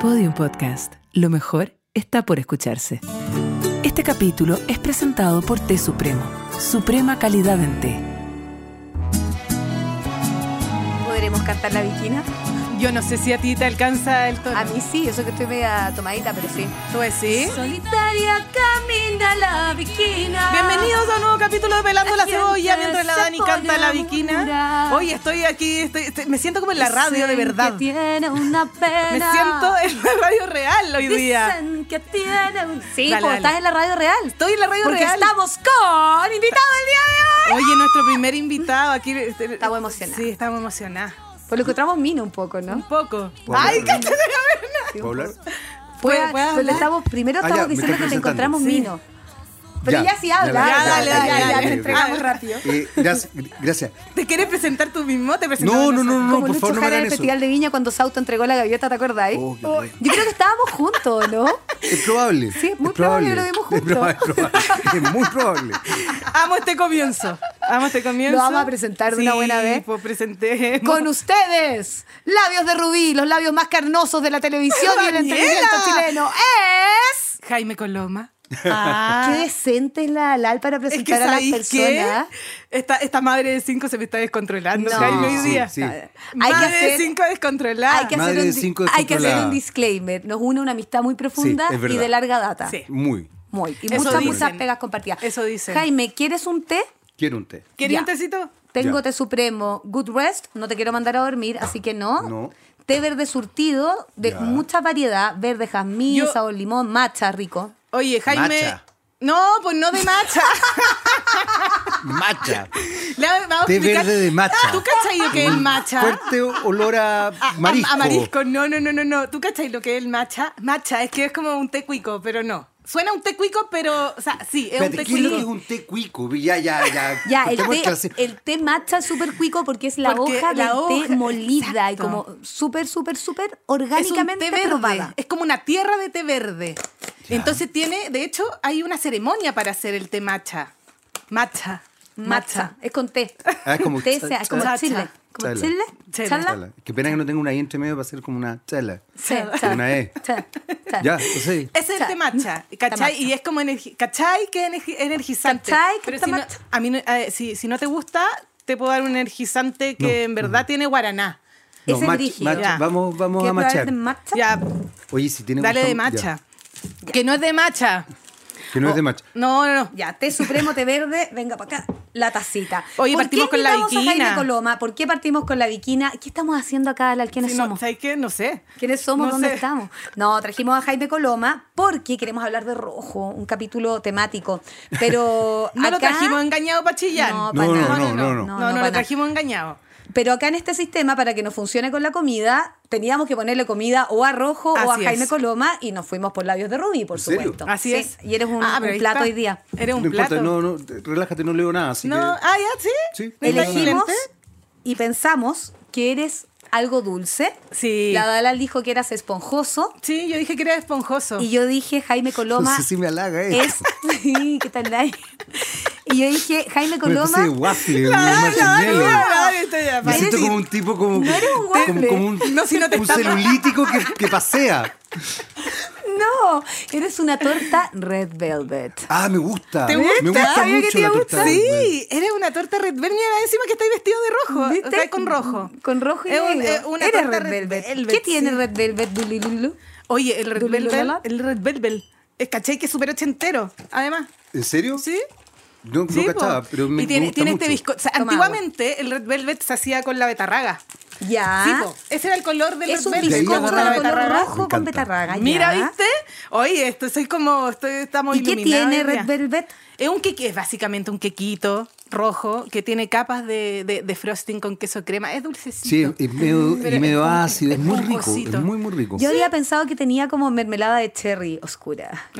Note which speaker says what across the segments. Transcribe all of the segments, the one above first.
Speaker 1: Podium Podcast. Lo mejor está por escucharse. Este capítulo es presentado por Té Supremo. Suprema calidad en té.
Speaker 2: ¿Podremos cantar la viquina?
Speaker 3: Yo no sé si a ti te alcanza el tono.
Speaker 2: A mí sí, eso que estoy media tomadita, pero sí.
Speaker 3: ¿Tú sí?
Speaker 2: Solitaria camina la viquina.
Speaker 3: Bienvenidos a un nuevo capítulo de Pelando la,
Speaker 2: La gente
Speaker 3: Cebolla mientras la
Speaker 2: se
Speaker 3: Dani canta
Speaker 2: pone
Speaker 3: la
Speaker 2: a
Speaker 3: bikina.
Speaker 2: murmurar.
Speaker 3: Hoy estoy aquí, estoy- estoy- me siento como en la radio, de
Speaker 2: Dicen
Speaker 3: verdad.
Speaker 2: Que tiene una pena.
Speaker 3: Me siento en la radio real hoy día.
Speaker 2: Dicen que tiene un. Sí,
Speaker 3: Dale,
Speaker 2: po,
Speaker 3: dale.
Speaker 2: estás en la radio real.
Speaker 3: Estoy en la radio
Speaker 2: Porque
Speaker 3: real.
Speaker 2: estamos con invitado el día de
Speaker 3: Oye, nuestro primer invitado aquí. Estamos
Speaker 2: emocionadas.
Speaker 3: Sí, estamos emocionadas.
Speaker 2: hoy. Pues lo encontramos mino un poco, ¿no?
Speaker 3: Un poco.
Speaker 4: ¿Puedo
Speaker 3: Ay,
Speaker 4: hablar?
Speaker 3: cállate.
Speaker 4: ¿Puedo hablar?
Speaker 2: Fue-
Speaker 3: ¿Puedo- puedo
Speaker 2: pues le
Speaker 3: hablar?
Speaker 2: estamos, primero
Speaker 4: Ah, ya,
Speaker 2: estamos
Speaker 4: me
Speaker 2: diciendo
Speaker 4: estoy
Speaker 2: que le
Speaker 4: presentando.
Speaker 2: encontramos
Speaker 4: Sí.
Speaker 2: mino. Pero ya, sí habla.
Speaker 3: ya,
Speaker 2: habla,
Speaker 3: dale, dale,
Speaker 2: ya,
Speaker 3: dale,
Speaker 2: te
Speaker 3: dale.
Speaker 2: entregamos
Speaker 3: Ah,
Speaker 2: rápido.
Speaker 4: Eh, gracias, gracias.
Speaker 3: ¿Te quieres presentar tú mismo? ¿Te presentamos
Speaker 4: No, no, no,
Speaker 3: nosotros?
Speaker 4: no,
Speaker 2: Como
Speaker 4: por
Speaker 2: Lucho
Speaker 4: favor no me
Speaker 2: Jara en
Speaker 4: hagan
Speaker 2: el
Speaker 4: eso.
Speaker 2: Festival de Viña cuando Sauto entregó la gaviota, ¿te acordás?
Speaker 4: Oh, qué
Speaker 2: Oh,
Speaker 4: bueno.
Speaker 2: yo creo que estábamos juntos, ¿no?
Speaker 4: Es probable.
Speaker 2: Sí, es muy probable, lo vimos juntos.
Speaker 4: Es, probable, es probable. Es muy probable.
Speaker 3: Amo este comienzo. Amo este comienzo.
Speaker 2: Lo vamos a presentar de una
Speaker 3: Sí,
Speaker 2: buena vez.
Speaker 3: Pues presenté.
Speaker 2: Con ustedes, labios de rubí, los labios más carnosos de la televisión y el
Speaker 3: ¡Daniela!
Speaker 2: entretenimiento chileno es...
Speaker 3: Jaime Coloma.
Speaker 2: Qué decente es la Lal para
Speaker 3: Es
Speaker 2: Ah, presentar
Speaker 3: que
Speaker 2: a las
Speaker 3: ¿sabéis qué?
Speaker 2: personas.
Speaker 3: Esta, esta madre de cinco se me está descontrolando.
Speaker 2: No.
Speaker 3: Jaime, hoy
Speaker 4: Sí,
Speaker 3: día.
Speaker 4: sí.
Speaker 2: Hay
Speaker 3: Madre
Speaker 2: que hacer-
Speaker 3: de cinco descontrolada.
Speaker 2: Hay que,
Speaker 4: Madre
Speaker 2: hacer un,
Speaker 4: de
Speaker 2: di-
Speaker 4: cinco
Speaker 2: hay que hacer un
Speaker 4: descontroladas.
Speaker 2: disclaimer. Nos une una amistad muy profunda
Speaker 4: Sí, es
Speaker 2: y
Speaker 4: verdad.
Speaker 2: de larga data.
Speaker 3: Sí.
Speaker 4: Muy.
Speaker 2: Muy. Y
Speaker 3: Eso
Speaker 2: muchas,
Speaker 3: dicen.
Speaker 2: muchas pegas compartidas.
Speaker 3: Eso dicen.
Speaker 2: Jaime, ¿quieres un té?
Speaker 4: Quiero un té.
Speaker 3: ¿Quieres
Speaker 2: Ya.
Speaker 3: un tecito?
Speaker 2: Tengo
Speaker 4: Ya.
Speaker 2: té supremo, good rest, no te quiero mandar a dormir, así que no.
Speaker 4: No.
Speaker 2: Té verde surtido de
Speaker 4: Ya.
Speaker 2: mucha variedad, verde jazmín,
Speaker 3: Yo-
Speaker 2: sabor limón, matcha, rico.
Speaker 3: Oye, Jaime.
Speaker 4: Macha.
Speaker 3: No, pues no de macha.
Speaker 4: Macha.
Speaker 3: Le vamos a
Speaker 4: Té
Speaker 3: explicar.
Speaker 4: verde de macha.
Speaker 3: ¿Tú cachai lo que es el Ah, macha?
Speaker 4: Fuerte olor a
Speaker 3: A- a-
Speaker 4: marisco.
Speaker 3: A, marisco, no, no, no, no, no. ¿Tú cachai lo que es el macha? Macha, es que es como un té cuico, pero no. Suena un té cuico, pero, o sea, sí, es un
Speaker 4: Espérate,
Speaker 3: té
Speaker 4: ¿qué es lo que es
Speaker 3: cuico.
Speaker 4: un té cuico? Ya, ya, ya.
Speaker 2: Ya, el
Speaker 4: Cortemos
Speaker 2: té,
Speaker 4: clase.
Speaker 2: el té matcha es súper cuico porque es la
Speaker 3: Porque
Speaker 2: hoja
Speaker 3: la
Speaker 2: del té
Speaker 3: hoja-
Speaker 2: molida y
Speaker 3: exacto.
Speaker 2: como súper, súper, súper
Speaker 3: es un té
Speaker 2: orgánicamente
Speaker 3: verde.
Speaker 2: probada.
Speaker 3: Es como una tierra de té verde. Entonces tiene, de hecho, hay una ceremonia para hacer el té matcha. Matcha.
Speaker 2: Matcha.
Speaker 3: Matcha.
Speaker 2: Es con té.
Speaker 4: Ah, es como
Speaker 2: té,
Speaker 4: cha-
Speaker 2: sea- es como
Speaker 3: cha-
Speaker 2: chile. ¿Como
Speaker 4: chala.
Speaker 2: chile?
Speaker 3: Chela.
Speaker 2: ¿Chala?
Speaker 4: Chala. Qué pena que no tengo una I entre medio para hacer como una chala.
Speaker 2: Sí,
Speaker 4: Con una E.
Speaker 2: Chala. Chala.
Speaker 4: Ya, sí.
Speaker 3: Ese es
Speaker 2: Cha-
Speaker 3: el té
Speaker 2: matcha.
Speaker 3: matcha, ¿cachai? Y es como energi- ¿cachai? Que es energi- energizante.
Speaker 2: ¿Cachai? Que
Speaker 3: Pero
Speaker 2: está
Speaker 3: si no,
Speaker 2: matcha.
Speaker 3: a mí no- eh, si, si no te gusta, te puedo dar un energizante que
Speaker 4: No.
Speaker 3: en verdad tiene guaraná.
Speaker 4: No,
Speaker 2: Ese es
Speaker 4: mach-
Speaker 2: brígido.
Speaker 4: mach-
Speaker 3: Ya.
Speaker 4: Vamos, vamos
Speaker 2: ¿Quieres probar el
Speaker 4: a machar.
Speaker 2: de matcha?
Speaker 3: Ya,
Speaker 4: Oye, si tiene
Speaker 3: dale
Speaker 4: gusto-
Speaker 3: de
Speaker 4: ya.
Speaker 3: matcha. Que no es de matcha.
Speaker 4: Que no es de
Speaker 3: Oh,
Speaker 4: matcha.
Speaker 3: No, no, no.
Speaker 2: Ya, té supremo, té verde, venga para acá, la tacita.
Speaker 3: Oye,
Speaker 2: ¿Por
Speaker 3: partimos
Speaker 2: qué
Speaker 3: con la
Speaker 2: invitamos a Jaime
Speaker 3: viquina.
Speaker 2: Coloma? ¿Por qué partimos con la viquina? ¿Qué estamos haciendo acá, Lal? ¿Quiénes
Speaker 3: Si no,
Speaker 2: somos?
Speaker 3: ¿Sabes qué? No sé.
Speaker 2: ¿Quiénes somos?
Speaker 3: No
Speaker 2: ¿Dónde
Speaker 3: sé.
Speaker 2: estamos? No, trajimos a Jaime Coloma porque queremos hablar de rojo, un capítulo temático. Pero
Speaker 3: No lo
Speaker 2: acá-
Speaker 3: trajimos engañado para chillar.
Speaker 2: No,
Speaker 4: No,
Speaker 2: para
Speaker 4: no,
Speaker 2: nada.
Speaker 4: no, no,
Speaker 2: no,
Speaker 3: No,
Speaker 4: no.
Speaker 3: no,
Speaker 2: para
Speaker 3: lo
Speaker 2: nada.
Speaker 3: trajimos engañado.
Speaker 2: Pero acá en este sistema, para que nos funcione con la comida, teníamos que ponerle comida o a Rojo o a
Speaker 3: Así
Speaker 2: Jaime
Speaker 3: es.
Speaker 2: Coloma y nos fuimos por labios de Rubí, por
Speaker 4: ¿En serio?
Speaker 2: supuesto.
Speaker 3: Así
Speaker 2: Sí,
Speaker 3: es.
Speaker 2: Y eres un,
Speaker 3: Ah,
Speaker 2: un
Speaker 3: pero ahí
Speaker 2: plato
Speaker 3: está.
Speaker 2: hoy día.
Speaker 3: Eres un
Speaker 4: no
Speaker 3: plato.
Speaker 4: Importa, no, no, te- relájate, no leo nada. Así
Speaker 3: No,
Speaker 4: que-
Speaker 3: ah, ya, sí.
Speaker 4: Sí.
Speaker 3: ¿Está
Speaker 2: Elegimos
Speaker 3: excelente?
Speaker 2: y pensamos que eres algo dulce.
Speaker 3: Sí.
Speaker 2: La Dalal dijo que eras esponjoso.
Speaker 3: Sí, yo dije que era esponjoso.
Speaker 2: Y yo dije, Jaime Coloma
Speaker 4: No sé si me halaga eso.
Speaker 2: es. Sí, ¿Qué tal, Dai? Y yo dije, Jaime
Speaker 4: Una especie de
Speaker 2: Coloma.
Speaker 4: waffle, un
Speaker 3: Ah, la
Speaker 4: marshmallow.
Speaker 3: Dani, la Dani, estoy Ah, ya,
Speaker 4: Me
Speaker 3: parece-
Speaker 4: siento como un tipo como,
Speaker 2: No eres un
Speaker 4: como-
Speaker 2: waffle.
Speaker 4: como, un,
Speaker 3: No, si no te
Speaker 4: un
Speaker 3: está-
Speaker 4: celulítico que, que pasea.
Speaker 2: No, eres una torta red velvet.
Speaker 4: Ah, me gusta.
Speaker 3: ¿Te
Speaker 4: Me
Speaker 3: gusta?
Speaker 4: gusta
Speaker 3: Sabía que
Speaker 4: mucho
Speaker 3: te
Speaker 4: la
Speaker 3: iba a
Speaker 4: torta.
Speaker 3: gustar. Sí, eres una torta red velvet. Mira, encima que estáis vestido de rojo.
Speaker 2: ¿Viste?
Speaker 3: O sea, con rojo.
Speaker 2: Con rojo y
Speaker 3: Es un-
Speaker 2: negro.
Speaker 3: es una
Speaker 2: Eres
Speaker 3: torta
Speaker 2: Red
Speaker 3: Red
Speaker 2: Velvet.
Speaker 3: Velvet,
Speaker 2: ¿Qué tiene
Speaker 3: sí.
Speaker 2: Red Velvet, Dulilulu?
Speaker 3: Oye, el red
Speaker 2: ¿Dulululala?
Speaker 3: velvet, el red velvet. Es caché que es súper ochentero, además.
Speaker 4: ¿En serio?
Speaker 3: ¿Sí?
Speaker 4: No, no
Speaker 3: sí, po.
Speaker 4: cachaba, pero me,
Speaker 3: y tiene,
Speaker 4: me gusta
Speaker 3: tiene
Speaker 4: mucho.
Speaker 3: este bizco- o sea,
Speaker 2: Toma
Speaker 3: antiguamente el red velvet se hacía con la betarraga.
Speaker 2: Ya.
Speaker 3: Sí, po. Ese era el color del
Speaker 2: Ah. es un
Speaker 3: red
Speaker 4: De ahí
Speaker 3: velvet.
Speaker 2: bizcocho
Speaker 3: con
Speaker 4: agarra
Speaker 3: la
Speaker 2: de color
Speaker 3: betarraga.
Speaker 4: Me
Speaker 2: rojo con
Speaker 4: encanta.
Speaker 2: betarraga. ya.
Speaker 3: Mira, ¿viste? Oye, esto soy como, estoy, estamos
Speaker 2: ¿Y qué
Speaker 3: iluminados
Speaker 2: tiene
Speaker 3: hoy día.
Speaker 2: Red Velvet?
Speaker 3: Es un queque, es básicamente un quequito rojo que tiene capas de, de- de frosting con queso crema. Es dulcecito.
Speaker 4: Sí, es medio,
Speaker 3: Pero
Speaker 4: y medio
Speaker 3: es-
Speaker 4: ácido, es muy rico,
Speaker 3: esponjosito.
Speaker 4: es muy, muy rico.
Speaker 2: Yo había pensado que tenía como mermelada de cherry oscura.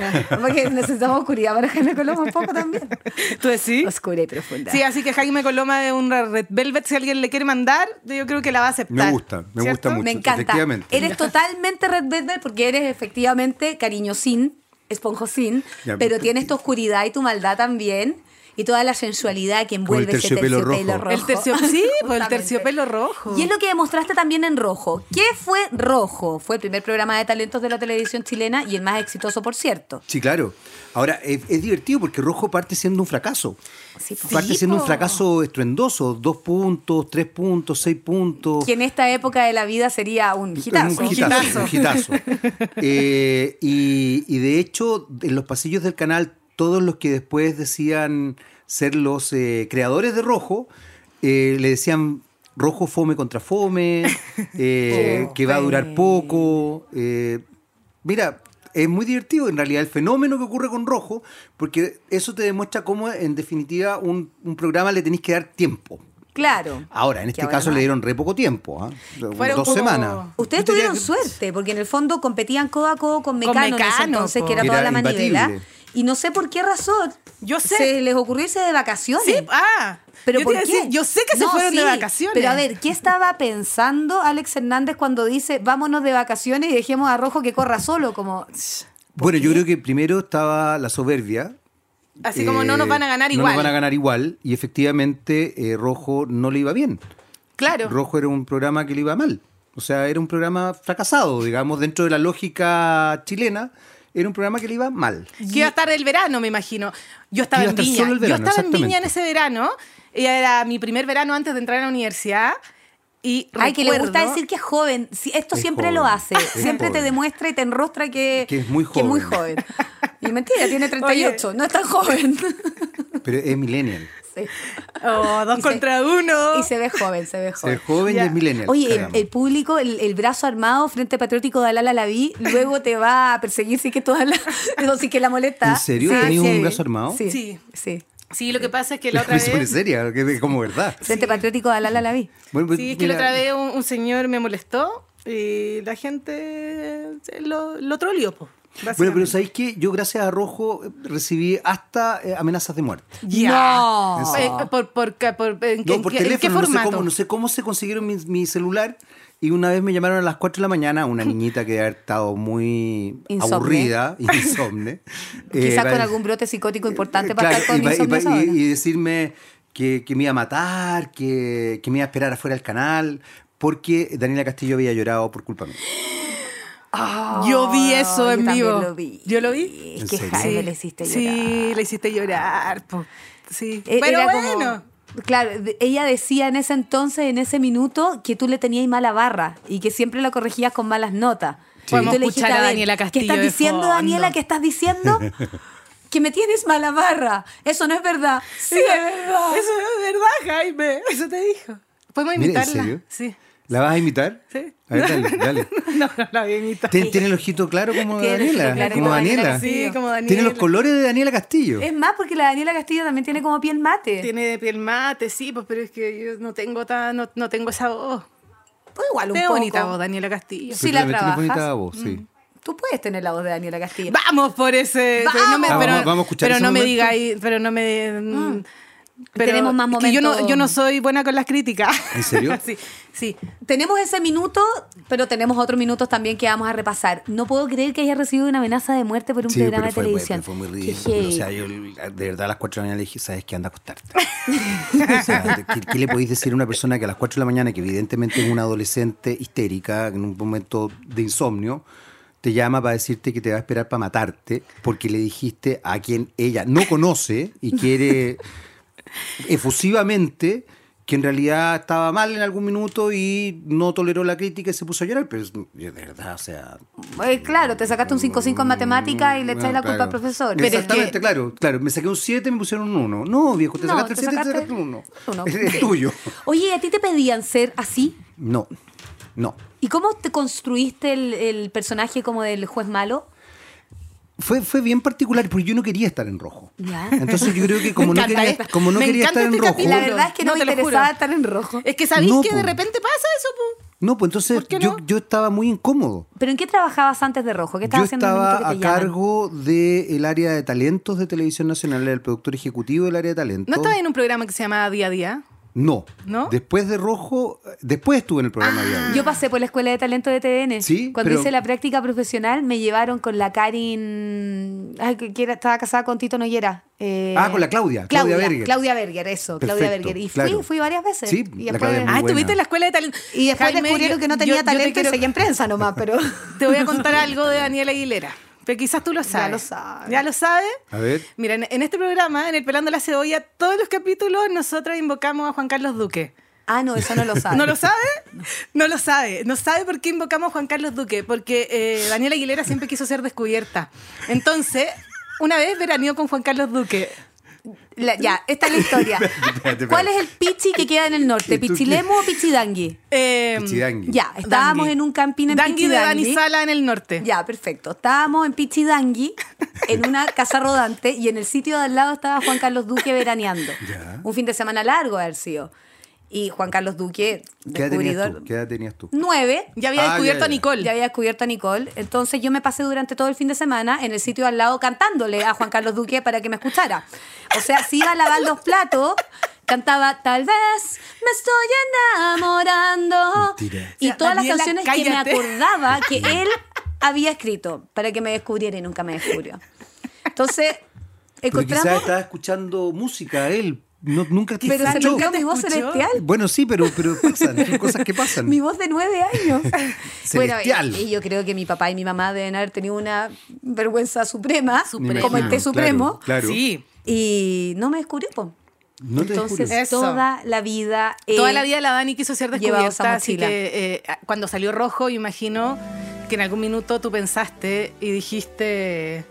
Speaker 2: Porque necesitamos oscuridad para Jaime Coloma un poco también.
Speaker 3: ¿Tú decís?
Speaker 2: Oscura y profunda.
Speaker 3: Sí, así que Jaime Coloma de un Red Velvet, si alguien le quiere mandar, yo creo que la va a aceptar.
Speaker 4: Me gusta, me gusta mucho.
Speaker 2: Me encanta.
Speaker 4: efectivamente.
Speaker 2: Eres totalmente Red Velvet porque eres efectivamente cariñosín, esponjosín, pero
Speaker 4: Ya, pero-
Speaker 2: tienes tu oscuridad y tu maldad también. y toda la sensualidad que
Speaker 4: Con el
Speaker 2: envuelve ese
Speaker 4: terciopelo
Speaker 2: terciopelo
Speaker 4: rojo.
Speaker 2: rojo.
Speaker 3: El tercio- sí, pues el
Speaker 2: Justamente.
Speaker 3: terciopelo rojo.
Speaker 2: Y es lo que demostraste también en Rojo. ¿Qué fue Rojo? Fue el primer programa de talentos de la televisión chilena y el más exitoso, por cierto.
Speaker 4: Sí, claro. Ahora, es, es divertido porque Rojo parte siendo un fracaso.
Speaker 2: Sí, pues. po.
Speaker 4: Parte
Speaker 3: Sí,
Speaker 4: siendo
Speaker 3: po.
Speaker 4: un fracaso estruendoso. Dos puntos, tres puntos, seis puntos.
Speaker 2: Que en esta época de la vida sería un hitazo.
Speaker 4: Un hitazo. un hitazo. Eh, y, y de hecho, en los pasillos del canal, todos los que después decían ser los eh, creadores de Rojo, eh, le decían Rojo fome contra fome, eh,
Speaker 2: Oh,
Speaker 4: que va a durar poco. eh, mira. Es muy divertido en realidad el fenómeno que ocurre con Rojo, porque eso te demuestra cómo en definitiva un, un programa le tenés que dar tiempo.
Speaker 2: Claro.
Speaker 4: Ahora, en
Speaker 2: Que
Speaker 4: este
Speaker 2: ahora
Speaker 4: caso
Speaker 2: no.
Speaker 4: le dieron re poco tiempo, ¿ah?
Speaker 3: Fueron
Speaker 4: dos
Speaker 3: como-
Speaker 4: semanas.
Speaker 2: Ustedes
Speaker 4: Yo diría
Speaker 2: tuvieron
Speaker 4: que-
Speaker 2: suerte, porque en el fondo competían codo a codo con Mecano, en ese
Speaker 3: Mecano,
Speaker 2: entonces,
Speaker 3: po.
Speaker 2: que era
Speaker 4: Era
Speaker 2: toda la
Speaker 4: imbatible.
Speaker 2: manivela. Y no sé por qué razón
Speaker 3: Yo sé.
Speaker 2: se les ocurrió irse de vacaciones.
Speaker 3: Sí, ah.
Speaker 2: Pero
Speaker 3: yo,
Speaker 2: ¿por
Speaker 3: te iba a
Speaker 2: qué?
Speaker 3: decir, yo sé que
Speaker 2: No,
Speaker 3: se fueron de
Speaker 2: sí,
Speaker 3: vacaciones.
Speaker 2: Pero a ver, ¿qué estaba pensando Alex Hernández cuando dice vámonos de vacaciones y dejemos a Rojo que corra solo? Como,
Speaker 4: Bueno, yo creo que primero estaba la soberbia. eh,
Speaker 3: Así como no nos van a ganar
Speaker 4: No
Speaker 3: igual.
Speaker 4: nos van a ganar igual. Y efectivamente, eh, Rojo no le iba bien.
Speaker 3: Claro.
Speaker 4: Rojo era un programa que le iba mal. O sea, era un programa fracasado, digamos, dentro de la lógica chilena. Era un programa que le iba mal.
Speaker 3: Que iba a estar el verano, me imagino. Yo estaba
Speaker 4: Iba a
Speaker 3: en
Speaker 4: estar
Speaker 3: Viña.
Speaker 4: solo el verano,
Speaker 3: Yo estaba en Viña en
Speaker 4: exactamente.
Speaker 3: ese verano. Y Era mi primer verano antes de entrar a la universidad. Y
Speaker 2: ay, que le gusta
Speaker 3: recuerdo-
Speaker 2: decir que es joven. Sí, esto
Speaker 4: Es
Speaker 2: siempre
Speaker 4: joven,
Speaker 2: lo hace.
Speaker 4: es
Speaker 2: siempre te
Speaker 4: joven.
Speaker 2: demuestra y te enrostra que,
Speaker 4: Que es muy
Speaker 2: joven.
Speaker 4: joven.
Speaker 2: Y mentira, tiene 38, no es tan joven.
Speaker 4: Pero es millennial.
Speaker 2: Sí.
Speaker 3: Oh, dos
Speaker 2: Y se-
Speaker 3: contra uno.
Speaker 2: Y se ve joven, se ve
Speaker 4: Es
Speaker 2: joven.
Speaker 4: Oh. joven
Speaker 3: Ya. eh,
Speaker 4: y es millennial.
Speaker 2: Oye, el,
Speaker 4: caramba.
Speaker 2: el público, el, el brazo armado, Frente Patriótico de Alala la vi, luego te va a perseguir, sí que toda la, no, sí que la molesta.
Speaker 4: ¿En serio?
Speaker 2: Sí,
Speaker 4: ¿Tenías
Speaker 2: sí.
Speaker 4: un brazo armado?
Speaker 2: Sí, sí.
Speaker 3: Sí. Sí, lo que pasa es que eh, la
Speaker 4: Me
Speaker 3: otra vez.
Speaker 4: parece seria, que es como verdad.
Speaker 2: Frente Patriótico de Alala la vi.
Speaker 4: Bueno, pues,
Speaker 3: Sí, es que la
Speaker 4: mira,
Speaker 3: otra vez un, un señor me molestó y la gente se lo, lo troleó, po,
Speaker 4: Bueno, pero
Speaker 3: básicamente.
Speaker 4: ¿sabéis qué? Yo gracias a Rojo eh, recibí hasta eh, amenazas de muerte.
Speaker 3: Ya.
Speaker 2: No.
Speaker 3: Eh, por, por, ca- por- en,
Speaker 4: No,
Speaker 3: en
Speaker 4: por
Speaker 3: qué- en
Speaker 4: teléfono,
Speaker 3: qué
Speaker 4: no, sé
Speaker 3: formato?
Speaker 4: cómo, no sé cómo se consiguieron mi, mi celular. Y una vez me llamaron a las 4 de la mañana, una niñita que había estado muy
Speaker 2: Insomne.
Speaker 4: aburrida, insomne.
Speaker 2: Quizás
Speaker 4: eh,
Speaker 2: con algún brote psicótico importante para
Speaker 4: claro,
Speaker 2: estar con
Speaker 4: y, va- y
Speaker 2: insomnio
Speaker 4: va-
Speaker 2: a esa hora.
Speaker 4: y- y decirme que, que me iba a matar, que, que me iba a esperar afuera del canal, porque Daniela Castillo había llorado por culpa mía.
Speaker 3: Yo vi
Speaker 2: Oh,
Speaker 3: eso
Speaker 2: yo
Speaker 3: en
Speaker 2: también
Speaker 3: vivo.
Speaker 2: lo vi.
Speaker 3: Yo lo vi.
Speaker 2: Es
Speaker 4: ¿En
Speaker 2: que
Speaker 4: serio?
Speaker 2: Jaime le hiciste llorar.
Speaker 3: Sí, le hiciste llorar. po. Sí.
Speaker 2: E-
Speaker 3: pero
Speaker 2: era como-
Speaker 3: bueno.
Speaker 2: claro, de- ella decía en ese entonces, en ese minuto, que tú le tenías mala barra y que siempre la corregías con malas notas.
Speaker 4: Sí. Podemos
Speaker 2: Y tú le dijiste,
Speaker 3: escuchar a
Speaker 2: ver,
Speaker 3: Daniela Castillo
Speaker 2: ¿Qué estás
Speaker 3: de
Speaker 2: diciendo,
Speaker 3: fondo?
Speaker 2: Daniela? ¿Qué estás diciendo? que me tienes mala barra. Eso no es verdad. Sí, es verdad.
Speaker 3: Eso es verdad, Jaime. Eso te dijo. ¿Podemos
Speaker 4: Mira, ¿en
Speaker 3: imitarla?
Speaker 4: serio?
Speaker 3: Sí.
Speaker 4: ¿La vas a imitar?
Speaker 3: Sí.
Speaker 4: A ver, dale, dale.
Speaker 3: No, no la voy a imitar.
Speaker 4: Tien- Tiene el ojito claro como
Speaker 2: Tiene el ojito
Speaker 4: Daniela.
Speaker 2: claro
Speaker 4: como
Speaker 2: como Daniela
Speaker 4: Daniela.
Speaker 2: Castillo.
Speaker 3: Sí, como Daniela.
Speaker 4: Tiene los colores de Daniela Castillo.
Speaker 2: Es más, porque la Daniela Castillo también tiene como piel mate.
Speaker 3: Tiene de piel mate, sí, pues, pero es que yo no tengo tan, no, no tengo esa voz.
Speaker 2: Pues igual un
Speaker 3: Qué
Speaker 2: poco.
Speaker 3: bonita voz, Daniela Castillo.
Speaker 2: Sí, la
Speaker 4: Tiene bonita
Speaker 2: trabajas.
Speaker 4: voz, sí.
Speaker 2: Tú puedes tener la voz de Daniela Castillo.
Speaker 3: Vamos por ese.
Speaker 2: Vamos. Ah.
Speaker 3: pero no me-
Speaker 4: Vamos,
Speaker 3: pero
Speaker 4: vamos a escuchar
Speaker 3: pero
Speaker 4: ese
Speaker 3: no me
Speaker 4: momento.
Speaker 3: digáis, pero no me. mm, pero
Speaker 2: Tenemos más
Speaker 3: es que yo no,
Speaker 2: momentos.
Speaker 3: yo no soy buena con las críticas.
Speaker 4: ¿En serio?
Speaker 3: sí, sí.
Speaker 2: Tenemos ese minuto, pero tenemos otros minutos también que vamos a repasar. No puedo creer que haya recibido una amenaza de muerte por un
Speaker 4: Sí,
Speaker 2: programa
Speaker 4: pero
Speaker 2: de
Speaker 4: fue, fue,
Speaker 2: televisión.
Speaker 4: fue muy
Speaker 2: Qué
Speaker 4: ridículo. O
Speaker 2: heavy.
Speaker 4: sea, yo de verdad a las 4 de la mañana le dije, ¿sabes qué? Anda a acostarte. O sea, ¿qué, qué le podéis decir a una persona que a las 4 de la mañana, que evidentemente es una adolescente histérica, en un momento de insomnio, te llama para decirte que te va a esperar para matarte porque le dijiste a quien ella no conoce y quiere efusivamente que en realidad estaba mal en algún minuto y no toleró la crítica y se puso a llorar, pero es- de verdad, o sea,
Speaker 2: Eh, claro, te sacaste un 5-5 en matemática y le echáis la culpa al profesor.
Speaker 4: Pero Mm, Exactamente, claro, claro. Me saqué un 7 y me pusieron un 1. No, viejo, te
Speaker 2: No,
Speaker 4: sacaste el
Speaker 2: te
Speaker 4: 7 y te
Speaker 2: sacaste
Speaker 4: sacaste un 1.
Speaker 2: uno.
Speaker 4: Es, es
Speaker 2: Sí.
Speaker 4: tuyo.
Speaker 2: Oye, ¿a ti te pedían ser así?
Speaker 4: No, no.
Speaker 2: ¿Y cómo te construiste el, el personaje como del juez malo?
Speaker 4: Fue, fue bien particular porque yo no quería estar en rojo.
Speaker 2: Ya.
Speaker 4: Entonces yo creo que como
Speaker 3: Me
Speaker 4: no
Speaker 3: encanta
Speaker 4: quería,
Speaker 3: esta.
Speaker 4: como no
Speaker 3: Me
Speaker 4: quería
Speaker 3: encanta
Speaker 4: estar en
Speaker 3: este
Speaker 4: rojo,
Speaker 2: Y la
Speaker 3: Juro.
Speaker 2: verdad es que no,
Speaker 3: No,
Speaker 2: me
Speaker 3: te lo
Speaker 2: interesaba
Speaker 3: juro.
Speaker 2: estar en rojo.
Speaker 3: Es que sabéis
Speaker 4: No,
Speaker 3: que de
Speaker 4: po.
Speaker 3: repente pasa eso, po.
Speaker 4: no, pues entonces
Speaker 3: ¿Por qué
Speaker 4: yo,
Speaker 3: no?
Speaker 4: yo estaba muy incómodo.
Speaker 2: ¿Pero en qué trabajabas antes de rojo? ¿Qué
Speaker 4: Yo
Speaker 2: estabas haciendo en el
Speaker 4: estaba
Speaker 2: minuto que
Speaker 4: a
Speaker 2: te llaman?
Speaker 4: cargo del área de talentos de Televisión Nacional, era el productor ejecutivo del área de talentos.
Speaker 3: ¿No estabas en un programa que se llamaba Día a Día?
Speaker 4: No.
Speaker 3: ¿No?
Speaker 4: Después de Rojo, después estuve en el programa de Diablo.
Speaker 2: Yo pasé por la escuela de talento de TVN.
Speaker 4: Ah. Sí,
Speaker 2: Cuando
Speaker 4: pero-
Speaker 2: hice la práctica profesional, me llevaron con la Karin. Ay, que que era- estaba casada con Tito Noguera. Eh,
Speaker 4: Ah, con la Claudia, Claudia Berger.
Speaker 2: Claudia Berger, eso, Claudia
Speaker 4: Perfecto,
Speaker 2: Berger. Y
Speaker 4: claro.
Speaker 2: fui, fui varias veces. y
Speaker 4: Sí, la
Speaker 2: después,
Speaker 4: Claudia es muy
Speaker 3: Ah,
Speaker 4: buena.
Speaker 3: estuviste en la escuela de talento.
Speaker 2: y después
Speaker 3: Jaime,
Speaker 2: descubrieron
Speaker 3: yo-
Speaker 2: que no
Speaker 3: yo-
Speaker 2: tenía
Speaker 3: yo te
Speaker 2: talento
Speaker 3: quiero-
Speaker 2: y seguía en prensa nomás, pero.
Speaker 3: Te voy a contar algo de Daniela Aguilera. Pero quizás tú lo sabes.
Speaker 2: lo sabes.
Speaker 3: Ya lo sabes.
Speaker 4: A ver.
Speaker 3: Mira, en, en este programa, en el Pelando la Cebolla, todos los capítulos nosotros invocamos a Juan Carlos Duque.
Speaker 2: Ah, no, eso no lo sabe.
Speaker 3: ¿No lo sabe? No lo sabe. No sabe por qué invocamos a Juan Carlos Duque. Porque eh, Daniela Aguilera siempre quiso ser descubierta. Entonces, una vez veraneó con Juan Carlos Duque.
Speaker 2: La- ya, esta es la historia.
Speaker 4: espérate.
Speaker 2: ¿Cuál es el pichi que queda en el norte?
Speaker 4: ¿Y tú qué?
Speaker 2: ¿Pichilemu o pichidangui?
Speaker 3: Eh,
Speaker 4: Pichidangui.
Speaker 2: Em, Ya, estábamos
Speaker 3: Dangui.
Speaker 2: en un camping en
Speaker 3: Dangui de
Speaker 2: Pichidangui.
Speaker 3: Dani Sala en el norte.
Speaker 2: Ya, perfecto. Estábamos en Pichidangui, en una casa rodante, y en el sitio de al lado estaba Juan Carlos Duque veraneando.
Speaker 4: Ya.
Speaker 2: Un fin de semana largo de haber sido. Y Juan Carlos Duque,
Speaker 4: ¿Qué edad tenías
Speaker 2: descubridor,
Speaker 4: tú? ¿Qué edad tenías tú?
Speaker 2: nueve,
Speaker 3: Ya había
Speaker 4: Ah,
Speaker 3: descubierto
Speaker 4: ya,
Speaker 3: a
Speaker 4: ya.
Speaker 3: Nicole.
Speaker 2: ya había descubierto a Nicole. Entonces yo me pasé durante todo el fin de semana en el sitio al lado cantándole a Juan Carlos Duque para que me escuchara. O sea, si iba a lavar los platos, cantaba tal vez me estoy enamorando.
Speaker 4: Mentira.
Speaker 2: Y
Speaker 3: O sea,
Speaker 2: todas
Speaker 3: Daniela,
Speaker 2: las canciones
Speaker 3: cállate.
Speaker 2: que me acordaba que él había escrito para que me descubriera y nunca me descubrió. Entonces,
Speaker 4: Pero quizás
Speaker 2: encontramos...
Speaker 4: estaba escuchando música él. No, nunca te
Speaker 2: Pero se
Speaker 4: escuchó.
Speaker 2: me olvidó
Speaker 3: te
Speaker 2: mi voz
Speaker 3: escuchó?
Speaker 2: celestial.
Speaker 4: Bueno, sí, pero, pero pasan, son cosas que pasan.
Speaker 2: Mi voz de nueve años.
Speaker 4: Celestial.
Speaker 2: y, y yo creo que mi papá y mi mamá deben haber tenido una vergüenza suprema,
Speaker 4: Me
Speaker 3: Suprema.
Speaker 2: como el té
Speaker 4: imagino, claro,
Speaker 2: supremo.
Speaker 4: Claro.
Speaker 3: Sí.
Speaker 2: Y no me descubrió, po.
Speaker 4: No te
Speaker 2: Entonces,
Speaker 4: descubrió.
Speaker 3: Eso.
Speaker 2: toda la vida. he-
Speaker 3: Toda la vida la Dani quiso ser
Speaker 2: Eh, Llevaba esa
Speaker 3: descubierta, así
Speaker 2: mochila.
Speaker 3: que eh, cuando salió rojo, imagino que en algún minuto tú pensaste y dijiste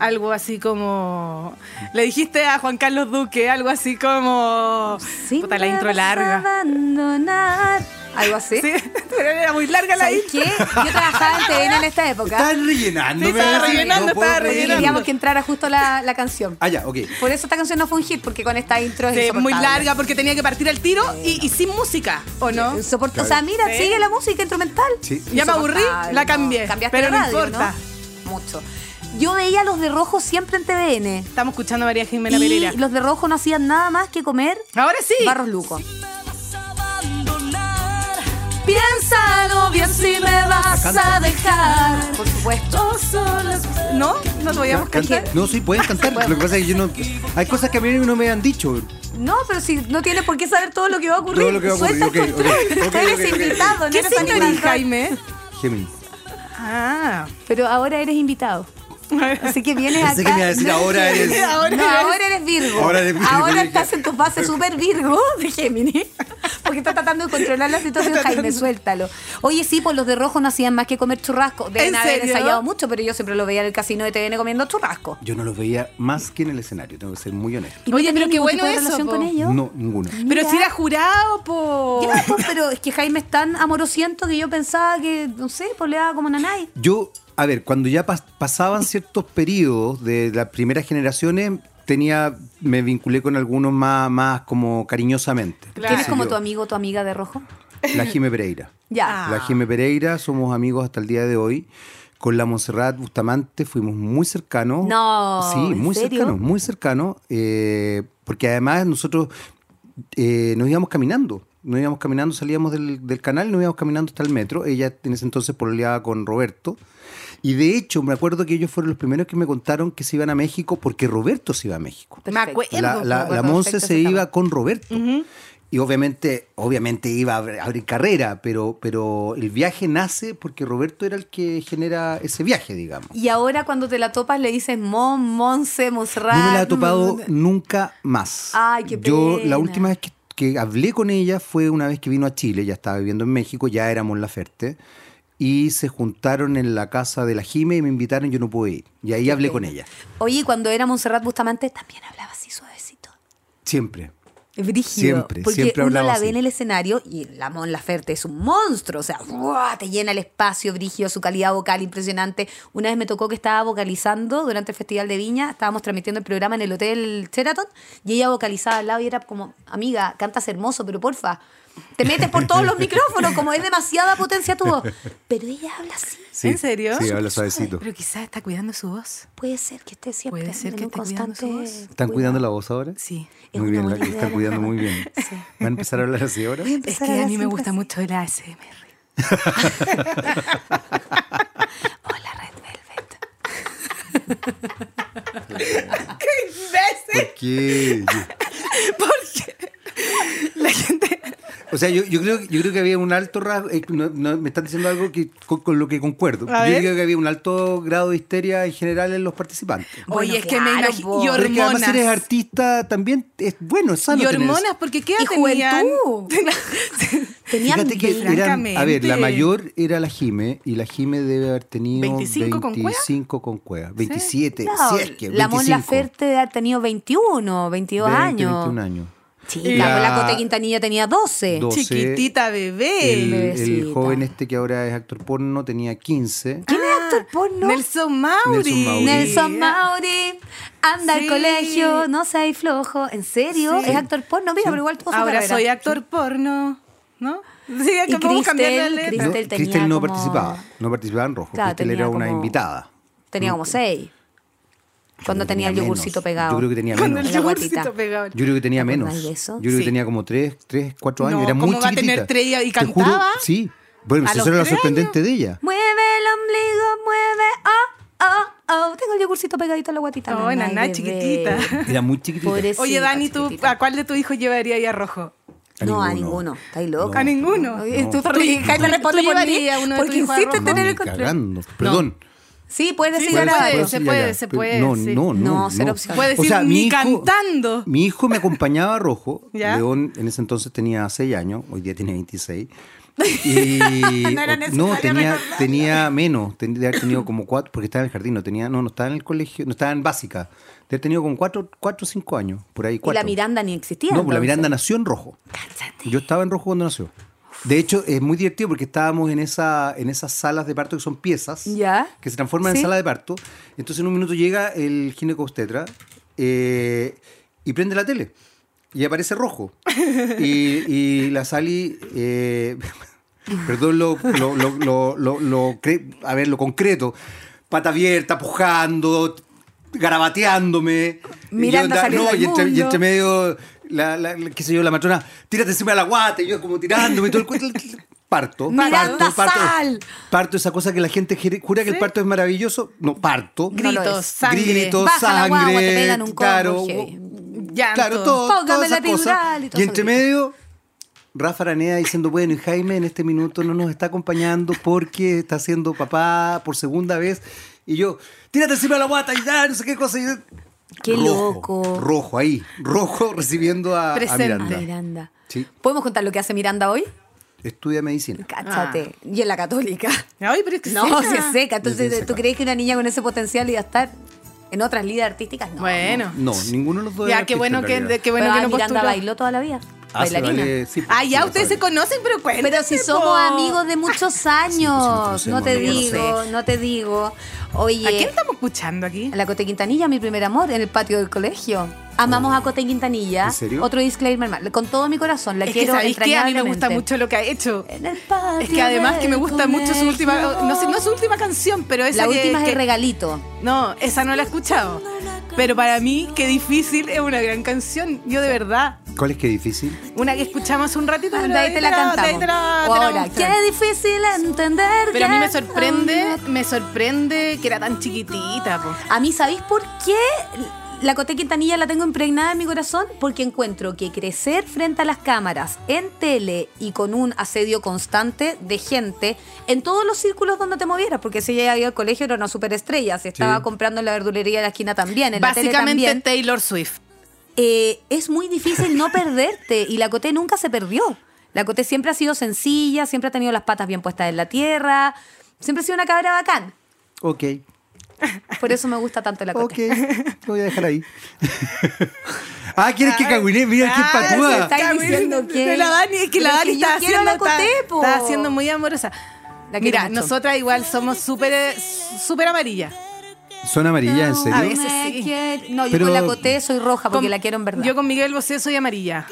Speaker 3: algo así como... Le dijiste a Juan Carlos Duque algo así como...
Speaker 2: Sí,
Speaker 3: Puta, la
Speaker 2: me
Speaker 3: intro
Speaker 2: vas a
Speaker 3: larga.
Speaker 2: Abandonar. Algo así.
Speaker 3: Sí, pero era muy larga la
Speaker 2: ¿Sabes
Speaker 3: intro.
Speaker 2: qué? Yo trabajaba en TVN en esta época.
Speaker 4: Estaban rellenando.
Speaker 3: Sí,
Speaker 4: me
Speaker 3: estaba
Speaker 4: decís.
Speaker 3: rellenando,
Speaker 4: No puedo
Speaker 3: estaba
Speaker 4: creer.
Speaker 2: Y
Speaker 3: rellenando.
Speaker 2: queríamos que entrara justo la, la canción.
Speaker 4: Ah, ya, ok.
Speaker 2: Por eso esta canción no fue un hit, porque con esta intro es
Speaker 3: Sí, muy
Speaker 2: insoportable.
Speaker 3: larga porque tenía que partir al tiro y, y sin música, ¿o no?
Speaker 2: Insoportable. O sea, mira,
Speaker 3: Sí.
Speaker 2: sigue la música instrumental.
Speaker 4: Sí.
Speaker 3: Ya me aburrí,
Speaker 2: Insoportable,
Speaker 3: la
Speaker 2: no.
Speaker 3: cambié.
Speaker 2: Cambiaste
Speaker 3: pero
Speaker 2: de
Speaker 3: no
Speaker 2: radio,
Speaker 3: importa.
Speaker 2: Mucho. Yo veía a los de rojo siempre en TVN.
Speaker 3: Estamos escuchando a María Jimena Pereira.
Speaker 2: Y los de rojo no hacían nada más que comer
Speaker 3: Ahora sí.
Speaker 2: barros luco. Piénsalo bien si me vas a dejar. Por supuesto.
Speaker 3: ¿No? ¿No podíamos
Speaker 4: Can-
Speaker 3: cantar?
Speaker 4: No, sí, puedes cantar. Lo que pasa es que yo no. Hay cosas que a mí no me han dicho.
Speaker 2: No, pero si no tienes por qué saber todo lo que va a ocurrir.
Speaker 4: Todo lo que va a
Speaker 2: Suelta
Speaker 4: ocurrir,
Speaker 2: el
Speaker 4: ok,
Speaker 2: control.
Speaker 4: ok, ok,
Speaker 2: Tú eres
Speaker 4: ok, ok, ok.
Speaker 2: invitado, no
Speaker 3: ¿Qué
Speaker 2: eres
Speaker 3: signo eres,
Speaker 2: animal.
Speaker 3: Jaime?
Speaker 4: Gemini.
Speaker 3: Ah.
Speaker 2: Pero ahora eres invitado. Así que vienes
Speaker 4: Pensé
Speaker 2: acá.
Speaker 4: que me iba a decir,
Speaker 2: no,
Speaker 4: ahora eres-
Speaker 3: Ahora
Speaker 2: no,
Speaker 3: eres-
Speaker 2: ahora eres Virgo.
Speaker 4: Ahora eres Virgo,
Speaker 2: Ahora
Speaker 4: dije.
Speaker 2: estás en tu fase super Virgo de Géminis. Porque está tratando de controlar la situación, Jaime, suéltalo. Oye, sí, pues los de rojo no hacían más que comer churrasco. Deben
Speaker 3: ¿En
Speaker 2: haber
Speaker 3: serio?
Speaker 2: ensayado mucho, pero yo siempre lo veía en el casino de TVN comiendo churrasco.
Speaker 4: Yo no los veía más que en el escenario, tengo que ser muy honesto.
Speaker 2: ¿Y no
Speaker 3: Oye,
Speaker 2: tenías
Speaker 3: pero qué
Speaker 2: ningún
Speaker 3: bueno
Speaker 2: tipo de
Speaker 3: eso,
Speaker 2: relación
Speaker 3: po.
Speaker 2: con ellos?
Speaker 4: No, ninguno.
Speaker 3: Pero
Speaker 2: Mira.
Speaker 3: si era jurado, po.
Speaker 2: Ya, pues, pero es que Jaime es tan amorosiento que yo pensaba que, no sé, pues le daba como nanay.
Speaker 4: Yo, a ver, cuando ya pas- pasaban ciertos periodos de las primeras generaciones, tenía, me vinculé con algunos más, más como cariñosamente.
Speaker 3: Claro.
Speaker 2: ¿Quién es
Speaker 4: Sí,
Speaker 2: como
Speaker 4: yo.
Speaker 2: tu amigo o tu amiga de rojo?
Speaker 4: La Jime Pereira.
Speaker 2: Ya.
Speaker 3: Ah.
Speaker 4: La Jime Pereira, somos amigos hasta el día de hoy. Con la Montserrat Bustamante fuimos muy cercanos.
Speaker 2: No,
Speaker 4: Sí,
Speaker 2: ¿en
Speaker 4: muy
Speaker 2: serio?
Speaker 4: cercanos, muy cercanos. eh, porque además nosotros eh, nos íbamos caminando. Nos íbamos caminando, salíamos del, del canal y nos íbamos caminando hasta el metro. Ella en ese entonces pololeaba con Roberto. Y de hecho, me acuerdo que ellos fueron los primeros que me contaron que se iban a México porque Roberto se iba a México.
Speaker 2: Perfecto.
Speaker 3: Me acuerdo.
Speaker 4: La, la,
Speaker 2: acuerdo
Speaker 4: la Monse
Speaker 2: perfecto
Speaker 4: se
Speaker 2: ese tema.
Speaker 4: iba con Roberto. Y obviamente, obviamente iba a abrir, abrir carrera, pero, pero el viaje nace porque Roberto era el que genera ese viaje, digamos.
Speaker 2: Y ahora cuando te la topas le dices Mon, Monse, Monserrat.
Speaker 4: No me la he topado
Speaker 2: mm,
Speaker 4: nunca más.
Speaker 2: Ay, qué
Speaker 4: Yo
Speaker 2: pena.
Speaker 4: la última vez que, que hablé con ella fue una vez que vino a Chile, ya estaba viviendo en México, ya éramos La Ferte, y se juntaron en la casa de la Jime y me invitaron, yo no pude ir. Y ahí hablé con ella,
Speaker 2: Oye, y cuando era Monserrat Bustamante también hablaba así suavecito.
Speaker 4: siempre.
Speaker 2: Es brígido.
Speaker 4: Siempre,
Speaker 2: porque
Speaker 4: siempre
Speaker 2: uno
Speaker 4: hablaba
Speaker 2: la
Speaker 4: así.
Speaker 2: ve en el escenario y la Mon Laferte es un monstruo. O sea, ¡guau! te llena el espacio, brígido, su calidad vocal impresionante. Una vez me tocó que estaba vocalizando durante el Festival de Viña. Estábamos transmitiendo el programa en el Hotel Sheraton y ella vocalizaba al lado y era como, amiga, cantas hermoso, pero porfa. Te metes por todos los micrófonos, como es demasiada potencia tu voz. Pero ella habla así.
Speaker 4: Sí,
Speaker 3: ¿En serio?
Speaker 4: Sí, habla suavecito.
Speaker 3: Pero quizás está cuidando su voz.
Speaker 2: Puede ser que esté siempre
Speaker 3: Puede ser
Speaker 2: en
Speaker 3: que
Speaker 2: un
Speaker 3: esté cuidando
Speaker 2: constante.
Speaker 3: su voz.
Speaker 4: ¿Están cuidando la voz ahora?
Speaker 3: Sí.
Speaker 2: Es una
Speaker 4: Muy bien, la
Speaker 2: buena
Speaker 4: que
Speaker 2: idea,
Speaker 4: están
Speaker 2: la
Speaker 4: cuidando
Speaker 2: verdad.
Speaker 4: muy bien. ¿Van a empezar a hablar así ahora?
Speaker 2: Voy a
Speaker 3: Es
Speaker 2: empezar
Speaker 3: que a
Speaker 2: hablar
Speaker 3: mí me
Speaker 2: siempre
Speaker 3: gusta
Speaker 2: así.
Speaker 3: mucho el ASMR.
Speaker 2: Hola, Red Velvet.
Speaker 4: ¿Por qué?
Speaker 3: La gente.
Speaker 4: O sea, yo, yo, creo, yo creo que había un alto rasgo. eh, no- no, me están diciendo algo que, con, con lo que concuerdo.
Speaker 3: A
Speaker 4: yo
Speaker 3: ver.
Speaker 4: creo que había un alto grado de histeria en general en los participantes.
Speaker 2: Bueno,
Speaker 3: Oye, es que
Speaker 2: claro,
Speaker 3: me imagino.
Speaker 2: po.
Speaker 3: Y
Speaker 2: Pero
Speaker 4: Porque además, si eres
Speaker 3: hormonas.
Speaker 4: artista, también es bueno, es sano.
Speaker 3: Y
Speaker 4: tener eso.
Speaker 3: hormonas, porque ¿qué edad
Speaker 2: Y
Speaker 3: tenían?
Speaker 2: juventud. Tenían
Speaker 4: Fíjate que
Speaker 3: veinte.
Speaker 4: eran, a ver, la
Speaker 3: Francamente.
Speaker 4: mayor era la Jime y la Jime debe haber tenido
Speaker 3: 25
Speaker 4: 25
Speaker 3: con
Speaker 4: con
Speaker 3: cueva.
Speaker 4: cueva, 27,
Speaker 2: No,
Speaker 4: este, si es que,
Speaker 2: la Mon
Speaker 4: 25.
Speaker 2: Laferte debe haber tenido 21, 22
Speaker 4: 20,
Speaker 2: años.
Speaker 4: 21 años.
Speaker 2: Chica,
Speaker 4: Y la-
Speaker 2: la Cote Quintanilla tenía 12.
Speaker 4: 12.
Speaker 3: Chiquitita bebé.
Speaker 4: Oh, El, el
Speaker 2: Bebecita. Ah,
Speaker 4: joven este que ahora es actor porno tenía 15.
Speaker 2: ¿Quién es actor porno?
Speaker 3: Ah, Nelson Mauri.
Speaker 4: Nelson Mauri.
Speaker 2: Nelson Mauri anda
Speaker 3: Sí.
Speaker 2: al colegio, no seas flojo. ¿En serio?
Speaker 3: Sí.
Speaker 2: Es actor porno, mira, pero igual tuvo su
Speaker 3: Ahora
Speaker 2: carrera.
Speaker 3: soy actor porno, ¿no? Sí,
Speaker 2: Y
Speaker 3: acabamos cambiando la
Speaker 2: Cristel,
Speaker 3: letra.
Speaker 2: Cristel tenía
Speaker 4: Cristel no
Speaker 2: como-
Speaker 4: participaba, no participaba en rojo.
Speaker 2: Claro,
Speaker 4: Cristel
Speaker 2: tenía
Speaker 4: era una
Speaker 2: como-
Speaker 4: invitada.
Speaker 2: Tenía como seis. Cuando
Speaker 4: Yo creo que
Speaker 2: tenía el
Speaker 4: Mm. menos.
Speaker 2: yogurcito pegado.
Speaker 4: Yo creo que tenía
Speaker 3: Cuando el
Speaker 4: menos.
Speaker 2: La guatita.
Speaker 3: yogurcito pegaba.
Speaker 4: Yo creo que tenía
Speaker 2: ¿Te
Speaker 4: menos.
Speaker 2: acordás de eso?
Speaker 4: Yo creo
Speaker 3: Sí.
Speaker 4: que tenía como 3, 3, 4 años.
Speaker 3: No,
Speaker 4: era muy
Speaker 3: ¿cómo va a
Speaker 4: chiquitita.
Speaker 3: tener tres y- y
Speaker 4: Te juro,
Speaker 3: cantaba?
Speaker 4: sí. Bueno,
Speaker 3: ¿A
Speaker 4: eso
Speaker 3: los
Speaker 4: era lo
Speaker 3: tres
Speaker 4: sorprendente de ella.
Speaker 2: Mueve el ombligo, mueve. Oh, oh, oh. Tengo el yogurcito pegadito en la guatita.
Speaker 3: Oh,
Speaker 2: Nanay,
Speaker 3: naná,
Speaker 2: bebé.
Speaker 3: chiquitita.
Speaker 4: Era muy chiquitita.
Speaker 2: Pobrecita,
Speaker 3: Oye, Dani, ¿tú
Speaker 2: chiquitita.
Speaker 3: a cuál de tus hijos llevaría ahí a rojo?
Speaker 4: A
Speaker 2: No, a
Speaker 4: ninguno.
Speaker 2: ninguno. Estáis loca.
Speaker 3: A ninguno.
Speaker 2: Oye,
Speaker 4: No.
Speaker 2: Tú, tú,
Speaker 3: Porque-
Speaker 2: hija, me responde
Speaker 3: ¿Tú
Speaker 2: por mí.
Speaker 3: llevarías uno de
Speaker 2: Porque
Speaker 3: tus hijos a
Speaker 2: insiste en
Speaker 3: Roma?
Speaker 2: tener
Speaker 4: Ni
Speaker 2: el control.
Speaker 4: cagando. Perdón.
Speaker 2: Sí, puedes decir
Speaker 3: se
Speaker 2: ahora.
Speaker 3: puede,
Speaker 4: puedo
Speaker 3: se
Speaker 4: decir
Speaker 3: puede,
Speaker 4: allá,
Speaker 3: se
Speaker 4: pero
Speaker 3: puede,
Speaker 4: No,
Speaker 3: sí.
Speaker 4: no, no.
Speaker 2: No, ser opción.
Speaker 3: Puede decir ni cantando.
Speaker 4: Mi hijo me acompañaba a Rojo.
Speaker 3: ¿Ya?
Speaker 4: León en ese entonces tenía 6 años, hoy día tiene 26. Y
Speaker 3: No era
Speaker 4: no,
Speaker 3: necesario
Speaker 4: tenía,
Speaker 3: recordarlo.
Speaker 4: tenía menos, ten- de haber tenido como cuatro, porque estaba en el jardín, no tenía, no, no estaba en el colegio, no estaba en básica. De haber tenido como cuatro, cuatro o cinco años, por ahí
Speaker 2: Y
Speaker 4: cuatro.
Speaker 2: la Miranda ni existía.
Speaker 4: No, pues la
Speaker 2: entonces.
Speaker 4: Miranda nació en rojo.
Speaker 2: Cáchate.
Speaker 4: Yo estaba en rojo cuando nació. De hecho, es muy divertido porque estábamos en, esa, en esas salas de parto que son piezas
Speaker 2: Ya.
Speaker 4: que se transforman
Speaker 2: Sí.
Speaker 4: en sala de parto. Entonces, en un minuto llega el ginecostetra y prende la tele y aparece rojo. Y, y la Sally. eh, perdón, lo, lo, lo, lo- lo- lo cre- a ver, lo concreto. Pata abierta, pujando, garabateándome.
Speaker 2: Miranda
Speaker 4: Y
Speaker 2: salió
Speaker 4: no,
Speaker 2: del
Speaker 4: y entre, y
Speaker 2: mundo.
Speaker 4: entre medio, la, la- la- qué sé yo, la matrona, tírate encima de la guata, y yo como tirándome todo el cuento. Parto.
Speaker 2: Miranda,
Speaker 4: parto, parto,
Speaker 2: sal.
Speaker 4: Parto, esa cosa que la gente jere- jura que el parto es maravilloso. No, parto.
Speaker 2: No lo
Speaker 3: Gritos,
Speaker 2: es.
Speaker 3: sangre.
Speaker 4: Gritos,
Speaker 2: Baja la
Speaker 4: sangre.
Speaker 2: guagua, te pegan un combo,
Speaker 4: claro,
Speaker 2: heavy.
Speaker 3: Llanto.
Speaker 4: claro, todo.
Speaker 2: Póngame
Speaker 4: todas esas
Speaker 2: la epidural
Speaker 4: cosas.
Speaker 2: y todo eso
Speaker 4: entre
Speaker 2: grita.
Speaker 4: medio, Rafa Araneda diciendo, bueno, y Jaime en este minuto no nos está acompañando porque está siendo papá por segunda vez. Y yo, tírate encima de la guata y ya, no sé qué cosa. y yo-
Speaker 2: Qué
Speaker 4: Rojo,
Speaker 2: loco.
Speaker 4: Rojo, ahí. Rojo recibiendo a, a
Speaker 3: Presente.
Speaker 2: Ah,
Speaker 4: Miranda.
Speaker 2: Miranda.
Speaker 4: Sí.
Speaker 2: ¿Podemos contar lo que hace Miranda hoy?
Speaker 4: Estudia medicina.
Speaker 2: Cáchate.
Speaker 3: Ah.
Speaker 2: Y en la católica.
Speaker 3: Ay, pero es que
Speaker 2: No,
Speaker 3: seca.
Speaker 2: si es seca. Entonces,
Speaker 4: Es bien
Speaker 2: ¿tú
Speaker 4: seca.
Speaker 2: crees que una niña con ese potencial iba a estar en otras líderes artísticas? No.
Speaker 3: Bueno.
Speaker 4: No, ninguno de los dos.
Speaker 3: Ya,
Speaker 4: era
Speaker 3: qué
Speaker 4: artista,
Speaker 3: bueno
Speaker 4: en
Speaker 3: que,
Speaker 4: realidad.
Speaker 3: qué
Speaker 2: Pero
Speaker 3: bueno que no
Speaker 2: Miranda
Speaker 3: postuló.
Speaker 2: bailó toda la vida.
Speaker 4: Ah, se
Speaker 2: Bailarina.
Speaker 4: vale, sí,
Speaker 3: Ah, ya
Speaker 4: sí,
Speaker 3: ustedes
Speaker 4: vale.
Speaker 3: se conocen, pero cuéntenme.
Speaker 2: Pero si somos
Speaker 3: po.
Speaker 2: amigos de muchos años,
Speaker 4: Sí, pues si nos
Speaker 2: no te
Speaker 4: conocemos,
Speaker 2: digo,
Speaker 4: no
Speaker 2: no, te digo. Oye,
Speaker 3: ¿A quién estamos escuchando aquí?
Speaker 2: a la Cote Quintanilla, mi primer amor, en el patio del colegio.
Speaker 3: Oh.
Speaker 2: Amamos a Cote Quintanilla.
Speaker 4: ¿En serio?
Speaker 2: Otro disclaimer más. Con todo mi corazón, la
Speaker 3: es que
Speaker 2: quiero
Speaker 3: sabéis que a mí me gusta
Speaker 2: entrañablemente.
Speaker 3: mucho lo que ha hecho.
Speaker 2: En el patio
Speaker 3: Es que además que me
Speaker 2: del
Speaker 3: gusta mucho su última,
Speaker 2: colegio.
Speaker 3: no sé, no su última canción, pero esa
Speaker 2: La
Speaker 3: que-
Speaker 2: última es
Speaker 3: que-
Speaker 2: el regalito.
Speaker 3: No, esa no la he escuchado. Pero para mí, qué difícil es una gran canción. Yo de verdad.
Speaker 4: ¿Cuál es que difícil?
Speaker 3: Una que escuchamos un ratito. pero
Speaker 2: De ahí te la
Speaker 3: de ahí
Speaker 2: cantamos. O
Speaker 3: te la- te la
Speaker 2: ahora,
Speaker 3: vamos a
Speaker 2: qué difícil entender.
Speaker 3: Pero a mí
Speaker 2: que
Speaker 3: me sorprende, me sorprende que era tan chiquitita. po.
Speaker 2: A mí, ¿sabéis por qué? La Cote Quintanilla la tengo impregnada en mi corazón porque encuentro que crecer frente a las cámaras, en tele y con un asedio constante de gente, en todos los círculos donde te movieras, porque si ella iba al colegio era una superestrella, si estaba comprando en la verdulería de la esquina también, en la tele
Speaker 3: Básicamente
Speaker 2: también,
Speaker 3: Taylor Swift.
Speaker 2: eh, es muy difícil no perderte y la Coté nunca se perdió. La Coté siempre ha sido sencilla, siempre ha tenido las patas bien puestas en la tierra, siempre ha sido una cabra bacán.
Speaker 4: Ok.
Speaker 2: Por eso me gusta tanto la
Speaker 4: Ok.
Speaker 2: Coté.
Speaker 4: Lo voy a dejar ahí. ah, ¿quieres que cagüine? Mira qué
Speaker 3: Ah,
Speaker 2: se
Speaker 4: patúa.
Speaker 2: está- Estáis
Speaker 3: Cabrón,
Speaker 2: diciendo que-
Speaker 3: de la Dani, es que la
Speaker 2: Pero es
Speaker 3: Dani
Speaker 2: que yo
Speaker 3: está
Speaker 2: quiero
Speaker 3: haciendo,
Speaker 2: la Coté,
Speaker 3: está-
Speaker 2: po.
Speaker 3: está haciendo muy amorosa.
Speaker 2: La quiero
Speaker 3: Mira,
Speaker 2: mucho.
Speaker 3: nosotras igual somos súper, eh, súper amarillas.
Speaker 4: ¿Son amarillas, en
Speaker 2: A
Speaker 4: serio?
Speaker 3: ver. veces sí.
Speaker 2: No, yo
Speaker 4: Pero-
Speaker 2: con la coté soy roja porque
Speaker 3: Con-
Speaker 2: la quiero en verdad.
Speaker 3: Yo con Miguel Bosé soy amarilla.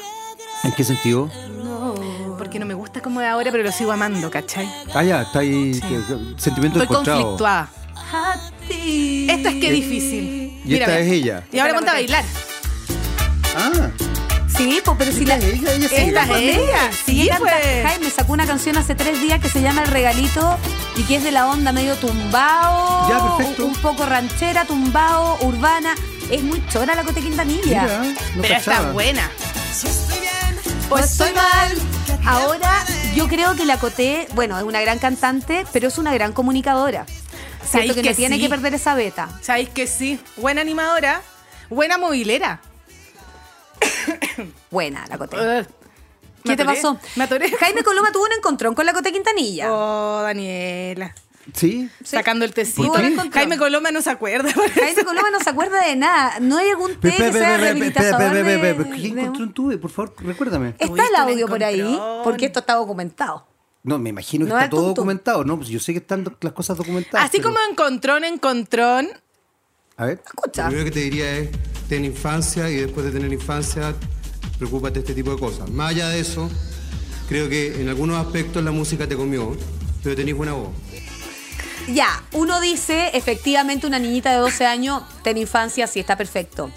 Speaker 4: ¿En qué sentido?
Speaker 2: No.
Speaker 3: Porque porque no me gusta como es ahora, pero lo sigo amando, ¿cachai?
Speaker 4: Ah, ya, está ahí. que- que- Sentimientos
Speaker 3: Estoy
Speaker 4: encontrados.
Speaker 3: conflictuada.
Speaker 2: ti.
Speaker 3: Esto es que difícil.
Speaker 4: Y esta
Speaker 3: Mira,
Speaker 4: es
Speaker 3: mira.
Speaker 4: ella.
Speaker 3: Y ahora ponte a bailar.
Speaker 4: Ah,
Speaker 2: Sí, pues, pero si la.
Speaker 4: ella, ella sí.
Speaker 3: Esta es ella.
Speaker 2: Sí,
Speaker 3: Sí, pues.
Speaker 2: Jaime sacó una canción hace tres días que se llama El Regalito y que es de la onda medio tumbao.
Speaker 4: Ya, perfecto.
Speaker 2: Un, un poco ranchera, tumbao, urbana. Es muy chora la Cote Quintanilla.
Speaker 4: Mira, no
Speaker 3: Pero está
Speaker 4: cachaba.
Speaker 3: buena.
Speaker 2: Pues estoy mal. Ahora, yo creo que la Coté, bueno, es una gran cantante, pero es una gran comunicadora.
Speaker 3: Sabéis
Speaker 2: Siento que, no
Speaker 3: que
Speaker 2: tiene
Speaker 3: sí.
Speaker 2: que perder esa beta.
Speaker 3: ¿Sabéis que sí? Buena animadora, buena movilera.
Speaker 2: Buena, la Coté.
Speaker 3: Ugh.
Speaker 2: ¿Qué
Speaker 3: Me
Speaker 2: te
Speaker 3: atoré,
Speaker 2: pasó?
Speaker 3: Me atoré.
Speaker 2: Jaime Coloma tuvo un encontrón con la Coté Quintanilla.
Speaker 3: Oh, Daniela.
Speaker 4: Sí.
Speaker 2: Sí.
Speaker 3: Sacando el tecito.
Speaker 2: Tuvo un encontrón.
Speaker 3: Jaime Coloma no se acuerda. parece.
Speaker 2: Jaime Coloma no se acuerda de nada. No hay algún té
Speaker 4: Pe- pe-
Speaker 2: que sea
Speaker 4: pe- pe- pe- pe-
Speaker 2: rehabilitador
Speaker 4: pe- pe- pe-
Speaker 2: de-
Speaker 4: pe- ¿Qué
Speaker 2: de-
Speaker 4: encontrón tuve? Por favor, recuérdame.
Speaker 2: Está el
Speaker 3: Tuviste un
Speaker 2: audio por ahí,
Speaker 3: encontrón.
Speaker 2: porque esto está documentado.
Speaker 4: No, me imagino que
Speaker 2: No
Speaker 4: está
Speaker 2: es
Speaker 4: todo
Speaker 2: tum-tum.
Speaker 4: documentado, ¿no? Pues yo sé que están do- las cosas documentadas.
Speaker 3: Así
Speaker 4: pero-
Speaker 3: como encontrón, encontrón.
Speaker 4: A ver.
Speaker 2: Escucha.
Speaker 5: Lo primero que te diría es, ten infancia y después de tener infancia, preocúpate de este tipo de cosas. Más allá de eso, creo que en algunos aspectos la música te comió, pero tenés buena voz.
Speaker 2: Ya, uno dice, efectivamente, una niñita de 12 años, ten infancia, sí está perfecto.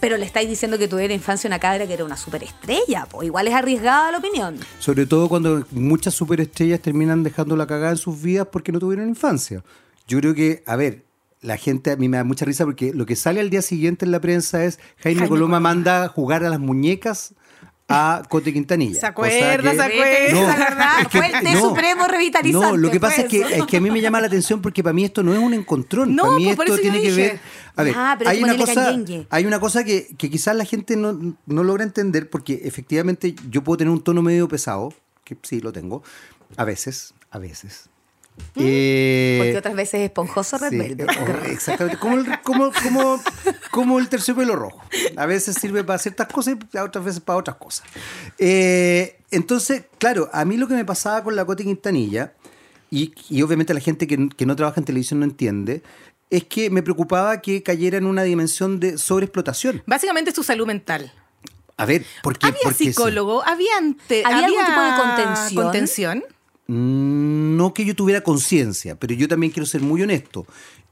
Speaker 2: Pero le estáis diciendo que tuviera infancia una cabra que era una superestrella, po. Igual es arriesgada la opinión.
Speaker 4: Sobre todo cuando muchas superestrellas terminan dejando la cagada en sus vidas porque no tuvieron infancia. Yo creo que, a ver, la gente a mí me da mucha risa porque lo que sale al día siguiente en la prensa es Jaime,
Speaker 3: Jaime
Speaker 4: Coloma
Speaker 3: Coloma.
Speaker 4: manda a jugar a las muñecas a Cote Quintanilla.
Speaker 3: Se
Speaker 4: Cosa
Speaker 3: acuerda,
Speaker 4: que-
Speaker 3: se acuerda.
Speaker 2: Esa es la verdad. Fue el té supremo revitalizante,
Speaker 4: No, lo que
Speaker 2: fue
Speaker 4: pasa es que,
Speaker 2: eso.
Speaker 4: es que a mí me llama la atención porque para mí esto no es un encontrón.
Speaker 3: No,
Speaker 4: para mí
Speaker 3: pues, por
Speaker 4: esto
Speaker 3: eso yo
Speaker 4: tiene que
Speaker 3: dije.
Speaker 4: ver. A ver,
Speaker 2: Ah, pero hay
Speaker 4: hay,
Speaker 2: que
Speaker 4: una
Speaker 2: ponerle
Speaker 4: cosa,
Speaker 2: canyengue.
Speaker 4: hay una cosa que, que quizás la gente no, no logra entender porque efectivamente yo puedo tener un tono medio pesado, que sí lo tengo, a veces, a veces.
Speaker 2: ¿Mm?
Speaker 4: Eh,
Speaker 2: Porque otras veces es esponjoso Red
Speaker 4: Sí,
Speaker 2: Velvet.
Speaker 4: eh, oh, exactamente. Como el, como, como, como el terciopelo rojo. A veces sirve para ciertas cosas y a otras veces para otras cosas. Eh, entonces, claro, a mí lo que me pasaba con la Cote Quintanilla, y, y obviamente la gente que, que no trabaja en televisión no entiende, es que me preocupaba que cayera en una dimensión de sobreexplotación.
Speaker 3: Básicamente su salud mental.
Speaker 4: A ver, porque...
Speaker 3: había
Speaker 4: porque se-
Speaker 3: psicólogo, había ante-
Speaker 2: ¿Había algún tipo de contención?
Speaker 3: contención?
Speaker 4: Mm, No que yo tuviera conciencia, pero yo también quiero ser muy honesto.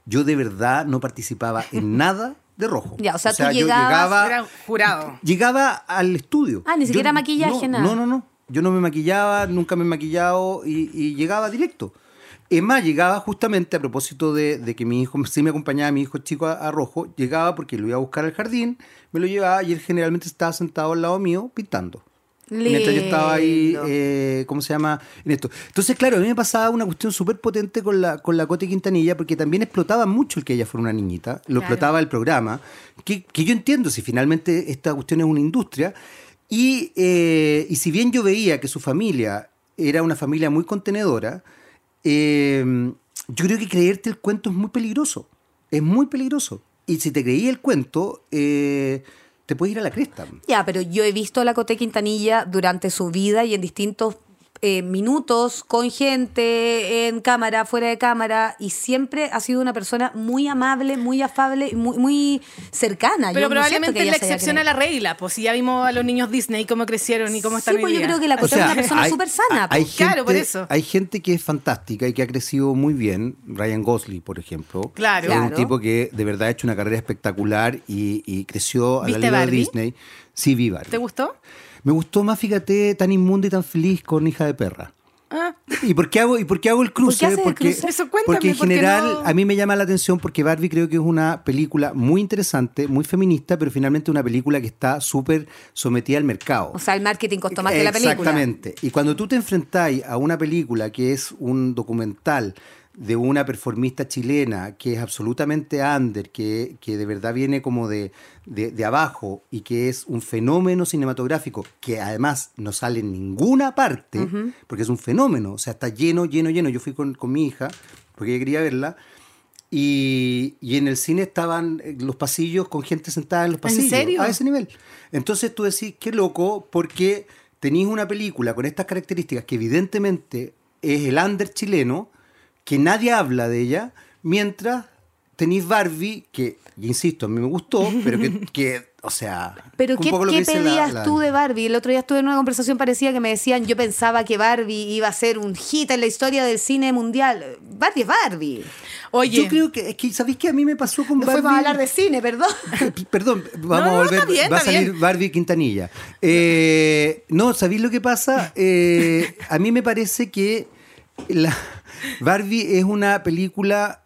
Speaker 4: Yo de verdad no participaba en nada de rojo.
Speaker 2: Ya, o sea, tú llegabas,
Speaker 3: Era jurado.
Speaker 4: llegaba al estudio.
Speaker 2: Ah, ni
Speaker 4: Yo-
Speaker 2: siquiera maquillaje,
Speaker 4: no,
Speaker 2: nada.
Speaker 4: No, no, no. Yo no me maquillaba, nunca me he maquillado y, y llegaba directo. Es más, llegaba justamente a propósito de, de que mi hijo, sí me acompañaba mi hijo chico a, a Rojo, llegaba porque lo iba a buscar al jardín, me lo llevaba y él generalmente estaba sentado al lado mío pintando. Mientras yo estaba ahí,
Speaker 2: Lindo.
Speaker 4: eh, ¿cómo se llama? En esto. Entonces, claro, a mí me pasaba una cuestión súper potente con la, con la Cote Quintanilla, porque también explotaba mucho el que ella fuera una niñita, lo explotaba el programa, que, que yo entiendo si finalmente esta cuestión es una industria. Y, eh, y si bien yo veía que su familia era una familia muy contenedora, eh, yo creo que creerte el cuento es muy peligroso. Es muy peligroso. Y si te creí el cuento, eh, te puedes ir a la cresta.
Speaker 2: Ya, pero yo he visto a la Coté Quintanilla durante su vida y en distintos eh, minutos con gente, en cámara, fuera de cámara, y siempre ha sido una persona muy amable, muy afable, y muy, muy cercana.
Speaker 3: Pero
Speaker 2: Yo no siento que
Speaker 3: probablemente es
Speaker 2: ella
Speaker 3: la
Speaker 2: se haya
Speaker 3: excepción a
Speaker 2: creído.
Speaker 3: la regla. Pues si ya vimos a los niños Disney cómo crecieron y cómo están
Speaker 2: Sí, pues
Speaker 3: hoy
Speaker 2: yo
Speaker 3: día.
Speaker 2: creo que la Coté es una persona
Speaker 4: hay-
Speaker 2: súper sana. pues.
Speaker 4: Hay
Speaker 2: po.
Speaker 4: gente,
Speaker 3: Claro, por eso.
Speaker 4: Hay gente que es fantástica y que ha crecido muy bien. Ryan Gosling, por ejemplo.
Speaker 3: Claro.
Speaker 4: que Es un
Speaker 2: Claro.
Speaker 4: tipo que de verdad ha hecho una carrera espectacular y, y creció a la
Speaker 3: ¿Viste
Speaker 4: línea de
Speaker 3: Barbie?
Speaker 4: Disney. Sí, vi Barbie.
Speaker 3: ¿Te gustó?
Speaker 4: Me gustó más, fíjate, tan inmundo y tan feliz con hija de perra. ¿Y por qué hago, y por qué hago el cruce?
Speaker 2: haces el
Speaker 4: porque,
Speaker 2: cruce?
Speaker 3: Ah. Eso cuéntame,
Speaker 4: porque en
Speaker 3: ¿por qué
Speaker 4: general
Speaker 3: no?
Speaker 4: a mí me llama la atención porque Barbie creo que es una película muy interesante, muy feminista, pero finalmente una película que está súper sometida al mercado.
Speaker 2: O sea, el marketing costó más que la película.
Speaker 4: Exactamente. Y cuando tú te enfrentáis a una película que es un documental de una performista chilena que es absolutamente under, que, que de verdad viene como de, de, de abajo y que es un fenómeno cinematográfico que además no sale en ninguna parte, porque es un fenómeno, o sea, está lleno, lleno, lleno. Yo fui con, con mi hija, porque ella quería verla, y, y en el cine estaban eh, los pasillos con gente sentada en los pasillos.
Speaker 3: serio?
Speaker 4: A ese nivel. Entonces tú decís, qué loco, porque tenéis una película con estas características que evidentemente es el under chileno, que nadie habla de ella, mientras tenéis Barbie, que, y insisto, a mí me gustó, pero que, que, o sea.
Speaker 2: Pero
Speaker 4: un
Speaker 2: ¿qué,
Speaker 4: poco lo
Speaker 2: qué
Speaker 4: que dice la-
Speaker 2: pedías
Speaker 4: la-
Speaker 2: tú de Barbie? El otro día estuve en una conversación parecida que me decían, yo pensaba que Barbie iba a ser un hit en la historia del cine mundial. Barbie es Barbie.
Speaker 3: Oye,
Speaker 4: Yo creo que, es que, ¿sabéis qué a mí me pasó con
Speaker 2: No
Speaker 4: Barbie?
Speaker 2: fuimos a hablar de cine, perdón.
Speaker 4: Perdón, vamos
Speaker 3: No,
Speaker 4: a
Speaker 3: no,
Speaker 4: volver.
Speaker 3: está bien,
Speaker 4: va a
Speaker 3: está
Speaker 4: salir
Speaker 3: bien.
Speaker 4: Barbie Quintanilla. Eh, no, ¿sabéis lo que pasa? Eh, a mí me parece que la- Barbie es una película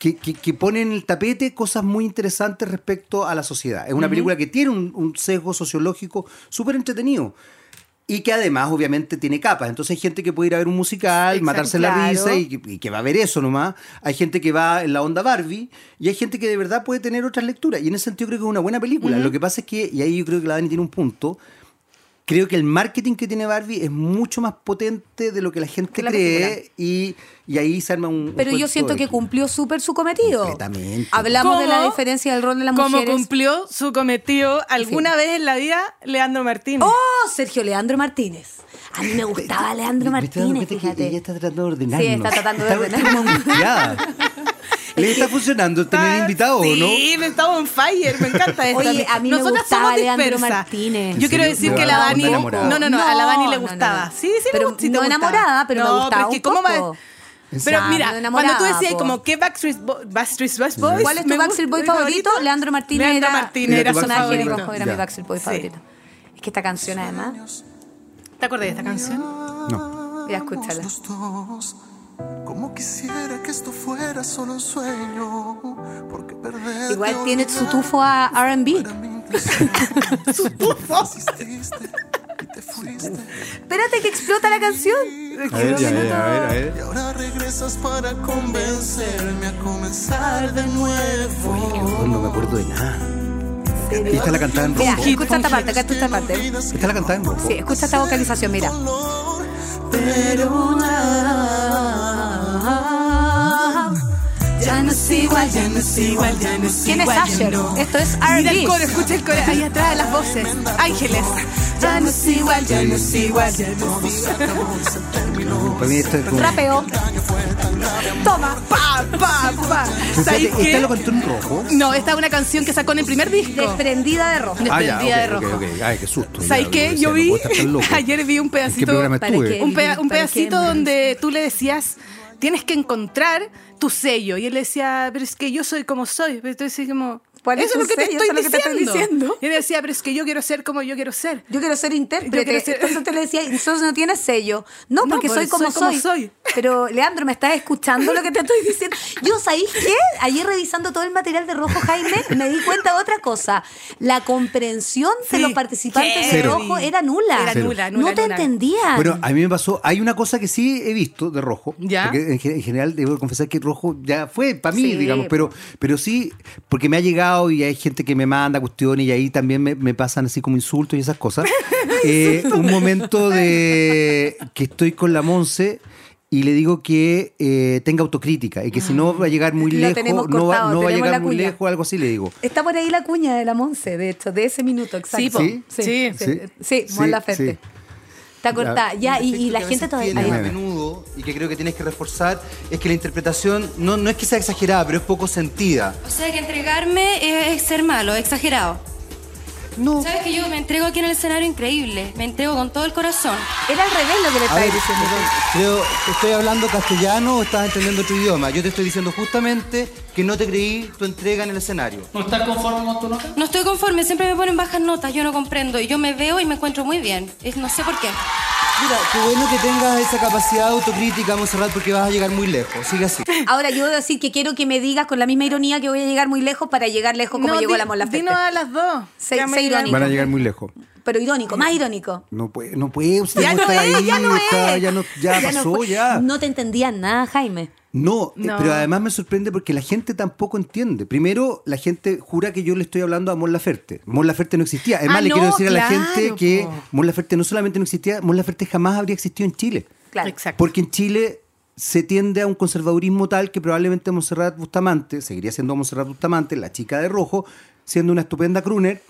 Speaker 4: que, que- que pone en el tapete cosas muy interesantes respecto a la sociedad. Es una película que tiene un, un sesgo sociológico súper entretenido. Y que además, obviamente, tiene capas. Entonces hay gente que puede ir a ver un musical,
Speaker 3: Exacto,
Speaker 4: matarse la risa
Speaker 2: claro.
Speaker 4: y que, y que va a ver eso nomás. Hay gente que va en la onda Barbie y hay gente que de verdad puede tener otras lecturas. Y en ese sentido creo que es una buena película. Lo que pasa es que, y ahí yo creo que la Dani tiene un punto, creo que el marketing que tiene Barbie es mucho más potente de lo que la gente
Speaker 2: Que la
Speaker 4: cree y, y ahí se arma un... un
Speaker 2: Pero yo
Speaker 4: cuento
Speaker 2: siento
Speaker 4: de-
Speaker 2: que cumplió súper su cometido.
Speaker 4: Completamente.
Speaker 2: Hablamos de la
Speaker 3: ¿Cómo?
Speaker 2: diferencia del rol de las
Speaker 3: como
Speaker 2: mujeres.
Speaker 3: cumplió su cometido alguna vez en la vida Leandro Martínez.
Speaker 2: ¡Oh! Sergio Leandro Martínez. A mí me gustaba Leandro
Speaker 4: Me estoy dando
Speaker 2: Martínez,
Speaker 4: cuenta que
Speaker 2: fíjate.
Speaker 4: Ella está tratando de ordenarnos.
Speaker 2: Sí, está tratando de
Speaker 4: Está-
Speaker 2: ordenar.
Speaker 4: está angustiada. Le está funcionando tener
Speaker 3: Ah,
Speaker 4: invitados,
Speaker 3: sí,
Speaker 4: ¿no?
Speaker 3: me estaba on fire, me encanta esto.
Speaker 2: Oye, a mí me
Speaker 3: Nosotras
Speaker 2: gustaba
Speaker 3: somos
Speaker 2: Leandro
Speaker 3: dispersas.
Speaker 2: Martínez.
Speaker 4: ¿En
Speaker 3: Yo quiero
Speaker 4: serio?
Speaker 3: decir
Speaker 4: Me
Speaker 3: que
Speaker 4: va
Speaker 3: la
Speaker 4: a
Speaker 3: Dani.
Speaker 4: poner
Speaker 3: No,
Speaker 4: enamorada.
Speaker 3: no, no, a la Dani
Speaker 2: No, no,
Speaker 3: le
Speaker 2: no.
Speaker 3: gustaba. Sí, sí,
Speaker 2: Pero
Speaker 3: le gust- sí te
Speaker 2: no
Speaker 3: gustaba.
Speaker 2: enamorada, pero me gustaba
Speaker 3: es que
Speaker 2: un
Speaker 3: ¿cómo va-
Speaker 2: poco.
Speaker 3: Pero
Speaker 2: Ah, no
Speaker 3: mira,
Speaker 2: enamorada,
Speaker 3: cuando tú decías
Speaker 2: po.
Speaker 3: como qué Backstreet, Bo- Backstreet Boys.
Speaker 2: ¿Cuál es tu
Speaker 3: me
Speaker 2: Backstreet Boy
Speaker 3: gusta-
Speaker 2: favorito? Leandro Martínez
Speaker 3: Leandro
Speaker 2: era
Speaker 3: Martínez
Speaker 4: Era
Speaker 2: mi
Speaker 4: tu
Speaker 3: era su
Speaker 4: Backstreet
Speaker 2: personaje
Speaker 4: Boy
Speaker 2: de
Speaker 4: favorito.
Speaker 2: rojo, era mi
Speaker 4: Ya.
Speaker 2: Backstreet Boy
Speaker 3: Sí.
Speaker 2: favorito. Es que esta canción además,
Speaker 3: ¿Te acordás de esta canción?
Speaker 4: No.
Speaker 2: mira, escúchala.
Speaker 6: Los dos. Como quisiera que esto fuera solo un sueño, porque perderte
Speaker 2: Igual tiene su
Speaker 6: olvidar
Speaker 2: tufo a R&B.
Speaker 6: para mí inclusive
Speaker 3: Su tufo.
Speaker 6: exististe y te fuiste.
Speaker 2: Espérate que explota la canción.
Speaker 4: A ver, ya, ya, a ver, a ver.
Speaker 6: Y ahora regresas para convencerme a comenzar de nuevo.
Speaker 4: No me acuerdo de nada. Y esta la cantaba en
Speaker 2: Mira,
Speaker 4: rojo.
Speaker 2: escucha esta parte, acá está esta parte.
Speaker 4: Esta la cantaba en rojo.
Speaker 2: Sí, escucha esta vocalización, mira.
Speaker 6: Pero
Speaker 2: Ya no es igual, ya no es igual, ya no es ¿Quién es Asher? Esto es R&B.
Speaker 3: Mira el coro, escucha el coro. Ahí atrás de las voces. Ángeles. Ya no es igual, ya no es igual. ya no es igual.
Speaker 4: Para mí esto es como-
Speaker 2: Rapeo. Toma.
Speaker 4: Ah,
Speaker 3: Pa, pa, pa.
Speaker 4: Fíjate,
Speaker 3: ¿Sabes
Speaker 4: ¿Esta
Speaker 3: qué?
Speaker 4: lo cantó en rojo?
Speaker 3: No, esta es una canción que sacó en el primer disco.
Speaker 2: Desprendida de rojo.
Speaker 4: Ah, ya,
Speaker 3: Desprendida de
Speaker 4: ok,
Speaker 3: rojo.
Speaker 4: ok, ok. Ay, qué susto.
Speaker 3: ¿Sabes
Speaker 4: ya,
Speaker 3: qué?
Speaker 4: decía,
Speaker 3: Yo
Speaker 4: no
Speaker 3: vi,
Speaker 4: puedo estar tan loco.
Speaker 3: ayer vi un
Speaker 4: ¿En qué
Speaker 3: pedacito,
Speaker 4: programa
Speaker 2: ¿Para
Speaker 4: estuve?
Speaker 2: qué?
Speaker 3: un, peda- un
Speaker 2: ¿Para qué,
Speaker 3: pedacito
Speaker 2: Mauricio?
Speaker 3: donde tú le decías, tienes que encontrar tu sello. Y él decía, pero es que yo soy como soy. Pero tú decías como,
Speaker 2: ¿Cuál es
Speaker 3: eso
Speaker 2: tu
Speaker 3: es lo que te
Speaker 2: sello?
Speaker 3: estoy
Speaker 2: Eso es lo que te estoy
Speaker 3: diciendo.
Speaker 2: diciendo.
Speaker 3: Y él decía, pero es que yo quiero ser como yo quiero ser.
Speaker 2: Yo quiero ser intérprete.
Speaker 3: Yo quiero ser-
Speaker 2: Entonces te le decía, entonces no tienes sello. No,
Speaker 3: No,
Speaker 2: porque
Speaker 3: pues,
Speaker 2: soy, como,
Speaker 3: soy como
Speaker 2: soy.
Speaker 3: soy.
Speaker 2: Pero, Leandro, ¿me estás escuchando lo que te estoy diciendo? Yo, ¿sabéis qué? Ayer revisando todo el material de Rojo Jaime, me di cuenta de otra cosa. La comprensión de
Speaker 3: Sí.
Speaker 2: los participantes de
Speaker 4: Cero.
Speaker 2: Rojo era nula.
Speaker 3: Era
Speaker 4: Cero.
Speaker 3: nula, nula,
Speaker 2: No te
Speaker 3: nula.
Speaker 2: entendían.
Speaker 4: Bueno, a mí me pasó, hay una cosa que sí he visto de rojo,
Speaker 3: Ya.
Speaker 4: porque en, ge- en general debo confesar que rojo ya fue para mí,
Speaker 2: Sí.
Speaker 4: digamos, pero, pero sí, porque me ha llegado y hay gente que me manda cuestiones y ahí también me, me pasan así como insultos y esas cosas. Eh, un momento de que estoy con la Monse. Y le digo que eh, tenga autocrítica y que si no va a llegar muy
Speaker 2: Lo
Speaker 4: lejos,
Speaker 2: Ah. tenemos
Speaker 4: no va,
Speaker 2: cortado,
Speaker 4: no va a
Speaker 2: tenemos
Speaker 4: llegar
Speaker 2: la
Speaker 4: muy
Speaker 2: cuña.
Speaker 4: lejos, algo así le digo.
Speaker 2: Está por ahí la cuña de la Monse, de hecho, de ese minuto,
Speaker 3: Sí,
Speaker 2: exacto.
Speaker 3: po.
Speaker 4: Sí,
Speaker 2: Sí,
Speaker 4: sí,
Speaker 2: sí, sí,
Speaker 4: sí,
Speaker 2: Mon
Speaker 4: sí.
Speaker 2: Laferte. Está cortada. Ya, y, y la gente todavía.
Speaker 4: tiene
Speaker 2: ahí va.
Speaker 4: Ahí va.
Speaker 5: menudo y que creo que tienes que reforzar es que la interpretación no, no es que sea exagerada, pero es poco sentida.
Speaker 7: O sea que entregarme es ser malo, exagerado.
Speaker 5: No.
Speaker 7: Sabes que yo me entrego aquí en el escenario increíble, me entrego con todo el corazón.
Speaker 2: Era al revés lo que le
Speaker 5: A
Speaker 2: estaba
Speaker 5: ver,
Speaker 2: diciendo.
Speaker 5: perdón, creo, ¿estoy hablando castellano o estás entendiendo otro idioma? Yo te estoy diciendo justamente que no te creí tu entrega en el escenario.
Speaker 8: ¿No estás conforme con tu nota?
Speaker 7: No estoy conforme, siempre me ponen bajas notas, yo no comprendo y yo me veo y me encuentro muy bien. Es- no sé por qué.
Speaker 5: Mira, qué bueno que tengas esa capacidad de autocrítica, Monserrat, porque vas a llegar muy lejos. Sigue así.
Speaker 2: Ahora yo voy a decir que quiero que me digas con la misma ironía que voy a llegar muy lejos para llegar lejos como
Speaker 3: No,
Speaker 2: llegó
Speaker 3: di-
Speaker 2: la Mon Laferte.
Speaker 3: Dinos a las dos.
Speaker 2: Se-
Speaker 3: Ya me
Speaker 2: se
Speaker 3: dirán.
Speaker 2: irónico.
Speaker 4: Van a llegar muy lejos.
Speaker 2: Pero irónico, más irónico.
Speaker 4: No puede, no puede, usted
Speaker 3: Ya
Speaker 4: no
Speaker 3: no
Speaker 4: está
Speaker 3: es,
Speaker 4: ahí,
Speaker 3: ya no
Speaker 4: está-
Speaker 3: es.
Speaker 4: ya no- ya
Speaker 2: Ya no
Speaker 4: pasó,
Speaker 2: fue-
Speaker 4: ya.
Speaker 2: No te entendían nada, Jaime.
Speaker 4: No, eh,
Speaker 3: No.
Speaker 4: pero además me sorprende porque la gente tampoco entiende. Primero, la gente jura que yo le estoy hablando a Mon Laferte. Mon Laferte no existía. Además,
Speaker 3: Ah,
Speaker 4: le quiero
Speaker 3: no,
Speaker 4: decir a la
Speaker 3: claro,
Speaker 4: gente que
Speaker 3: po.
Speaker 4: Mon Laferte no solamente no existía, Mon Laferte jamás habría existido en Chile.
Speaker 2: Claro.
Speaker 3: Exacto.
Speaker 4: Porque en Chile se tiende a un conservadurismo tal que probablemente Monserrat Bustamante, seguiría siendo Monserrat Bustamante, la chica de rojo, siendo una estupenda crooner,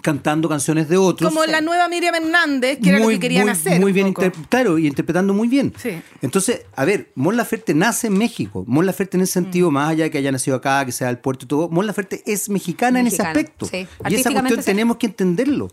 Speaker 4: cantando canciones de otros.
Speaker 3: Como la nueva Miriam Hernández, que era lo que querían
Speaker 4: muy-
Speaker 3: hacer.
Speaker 4: Muy
Speaker 3: un
Speaker 4: bien,
Speaker 3: poco.
Speaker 4: inter- claro, y interpretando muy bien.
Speaker 3: Sí.
Speaker 4: Entonces, a ver, Mon Laferte nace en México. Mon Laferte en ese sentido,
Speaker 3: Mm.
Speaker 4: más allá de que haya nacido acá, que sea del puerto y todo, Mon Laferte es mexicana, en ese
Speaker 2: Mexicana,
Speaker 4: aspecto.
Speaker 2: sí.
Speaker 4: Y esa
Speaker 2: Artísticamente
Speaker 4: cuestión
Speaker 2: sí.
Speaker 4: tenemos que entenderlo.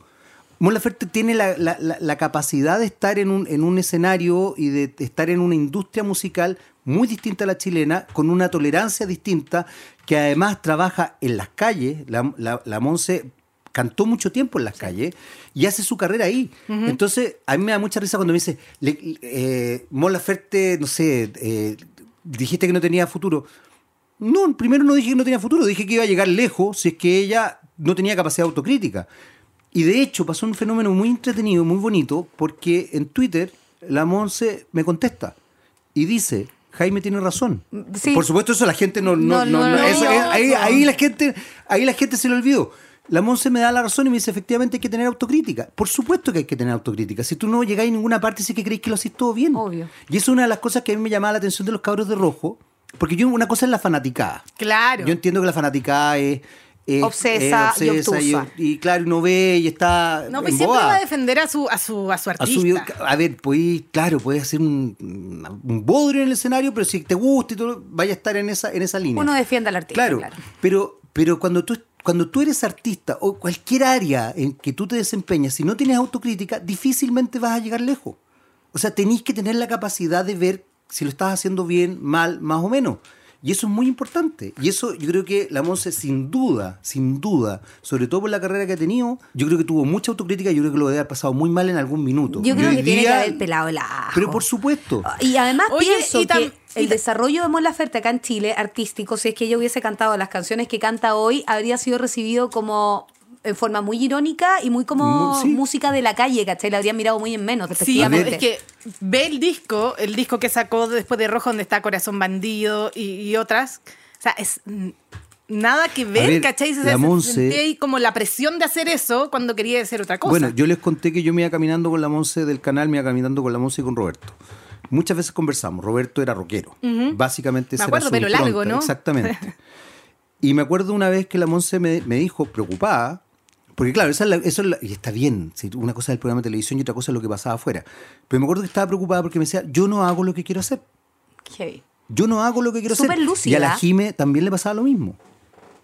Speaker 4: Mon Laferte tiene la, la- la- la capacidad de estar en un, en un escenario y de estar en una industria musical muy distinta a la chilena, con una tolerancia distinta, que además trabaja en las calles. La, la, la Monse cantó mucho tiempo en las calles y hace su carrera ahí. Entonces, a mí me da mucha risa cuando me dice, le- eh, Mon Laferte, no sé, eh, dijiste que no tenía futuro. No, primero no dije que no tenía futuro, dije que iba a llegar lejos si es que ella no tenía capacidad autocrítica. Y de hecho pasó un fenómeno muy entretenido, muy bonito, porque en Twitter la Monse me contesta y dice, Jaime tiene razón.
Speaker 2: Sí.
Speaker 4: Por supuesto eso la gente no...
Speaker 2: No,
Speaker 4: no- no-
Speaker 2: no,
Speaker 4: no,
Speaker 2: no,
Speaker 4: eso-
Speaker 2: no.
Speaker 4: eh, ahí, ahí la gente, ahí la gente se lo olvidó. La Monse me da la razón y me dice, efectivamente hay que tener autocrítica. Por supuesto que hay que tener autocrítica. Si tú no llegáis a ninguna parte, sí que creéis que lo hacéis todo bien.
Speaker 2: Obvio.
Speaker 4: Y eso es una de las cosas que a mí me llamaba la atención de los cabros de rojo, porque yo una cosa es la fanaticada.
Speaker 3: Claro.
Speaker 4: Yo entiendo que la fanaticada es... es-
Speaker 2: Obsesa
Speaker 4: es
Speaker 2: y
Speaker 4: y,
Speaker 2: obtusa.
Speaker 4: y claro, no ve y está...
Speaker 3: No, pues siempre
Speaker 4: embobada.
Speaker 3: va a defender a su, a su, a su
Speaker 4: Ha
Speaker 3: artista.
Speaker 4: subido- a ver, podí, claro, podés hacer un, un bodrio en el escenario, pero si te gusta y todo, vaya a estar en esa, en esa línea.
Speaker 2: Uno defiende al artista. Claro.
Speaker 4: Claro, pero, pero cuando, tú, cuando tú eres artista o cualquier área en que tú te desempeñas, si no tienes autocrítica, difícilmente vas a llegar lejos. O sea, tenés que tener la capacidad de ver si lo estás haciendo bien, mal, más o menos. Y eso es muy importante. Y eso yo creo que la Monse, sin duda, sin duda, sobre todo por la carrera que ha tenido, yo creo que tuvo mucha autocrítica. Yo creo que lo debe haber pasado muy mal en algún minuto.
Speaker 2: Yo
Speaker 4: Y
Speaker 2: creo
Speaker 4: hoy
Speaker 2: que tiene que
Speaker 4: día-
Speaker 2: haber pelado el ajo.
Speaker 4: Pero por supuesto.
Speaker 2: Y además
Speaker 3: Oye,
Speaker 2: pienso
Speaker 3: y tam-
Speaker 2: que
Speaker 3: y
Speaker 2: el
Speaker 3: ta-
Speaker 2: desarrollo de Mon Laferte acá en Chile, artístico, si es que ella hubiese cantado las canciones que canta hoy, habría sido recibido como en forma muy irónica y muy como
Speaker 4: Mu- sí.
Speaker 2: música de la calle, ¿cachai? La habrían mirado muy en menos,
Speaker 3: Sí,
Speaker 2: respectivamente.
Speaker 3: es que ve el disco, el disco que sacó después de Rojo, donde está Corazón Bandido y, y otras. O sea, es mm, nada que ver,
Speaker 4: ver,
Speaker 3: ¿cachai? Se,
Speaker 4: la
Speaker 3: se-
Speaker 4: Monse-
Speaker 3: sentí ahí como la presión de hacer eso cuando quería hacer otra cosa.
Speaker 4: Bueno, yo les conté que yo me iba caminando con la Monse del canal, me iba caminando con la Monse y con Roberto. Muchas veces conversamos. Roberto era rockero. Básicamente
Speaker 3: Me
Speaker 4: esa era
Speaker 3: acuerdo,
Speaker 4: su
Speaker 3: pero largo,
Speaker 4: impronta,
Speaker 3: ¿no?
Speaker 4: Exactamente. y me acuerdo una vez que la Monse me, me dijo, preocupada, porque claro, esa es la- eso es la- y está bien, si una cosa es el programa de televisión y otra cosa es lo que pasaba afuera. Pero me acuerdo que estaba preocupada porque me decía, yo no hago lo que quiero hacer.
Speaker 2: Heavy.
Speaker 4: Yo no hago lo que quiero
Speaker 2: Súper
Speaker 4: hacer. Y
Speaker 2: lúcida.
Speaker 4: a la Jime también le pasaba lo mismo.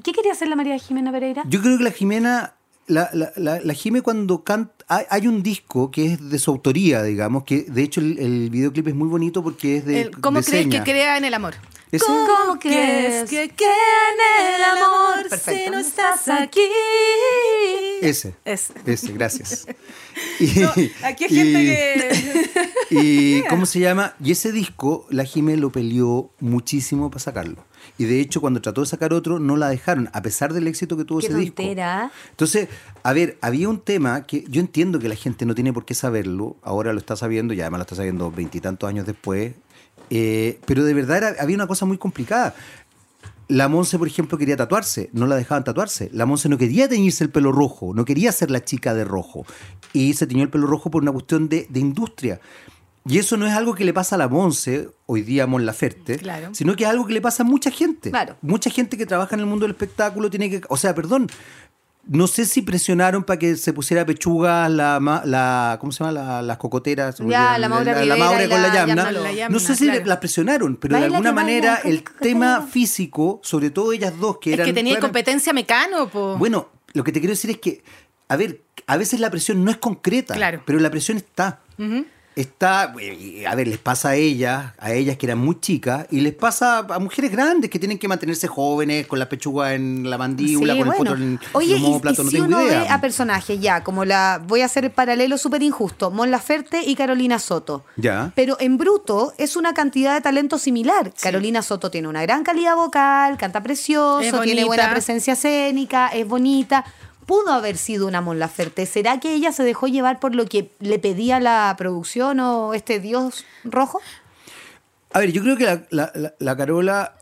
Speaker 2: ¿Qué quería hacer la María Jimena Pereira?
Speaker 4: Yo creo que la Jimena, la, la, la- la Jime cuando canta, hay, hay un disco que es de su autoría, digamos, que de hecho el, el videoclip es muy bonito porque es de...
Speaker 3: El- ¿Cómo
Speaker 4: de
Speaker 3: crees que
Speaker 4: seña.
Speaker 3: crea en el amor?
Speaker 4: Ese-
Speaker 2: ¿Cómo crees que en el amor si
Speaker 3: Perfecto.
Speaker 2: no estás aquí?
Speaker 4: Ese.
Speaker 3: Es.
Speaker 4: Ese, gracias. Y,
Speaker 3: No, aquí hay gente que.
Speaker 4: que... Y, ¿Cómo se llama? Y ese disco, la Jime lo peleó muchísimo para sacarlo. Y de hecho, cuando trató de sacar otro, no la dejaron, a pesar del éxito que tuvo
Speaker 2: Qué
Speaker 4: ese disco.
Speaker 2: tontera.
Speaker 4: Entonces, a ver, había un tema que yo entiendo que la gente no tiene por qué saberlo, ahora lo está sabiendo y además lo está sabiendo veintitantos años después, eh, pero de verdad era- había una cosa muy complicada. La Monse, por ejemplo, quería tatuarse, no la dejaban tatuarse. La Monse no quería teñirse el pelo rojo, no quería ser la chica de rojo. Y se teñió el pelo rojo por una cuestión de, de industria. Y eso no es algo que le pasa a la Monse, hoy día a Mon Laferte,
Speaker 3: Claro.
Speaker 4: sino que es algo que le pasa a mucha gente.
Speaker 2: Claro.
Speaker 4: Mucha gente que trabaja en el mundo del espectáculo tiene que... O sea, perdón, no sé si presionaron para que se pusiera pechuga la, ma- la ¿cómo se llama? La- las cocoteras.
Speaker 2: Ya, la Maura Rivera
Speaker 4: Maura
Speaker 2: y
Speaker 4: con
Speaker 2: la
Speaker 4: la, llama.
Speaker 2: Yamna, la
Speaker 3: Yamna,
Speaker 4: No sé si
Speaker 3: claro.
Speaker 4: le- las presionaron, pero
Speaker 2: Baila
Speaker 4: de alguna
Speaker 2: que baila
Speaker 4: manera
Speaker 2: con
Speaker 4: el
Speaker 2: tu
Speaker 4: tema
Speaker 2: cocotera.
Speaker 4: físico, sobre todo ellas dos que
Speaker 3: Es
Speaker 4: eran...
Speaker 3: que tenía
Speaker 4: claro,
Speaker 3: competencia mecano,
Speaker 2: Oh.
Speaker 3: po.
Speaker 4: Bueno, lo que te quiero decir es que, a ver, a veces la presión no es concreta,
Speaker 3: Claro.
Speaker 4: pero la presión está. Está, eh, a ver, les pasa a ellas, a ellas que eran muy chicas, y les pasa a mujeres grandes que tienen que mantenerse jóvenes, con la pechuga en la mandíbula,
Speaker 2: Sí,
Speaker 4: con el
Speaker 2: bueno.
Speaker 4: poto en en
Speaker 2: Oye,
Speaker 4: el
Speaker 2: y,
Speaker 4: omóplato,
Speaker 2: y
Speaker 4: no
Speaker 2: si
Speaker 4: tengo
Speaker 2: uno
Speaker 4: idea.
Speaker 2: ve a personajes ya, como la. Voy a hacer el paralelo súper injusto: Mon Laferte y Carolina Soto.
Speaker 4: Ya.
Speaker 2: Pero en bruto es una cantidad de talento similar. Carolina Soto tiene una gran calidad vocal, canta
Speaker 3: Es
Speaker 2: precioso, tiene
Speaker 3: bonita.
Speaker 2: buena presencia escénica, es bonita. Pudo haber sido una Mon Laferte. ¿Será que ella se dejó llevar por lo que le pedía la producción o este dios rojo?
Speaker 4: A ver, yo creo que la, la- la- la Carola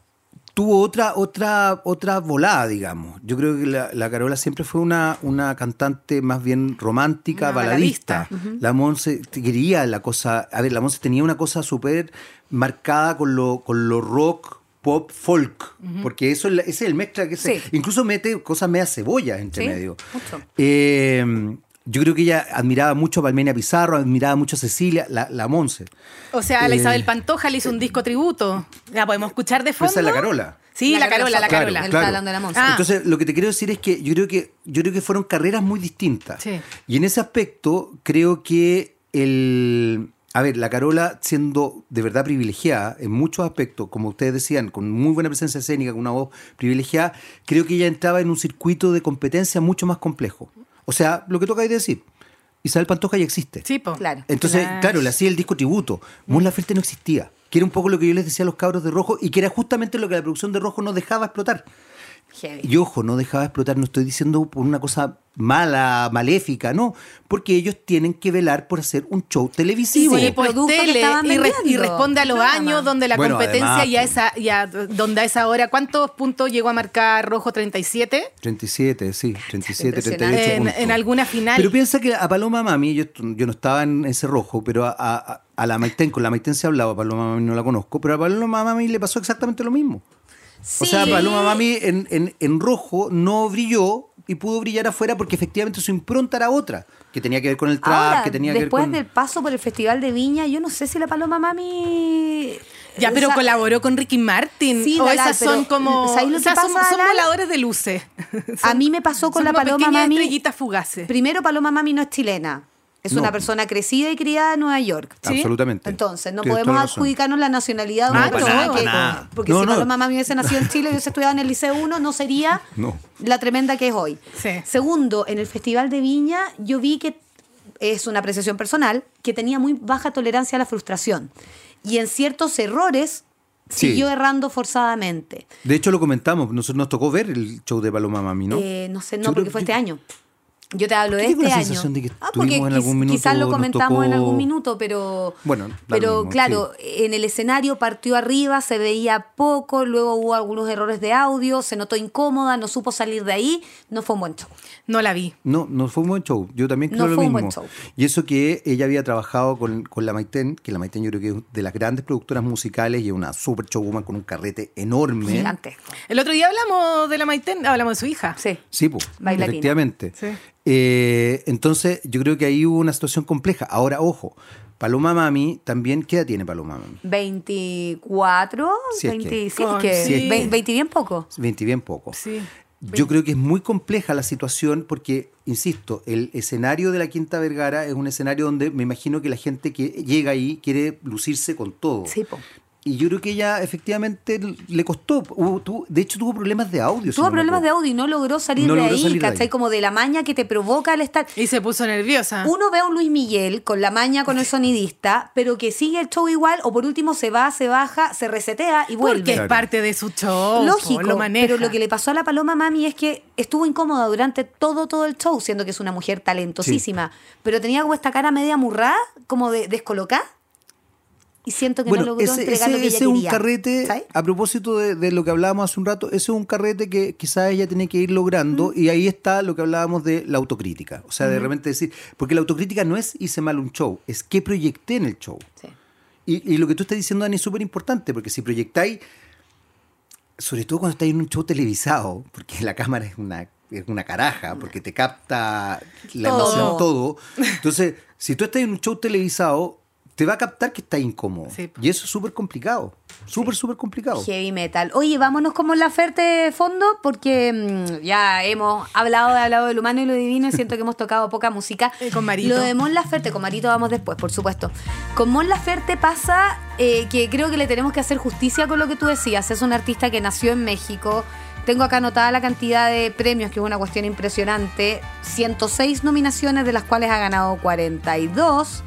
Speaker 4: tuvo otra, otra, otra volada, digamos. Yo creo que la, la Carola siempre fue una, una cantante más bien romántica,
Speaker 3: Una
Speaker 4: baladista.
Speaker 3: baladista.
Speaker 4: La Monse quería la cosa. A ver, la Monse tenía una cosa súper marcada con lo, con lo rock. pop folk, porque eso es, la- ese es el mezcla que se...
Speaker 2: Sí.
Speaker 4: Incluso mete cosas media cebolla entre
Speaker 2: Sí,
Speaker 4: medio.
Speaker 2: mucho.
Speaker 4: Eh, yo creo que ella admiraba mucho a Palmenia Pizarro, admiraba mucho a Cecilia, la, la Monse.
Speaker 3: O sea, la
Speaker 4: Eh,
Speaker 3: Isabel Pantoja le hizo un disco tributo. La podemos escuchar de
Speaker 4: Pero
Speaker 3: fondo.
Speaker 4: esa es la Carola.
Speaker 3: Sí, la, Carola, la
Speaker 4: Claro,
Speaker 3: Carola.
Speaker 2: Él
Speaker 4: claro.
Speaker 2: está hablando de la Monse.
Speaker 3: Ah.
Speaker 4: Entonces, lo que te quiero decir es que yo creo que, yo creo que fueron carreras muy distintas.
Speaker 3: Sí.
Speaker 4: Y en ese aspecto, creo que el. A ver, la Carola, siendo de verdad privilegiada en muchos aspectos, como ustedes decían, con muy buena presencia escénica, con una voz privilegiada, creo que ella entraba en un circuito de competencia mucho más complejo. O sea, lo que toca de decir, Isabel Pantoja ya existe.
Speaker 3: Sí, po.
Speaker 2: Claro.
Speaker 4: Entonces,
Speaker 3: Claro.
Speaker 4: claro, le hacía el disco tributo. Mon Laferte no existía. Que era un poco lo que yo les decía a los cabros de Rojo y que era justamente lo que la producción de Rojo no dejaba explotar.
Speaker 2: Heavy.
Speaker 4: Y ojo, no dejaba explotar, no estoy diciendo por una cosa mala, maléfica, no, porque ellos tienen que velar por hacer un show televisivo.
Speaker 3: Sí,
Speaker 2: el
Speaker 3: por
Speaker 2: producto que
Speaker 3: tele,
Speaker 2: estaban
Speaker 3: y, re-
Speaker 2: vendiendo.
Speaker 3: y responde a los
Speaker 2: Claro.
Speaker 3: años donde la
Speaker 4: Bueno,
Speaker 3: competencia
Speaker 4: además,
Speaker 3: ya
Speaker 4: pues.
Speaker 3: esa, ya donde a esa hora, ¿cuántos puntos llegó a marcar Rojo 37?
Speaker 4: 37, sí, 37,
Speaker 2: Impresionante.
Speaker 4: 38
Speaker 3: En,
Speaker 4: puntos.
Speaker 3: en alguna final.
Speaker 4: Pero piensa que a Paloma Mami, yo, yo no estaba en ese rojo, pero a, a- a la Maitén, con la Maitén se hablaba, a Paloma Mami no la conozco, pero a Paloma Mami le pasó exactamente lo mismo. O sea,
Speaker 2: Sí.
Speaker 4: Paloma Mami en, en- en rojo no brilló y pudo brillar afuera porque efectivamente su impronta era otra, que tenía que ver con el trap,
Speaker 2: Ah, Ahora,
Speaker 4: que tenía que ver
Speaker 2: después
Speaker 4: con...
Speaker 2: del paso por el Festival de Viña, yo no sé si la Paloma Mami...
Speaker 3: ya, pero
Speaker 2: o sea,
Speaker 3: colaboró con Ricky Martin.
Speaker 2: Sí,
Speaker 3: o
Speaker 2: Lala,
Speaker 3: esas son
Speaker 2: pero,
Speaker 3: como.
Speaker 2: ¿sabes lo
Speaker 3: o sea,
Speaker 2: que
Speaker 3: son,
Speaker 2: pasa,
Speaker 3: son
Speaker 2: Lala?
Speaker 3: voladores de luces.
Speaker 2: A mí me pasó con
Speaker 3: son
Speaker 2: la
Speaker 3: como
Speaker 2: Paloma
Speaker 3: pequeñas
Speaker 2: Mami.
Speaker 3: estrellitas fugaces.
Speaker 2: Primero, Paloma Mami no es chilena. Es
Speaker 4: No.
Speaker 2: una persona crecida y criada en Nueva York.
Speaker 3: ¿Sí?
Speaker 4: Absolutamente.
Speaker 2: Entonces, no
Speaker 4: Tienes
Speaker 2: podemos
Speaker 4: toda la razón.
Speaker 2: adjudicarnos la nacionalidad de
Speaker 4: No,
Speaker 2: una
Speaker 4: para
Speaker 2: persona
Speaker 3: nada,
Speaker 2: que-
Speaker 4: para nada.
Speaker 2: Porque
Speaker 4: No,
Speaker 2: si
Speaker 4: no.
Speaker 2: Paloma Mami hubiese nacido en Chile y hubiese estudiado en el Liceo 1, no sería
Speaker 4: No.
Speaker 2: la tremenda que es hoy.
Speaker 3: Sí.
Speaker 2: Segundo, en el Festival de Viña yo vi que es una apreciación personal, que tenía muy baja tolerancia a la frustración. Y en ciertos errores
Speaker 4: Sí.
Speaker 2: siguió errando forzadamente.
Speaker 4: De hecho, lo comentamos. Nosotros nos tocó ver el show de Paloma Mami, ¿no?
Speaker 2: Eh, no sé, no,
Speaker 4: Yo creo-
Speaker 2: porque fue
Speaker 4: yo-
Speaker 2: este año. Yo te hablo
Speaker 4: ¿Por qué
Speaker 2: de
Speaker 4: tengo
Speaker 2: este
Speaker 4: la
Speaker 2: año.
Speaker 4: sensación de que
Speaker 2: ah, porque
Speaker 4: estuvimos en algún minuto,
Speaker 2: quizás lo
Speaker 4: nos
Speaker 2: comentamos
Speaker 4: tocó-
Speaker 2: en algún minuto, pero.
Speaker 4: Bueno, da
Speaker 2: pero
Speaker 4: lo mismo,
Speaker 2: claro, en el escenario partió arriba, se veía poco, luego hubo algunos errores de audio, se notó incómoda, no supo salir de ahí, no fue un buen show.
Speaker 3: No la vi.
Speaker 4: No, no fue un buen show. Yo también creo
Speaker 2: No
Speaker 4: lo
Speaker 2: fue un
Speaker 4: mismo.
Speaker 2: buen show.
Speaker 4: Y eso que ella había trabajado con, con la Maitén, que la Maitén yo creo que es de las grandes productoras musicales y es una super showwoman con un carrete enorme.
Speaker 2: Gigantesco.
Speaker 3: El otro día hablamos de la Maiten, hablamos de su hija.
Speaker 2: Sí.
Speaker 4: Sí, pues,
Speaker 2: Bailarina.
Speaker 4: efectivamente.
Speaker 3: Sí.
Speaker 4: Eh, entonces, yo creo que ahí hubo una situación compleja. Ahora, ojo, Paloma Mami también, ¿qué edad tiene Paloma Mami?
Speaker 2: 24,
Speaker 4: Si es que-
Speaker 2: 25,
Speaker 3: Con-
Speaker 2: que,
Speaker 3: si es que-
Speaker 2: ve- 20 bien poco.
Speaker 4: 20 y bien poco.
Speaker 3: Sí.
Speaker 4: Yo creo que es muy compleja la situación porque, insisto, el escenario de la Quinta Vergara es un escenario donde me imagino que la gente que llega ahí quiere lucirse con todo.
Speaker 2: Sí, po.
Speaker 4: Y yo creo que ella efectivamente le costó. Hubo- tuvo- de hecho, tuvo problemas de audio. si
Speaker 2: Tuvo
Speaker 4: no me
Speaker 2: problemas de
Speaker 4: equivoco.
Speaker 2: audio y no logró salir
Speaker 4: No
Speaker 2: de
Speaker 4: logró
Speaker 2: ahí,
Speaker 4: salir de ahí.
Speaker 2: ¿cachai? Como de la maña que te provoca el estar.
Speaker 3: Y se puso
Speaker 4: Ah.
Speaker 3: nerviosa.
Speaker 2: Uno ve a un Luis Miguel con la maña con el sonidista, pero que sigue el show igual o por último se va, se baja, se resetea y vuelve.
Speaker 3: Porque es
Speaker 4: Claro.
Speaker 3: parte de su show.
Speaker 2: Lógico,
Speaker 3: po, lo maneja.
Speaker 2: pero lo que le pasó a la Paloma Mami es que estuvo incómoda durante todo todo el show, siendo que es una mujer talentosísima, pero tenía como esta cara media murrada, como de descolocada. Y siento que
Speaker 4: Bueno,
Speaker 2: no logró
Speaker 4: ese,
Speaker 2: entregar lo
Speaker 4: ese-
Speaker 2: que ella
Speaker 4: ese es un
Speaker 2: quería,
Speaker 4: carrete,
Speaker 2: ¿sabes?
Speaker 4: a propósito de, de lo que hablábamos hace un rato, ese es un carrete que quizás ella tiene que ir logrando y ahí está lo que hablábamos de la autocrítica. O sea, de repente decir, porque la autocrítica no es hice mal un show, es que proyecté en el show.
Speaker 2: Sí.
Speaker 4: Y, y lo que tú estás diciendo, Dani, es súper importante, porque si proyectáis, sobre todo cuando estáis en un show televisado, porque la cámara es una, es una caraja, porque te capta la
Speaker 2: Todo.
Speaker 4: emoción todo. Entonces, si tú estás en un show televisado, te va a captar que estás incómodo.
Speaker 3: Sí, po.
Speaker 4: Y eso es súper complicado. Súper, súper complicado.
Speaker 2: Heavy metal. Oye, vámonos como la oferta de fondo porque mm, ya hemos hablado, he hablado del humano y lo divino y siento que hemos tocado poca música.
Speaker 3: Eh, con Marito.
Speaker 2: Lo de Mon Laferte, con Marito vamos después, por supuesto. Con Mon Laferte pasa eh, que creo que le tenemos que hacer justicia con lo que tú decías. Es un artista que nació en México. Tengo acá anotada la cantidad de premios, que es una cuestión impresionante. 106 nominaciones, de las cuales ha ganado 42.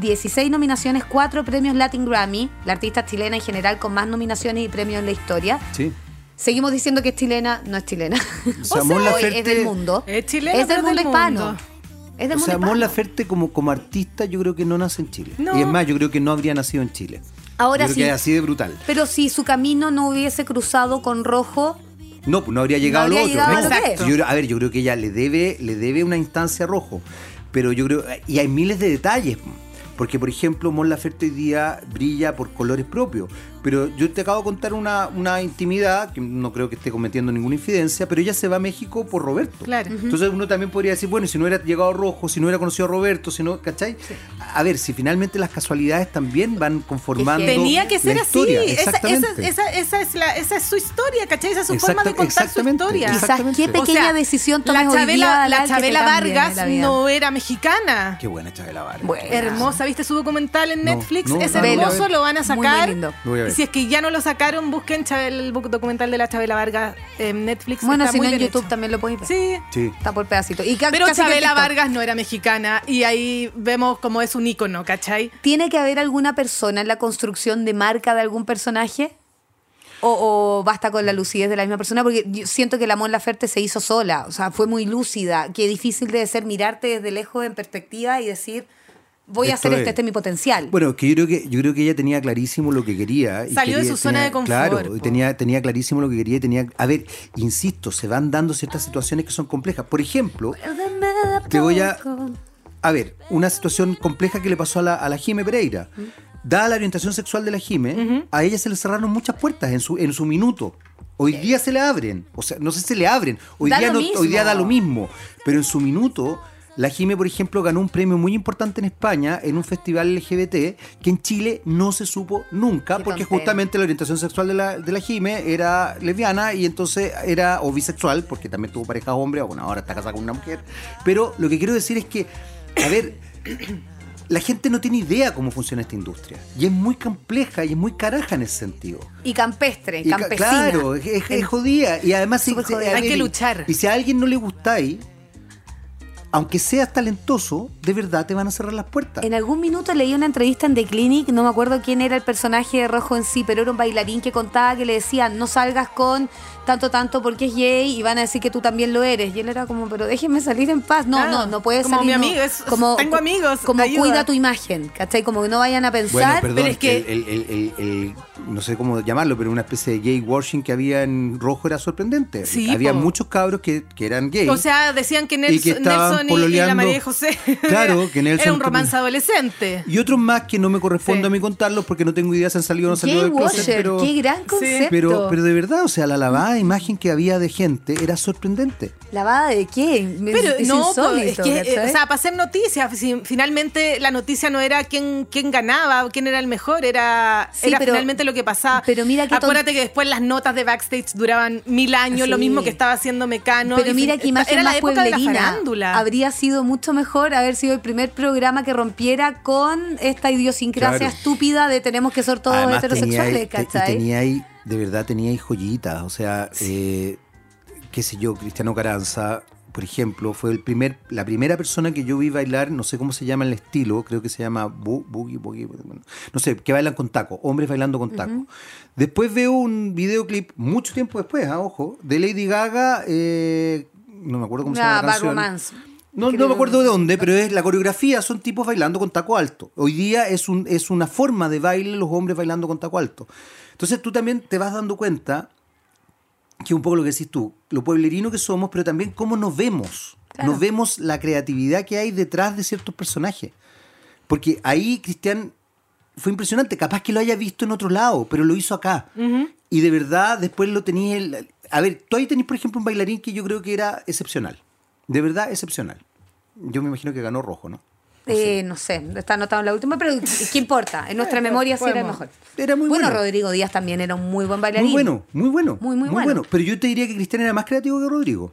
Speaker 2: 16 nominaciones, 4 premios Latin Grammy, la artista chilena en general con más nominaciones y premios en la historia.
Speaker 4: Sí.
Speaker 2: Seguimos diciendo que es chilena, no es chilena. O
Speaker 4: sea,
Speaker 2: sea,
Speaker 4: Mon
Speaker 2: hoy
Speaker 4: Laferte
Speaker 2: es del mundo.
Speaker 3: es chilena,
Speaker 2: Es del
Speaker 3: pero
Speaker 2: mundo
Speaker 3: del
Speaker 2: hispano.
Speaker 3: mundo.
Speaker 2: Es del
Speaker 4: O
Speaker 2: mundo
Speaker 4: sea,
Speaker 2: hispano.
Speaker 4: Mon Laferte como, como artista yo creo que no nace en Chile.
Speaker 3: No.
Speaker 4: Y es más, yo creo que no habría nacido en Chile.
Speaker 2: Ahora
Speaker 4: Yo creo
Speaker 2: sí.
Speaker 4: que es así de brutal.
Speaker 2: Pero si su camino no hubiese cruzado con rojo,
Speaker 4: No, pues no habría llegado
Speaker 2: No
Speaker 4: a
Speaker 2: habría
Speaker 4: lo
Speaker 2: llegado
Speaker 4: otro. ¿no?
Speaker 2: a lo que es.
Speaker 4: Yo creo- a ver, yo creo que ella le debe, le debe una instancia a rojo. Pero yo creo. Y hay miles de detalles. Porque, por ejemplo, Mon Laferte hoy día brilla por colores propios. Pero yo te acabo de contar una, una intimidad, que no creo que esté cometiendo ninguna infidencia, pero ella se va a México por Roberto.
Speaker 3: Claro. Ujú.
Speaker 4: Entonces uno también podría decir, bueno, si no hubiera llegado Rojo, si no hubiera conocido a Roberto, si no, ¿cachai? A ver, si finalmente las casualidades también van conformando
Speaker 3: Tenía que ser
Speaker 4: la
Speaker 3: así.
Speaker 4: historia.
Speaker 3: Esa,
Speaker 4: Exactamente.
Speaker 3: esa- esa- esa es la- esa es su historia, ¿cachai? Esa es su forma de
Speaker 4: Exacta-
Speaker 3: contar su
Speaker 4: exactamente,
Speaker 3: historia.
Speaker 4: exacta-
Speaker 2: Quizás qué
Speaker 4: Exactamente.
Speaker 3: O
Speaker 2: pequeña
Speaker 3: sea,
Speaker 2: decisión tomes
Speaker 3: la
Speaker 2: hoy día
Speaker 3: Chabela,
Speaker 2: va a
Speaker 3: la
Speaker 2: dar que te
Speaker 3: Chabela
Speaker 2: cambie
Speaker 3: Vargas
Speaker 2: la vida.
Speaker 3: no era mexicana.
Speaker 4: Qué buena Chabela Vargas.
Speaker 3: Hermosa, ¿viste su documental en
Speaker 4: No,
Speaker 3: Netflix?
Speaker 4: no,
Speaker 3: es
Speaker 4: no, no,
Speaker 3: hermoso,
Speaker 2: no.
Speaker 3: lo van a
Speaker 2: Muy, muy
Speaker 3: sacar.
Speaker 2: lindo.
Speaker 4: Lo voy a ver.
Speaker 3: Si es que ya no lo sacaron, busquen Chabel- el bu- documental de la Chabela Vargas en Netflix.
Speaker 2: Bueno,
Speaker 3: está
Speaker 2: si no
Speaker 3: muy
Speaker 2: en
Speaker 3: bien
Speaker 2: YouTube
Speaker 3: hecho.
Speaker 2: también lo podéis ver.
Speaker 3: Sí.
Speaker 4: Sí.
Speaker 2: Está por pedacito. Y ca-
Speaker 3: Pero
Speaker 2: casi que
Speaker 3: Chabela
Speaker 2: TikTok.
Speaker 3: Vargas no era mexicana y ahí vemos cómo es un ícono, ¿cachai?
Speaker 2: ¿Tiene que haber alguna persona en la construcción de marca de algún personaje? O, o basta con la lucidez de la misma persona? Porque yo siento que la Mon Laferte se hizo sola. O sea, fue muy lúcida. Qué difícil debe ser mirarte desde lejos en perspectiva y decir, voy a
Speaker 4: Esto
Speaker 2: hacer
Speaker 4: es.
Speaker 2: este, este es mi potencial.
Speaker 4: Bueno, que yo creo que yo creo que ella tenía clarísimo lo que quería. y
Speaker 3: Salió de
Speaker 4: quería-
Speaker 3: su zona
Speaker 4: tenía-
Speaker 3: de confort,
Speaker 4: Claro, y
Speaker 3: po.
Speaker 4: tenía, tenía clarísimo lo que quería. y tenía, a ver, insisto, se van dando ciertas situaciones que son complejas. Por ejemplo, te voy a. A ver, una situación compleja que le pasó a la, a la Jime Pereira. Dada la orientación sexual de la Jime, a ella se le cerraron muchas puertas en su, en su minuto. Hoy día se le abren. O sea, no sé si se le abren. Hoy,
Speaker 2: Da
Speaker 4: día,
Speaker 2: lo
Speaker 4: no- hoy día
Speaker 2: mismo.
Speaker 4: da lo mismo. Pero en su minuto, la Jime, por ejemplo, ganó un premio muy importante en España en un festival LGBT que en Chile no se supo nunca
Speaker 2: Qué
Speaker 4: porque
Speaker 2: tontera.
Speaker 4: justamente la orientación sexual de la, de la Jime era lesbiana y entonces era o bisexual porque también tuvo pareja hombre, o bueno, ahora está casada con una mujer. Pero lo que quiero decir es que, a ver, la gente no tiene idea cómo funciona esta industria y es muy compleja y es muy caraja en ese sentido.
Speaker 2: Y campestre,
Speaker 4: Y ca-
Speaker 2: campesina.
Speaker 4: Claro, es, es- es jodida. Y además, si-
Speaker 2: Súper
Speaker 4: si-
Speaker 2: jodida.
Speaker 4: a
Speaker 3: Hay que luchar.
Speaker 4: Y si a alguien no le gustáis, aunque seas talentoso, de verdad te van a cerrar las puertas.
Speaker 2: En algún minuto leí una entrevista en The Clinic, no me acuerdo quién era el personaje de Rojo en sí, pero era un bailarín que contaba que le decían, no salgas con tanto, tanto porque es gay y van a decir que tú también lo eres. Y él era como, pero déjenme salir en paz. No,
Speaker 3: Claro,
Speaker 2: no, no puedes
Speaker 3: como
Speaker 2: salir. no.
Speaker 3: mi amigo, es- tengo amigos,
Speaker 2: Como
Speaker 3: ayuda.
Speaker 2: cuida tu imagen, ¿cachai? Como que no vayan a
Speaker 4: Bueno,
Speaker 2: pensar.
Speaker 4: perdón,
Speaker 3: pero es que-
Speaker 4: el, el- el- el- el- no sé cómo llamarlo, pero una especie de gay washing que había en rojo era sorprendente.
Speaker 3: Sí,
Speaker 4: había
Speaker 3: po.
Speaker 4: muchos cabros que, que eran gays.
Speaker 3: O sea, decían que
Speaker 4: Y que
Speaker 3: Nelson,
Speaker 4: estaban
Speaker 3: Nelson y- y, la
Speaker 4: pololeando.
Speaker 3: María de José
Speaker 4: Claro, que Nelson-
Speaker 3: era un romance adolescente.
Speaker 4: y otros más que no me corresponde
Speaker 3: Sí.
Speaker 4: a mí contarlos porque no tengo idea si han salido o no han salido
Speaker 2: Gay
Speaker 4: del closet,
Speaker 2: Washer,
Speaker 4: pero,
Speaker 2: qué gran concepto.
Speaker 4: pero, pero de verdad, o sea, la lavada de imagen que había de gente era sorprendente.
Speaker 2: ¿Lavada de qué? Me-
Speaker 3: Pero
Speaker 2: es
Speaker 3: no, po, es
Speaker 2: insólito,
Speaker 3: que, eh,
Speaker 2: ¿cachai?
Speaker 3: o sea, para hacer noticias, si- finalmente la noticia no era quién, quién ganaba, o quién era el mejor, era,
Speaker 2: Sí,
Speaker 3: era
Speaker 2: pero-
Speaker 3: finalmente lo que pasaba.
Speaker 2: pero mira qué ton-
Speaker 3: Acuérdate que después las notas de backstage duraban mil años, lo
Speaker 2: Sí.
Speaker 3: mismo que estaba haciendo Mecano.
Speaker 2: Pero
Speaker 3: y
Speaker 2: mira
Speaker 3: fin-
Speaker 2: que imagen
Speaker 3: Era
Speaker 2: más
Speaker 3: la época de la
Speaker 2: pueblerina.
Speaker 3: farándula.
Speaker 2: Habría sido mucho mejor haber sido el primer programa que rompiera con esta idiosincrasia
Speaker 4: Claro.
Speaker 2: estúpida de tenemos que ser todos
Speaker 4: Además,
Speaker 2: heterosexuales,
Speaker 4: tenía ahí- te-
Speaker 2: ¿cachai?
Speaker 4: Y tenía ahí, de verdad, tenía ahí joyitas. O sea, eh, qué sé yo, Cristiano Caranza, por ejemplo, fue el primer, la primera persona que yo vi bailar, no sé cómo se llama el estilo, creo que se llama bu- boogie, boogie, bueno, no sé, que bailan con taco, hombres bailando con taco. Después veo un videoclip, mucho tiempo después, ah, ojo, de Lady Gaga, eh, no me acuerdo cómo se
Speaker 2: Ah,
Speaker 4: llama la
Speaker 2: Bad
Speaker 4: canción.
Speaker 2: Romance.
Speaker 4: No, no
Speaker 2: Creo.
Speaker 4: me acuerdo de dónde, pero es la coreografía son tipos bailando con taco alto. Hoy día es, un, es una forma de baile los hombres bailando con taco alto. Entonces tú también te vas dando cuenta que un poco lo que decís tú, lo pueblerino que somos, pero también cómo nos vemos.
Speaker 2: Claro.
Speaker 4: Nos vemos la creatividad que hay detrás de ciertos personajes. Porque ahí Cristian fue impresionante. Capaz que lo haya visto en otro lado, pero lo hizo acá. Y de verdad, después lo tenías. el- A ver, tú ahí tenés, por ejemplo, un bailarín que yo creo que era excepcional. De verdad, excepcional. Yo me imagino que ganó rojo, ¿no?
Speaker 2: Eh, no sé, está anotado en la última, pero ¿qué importa? En nuestra memoria sí era el mejor.
Speaker 4: Era muy bueno.
Speaker 2: Rodrigo Díaz también era un muy buen bailarín.
Speaker 4: Muy bueno, muy bueno.
Speaker 2: Muy, muy bueno.
Speaker 4: Pero yo te diría que Cristian era más creativo que Rodrigo.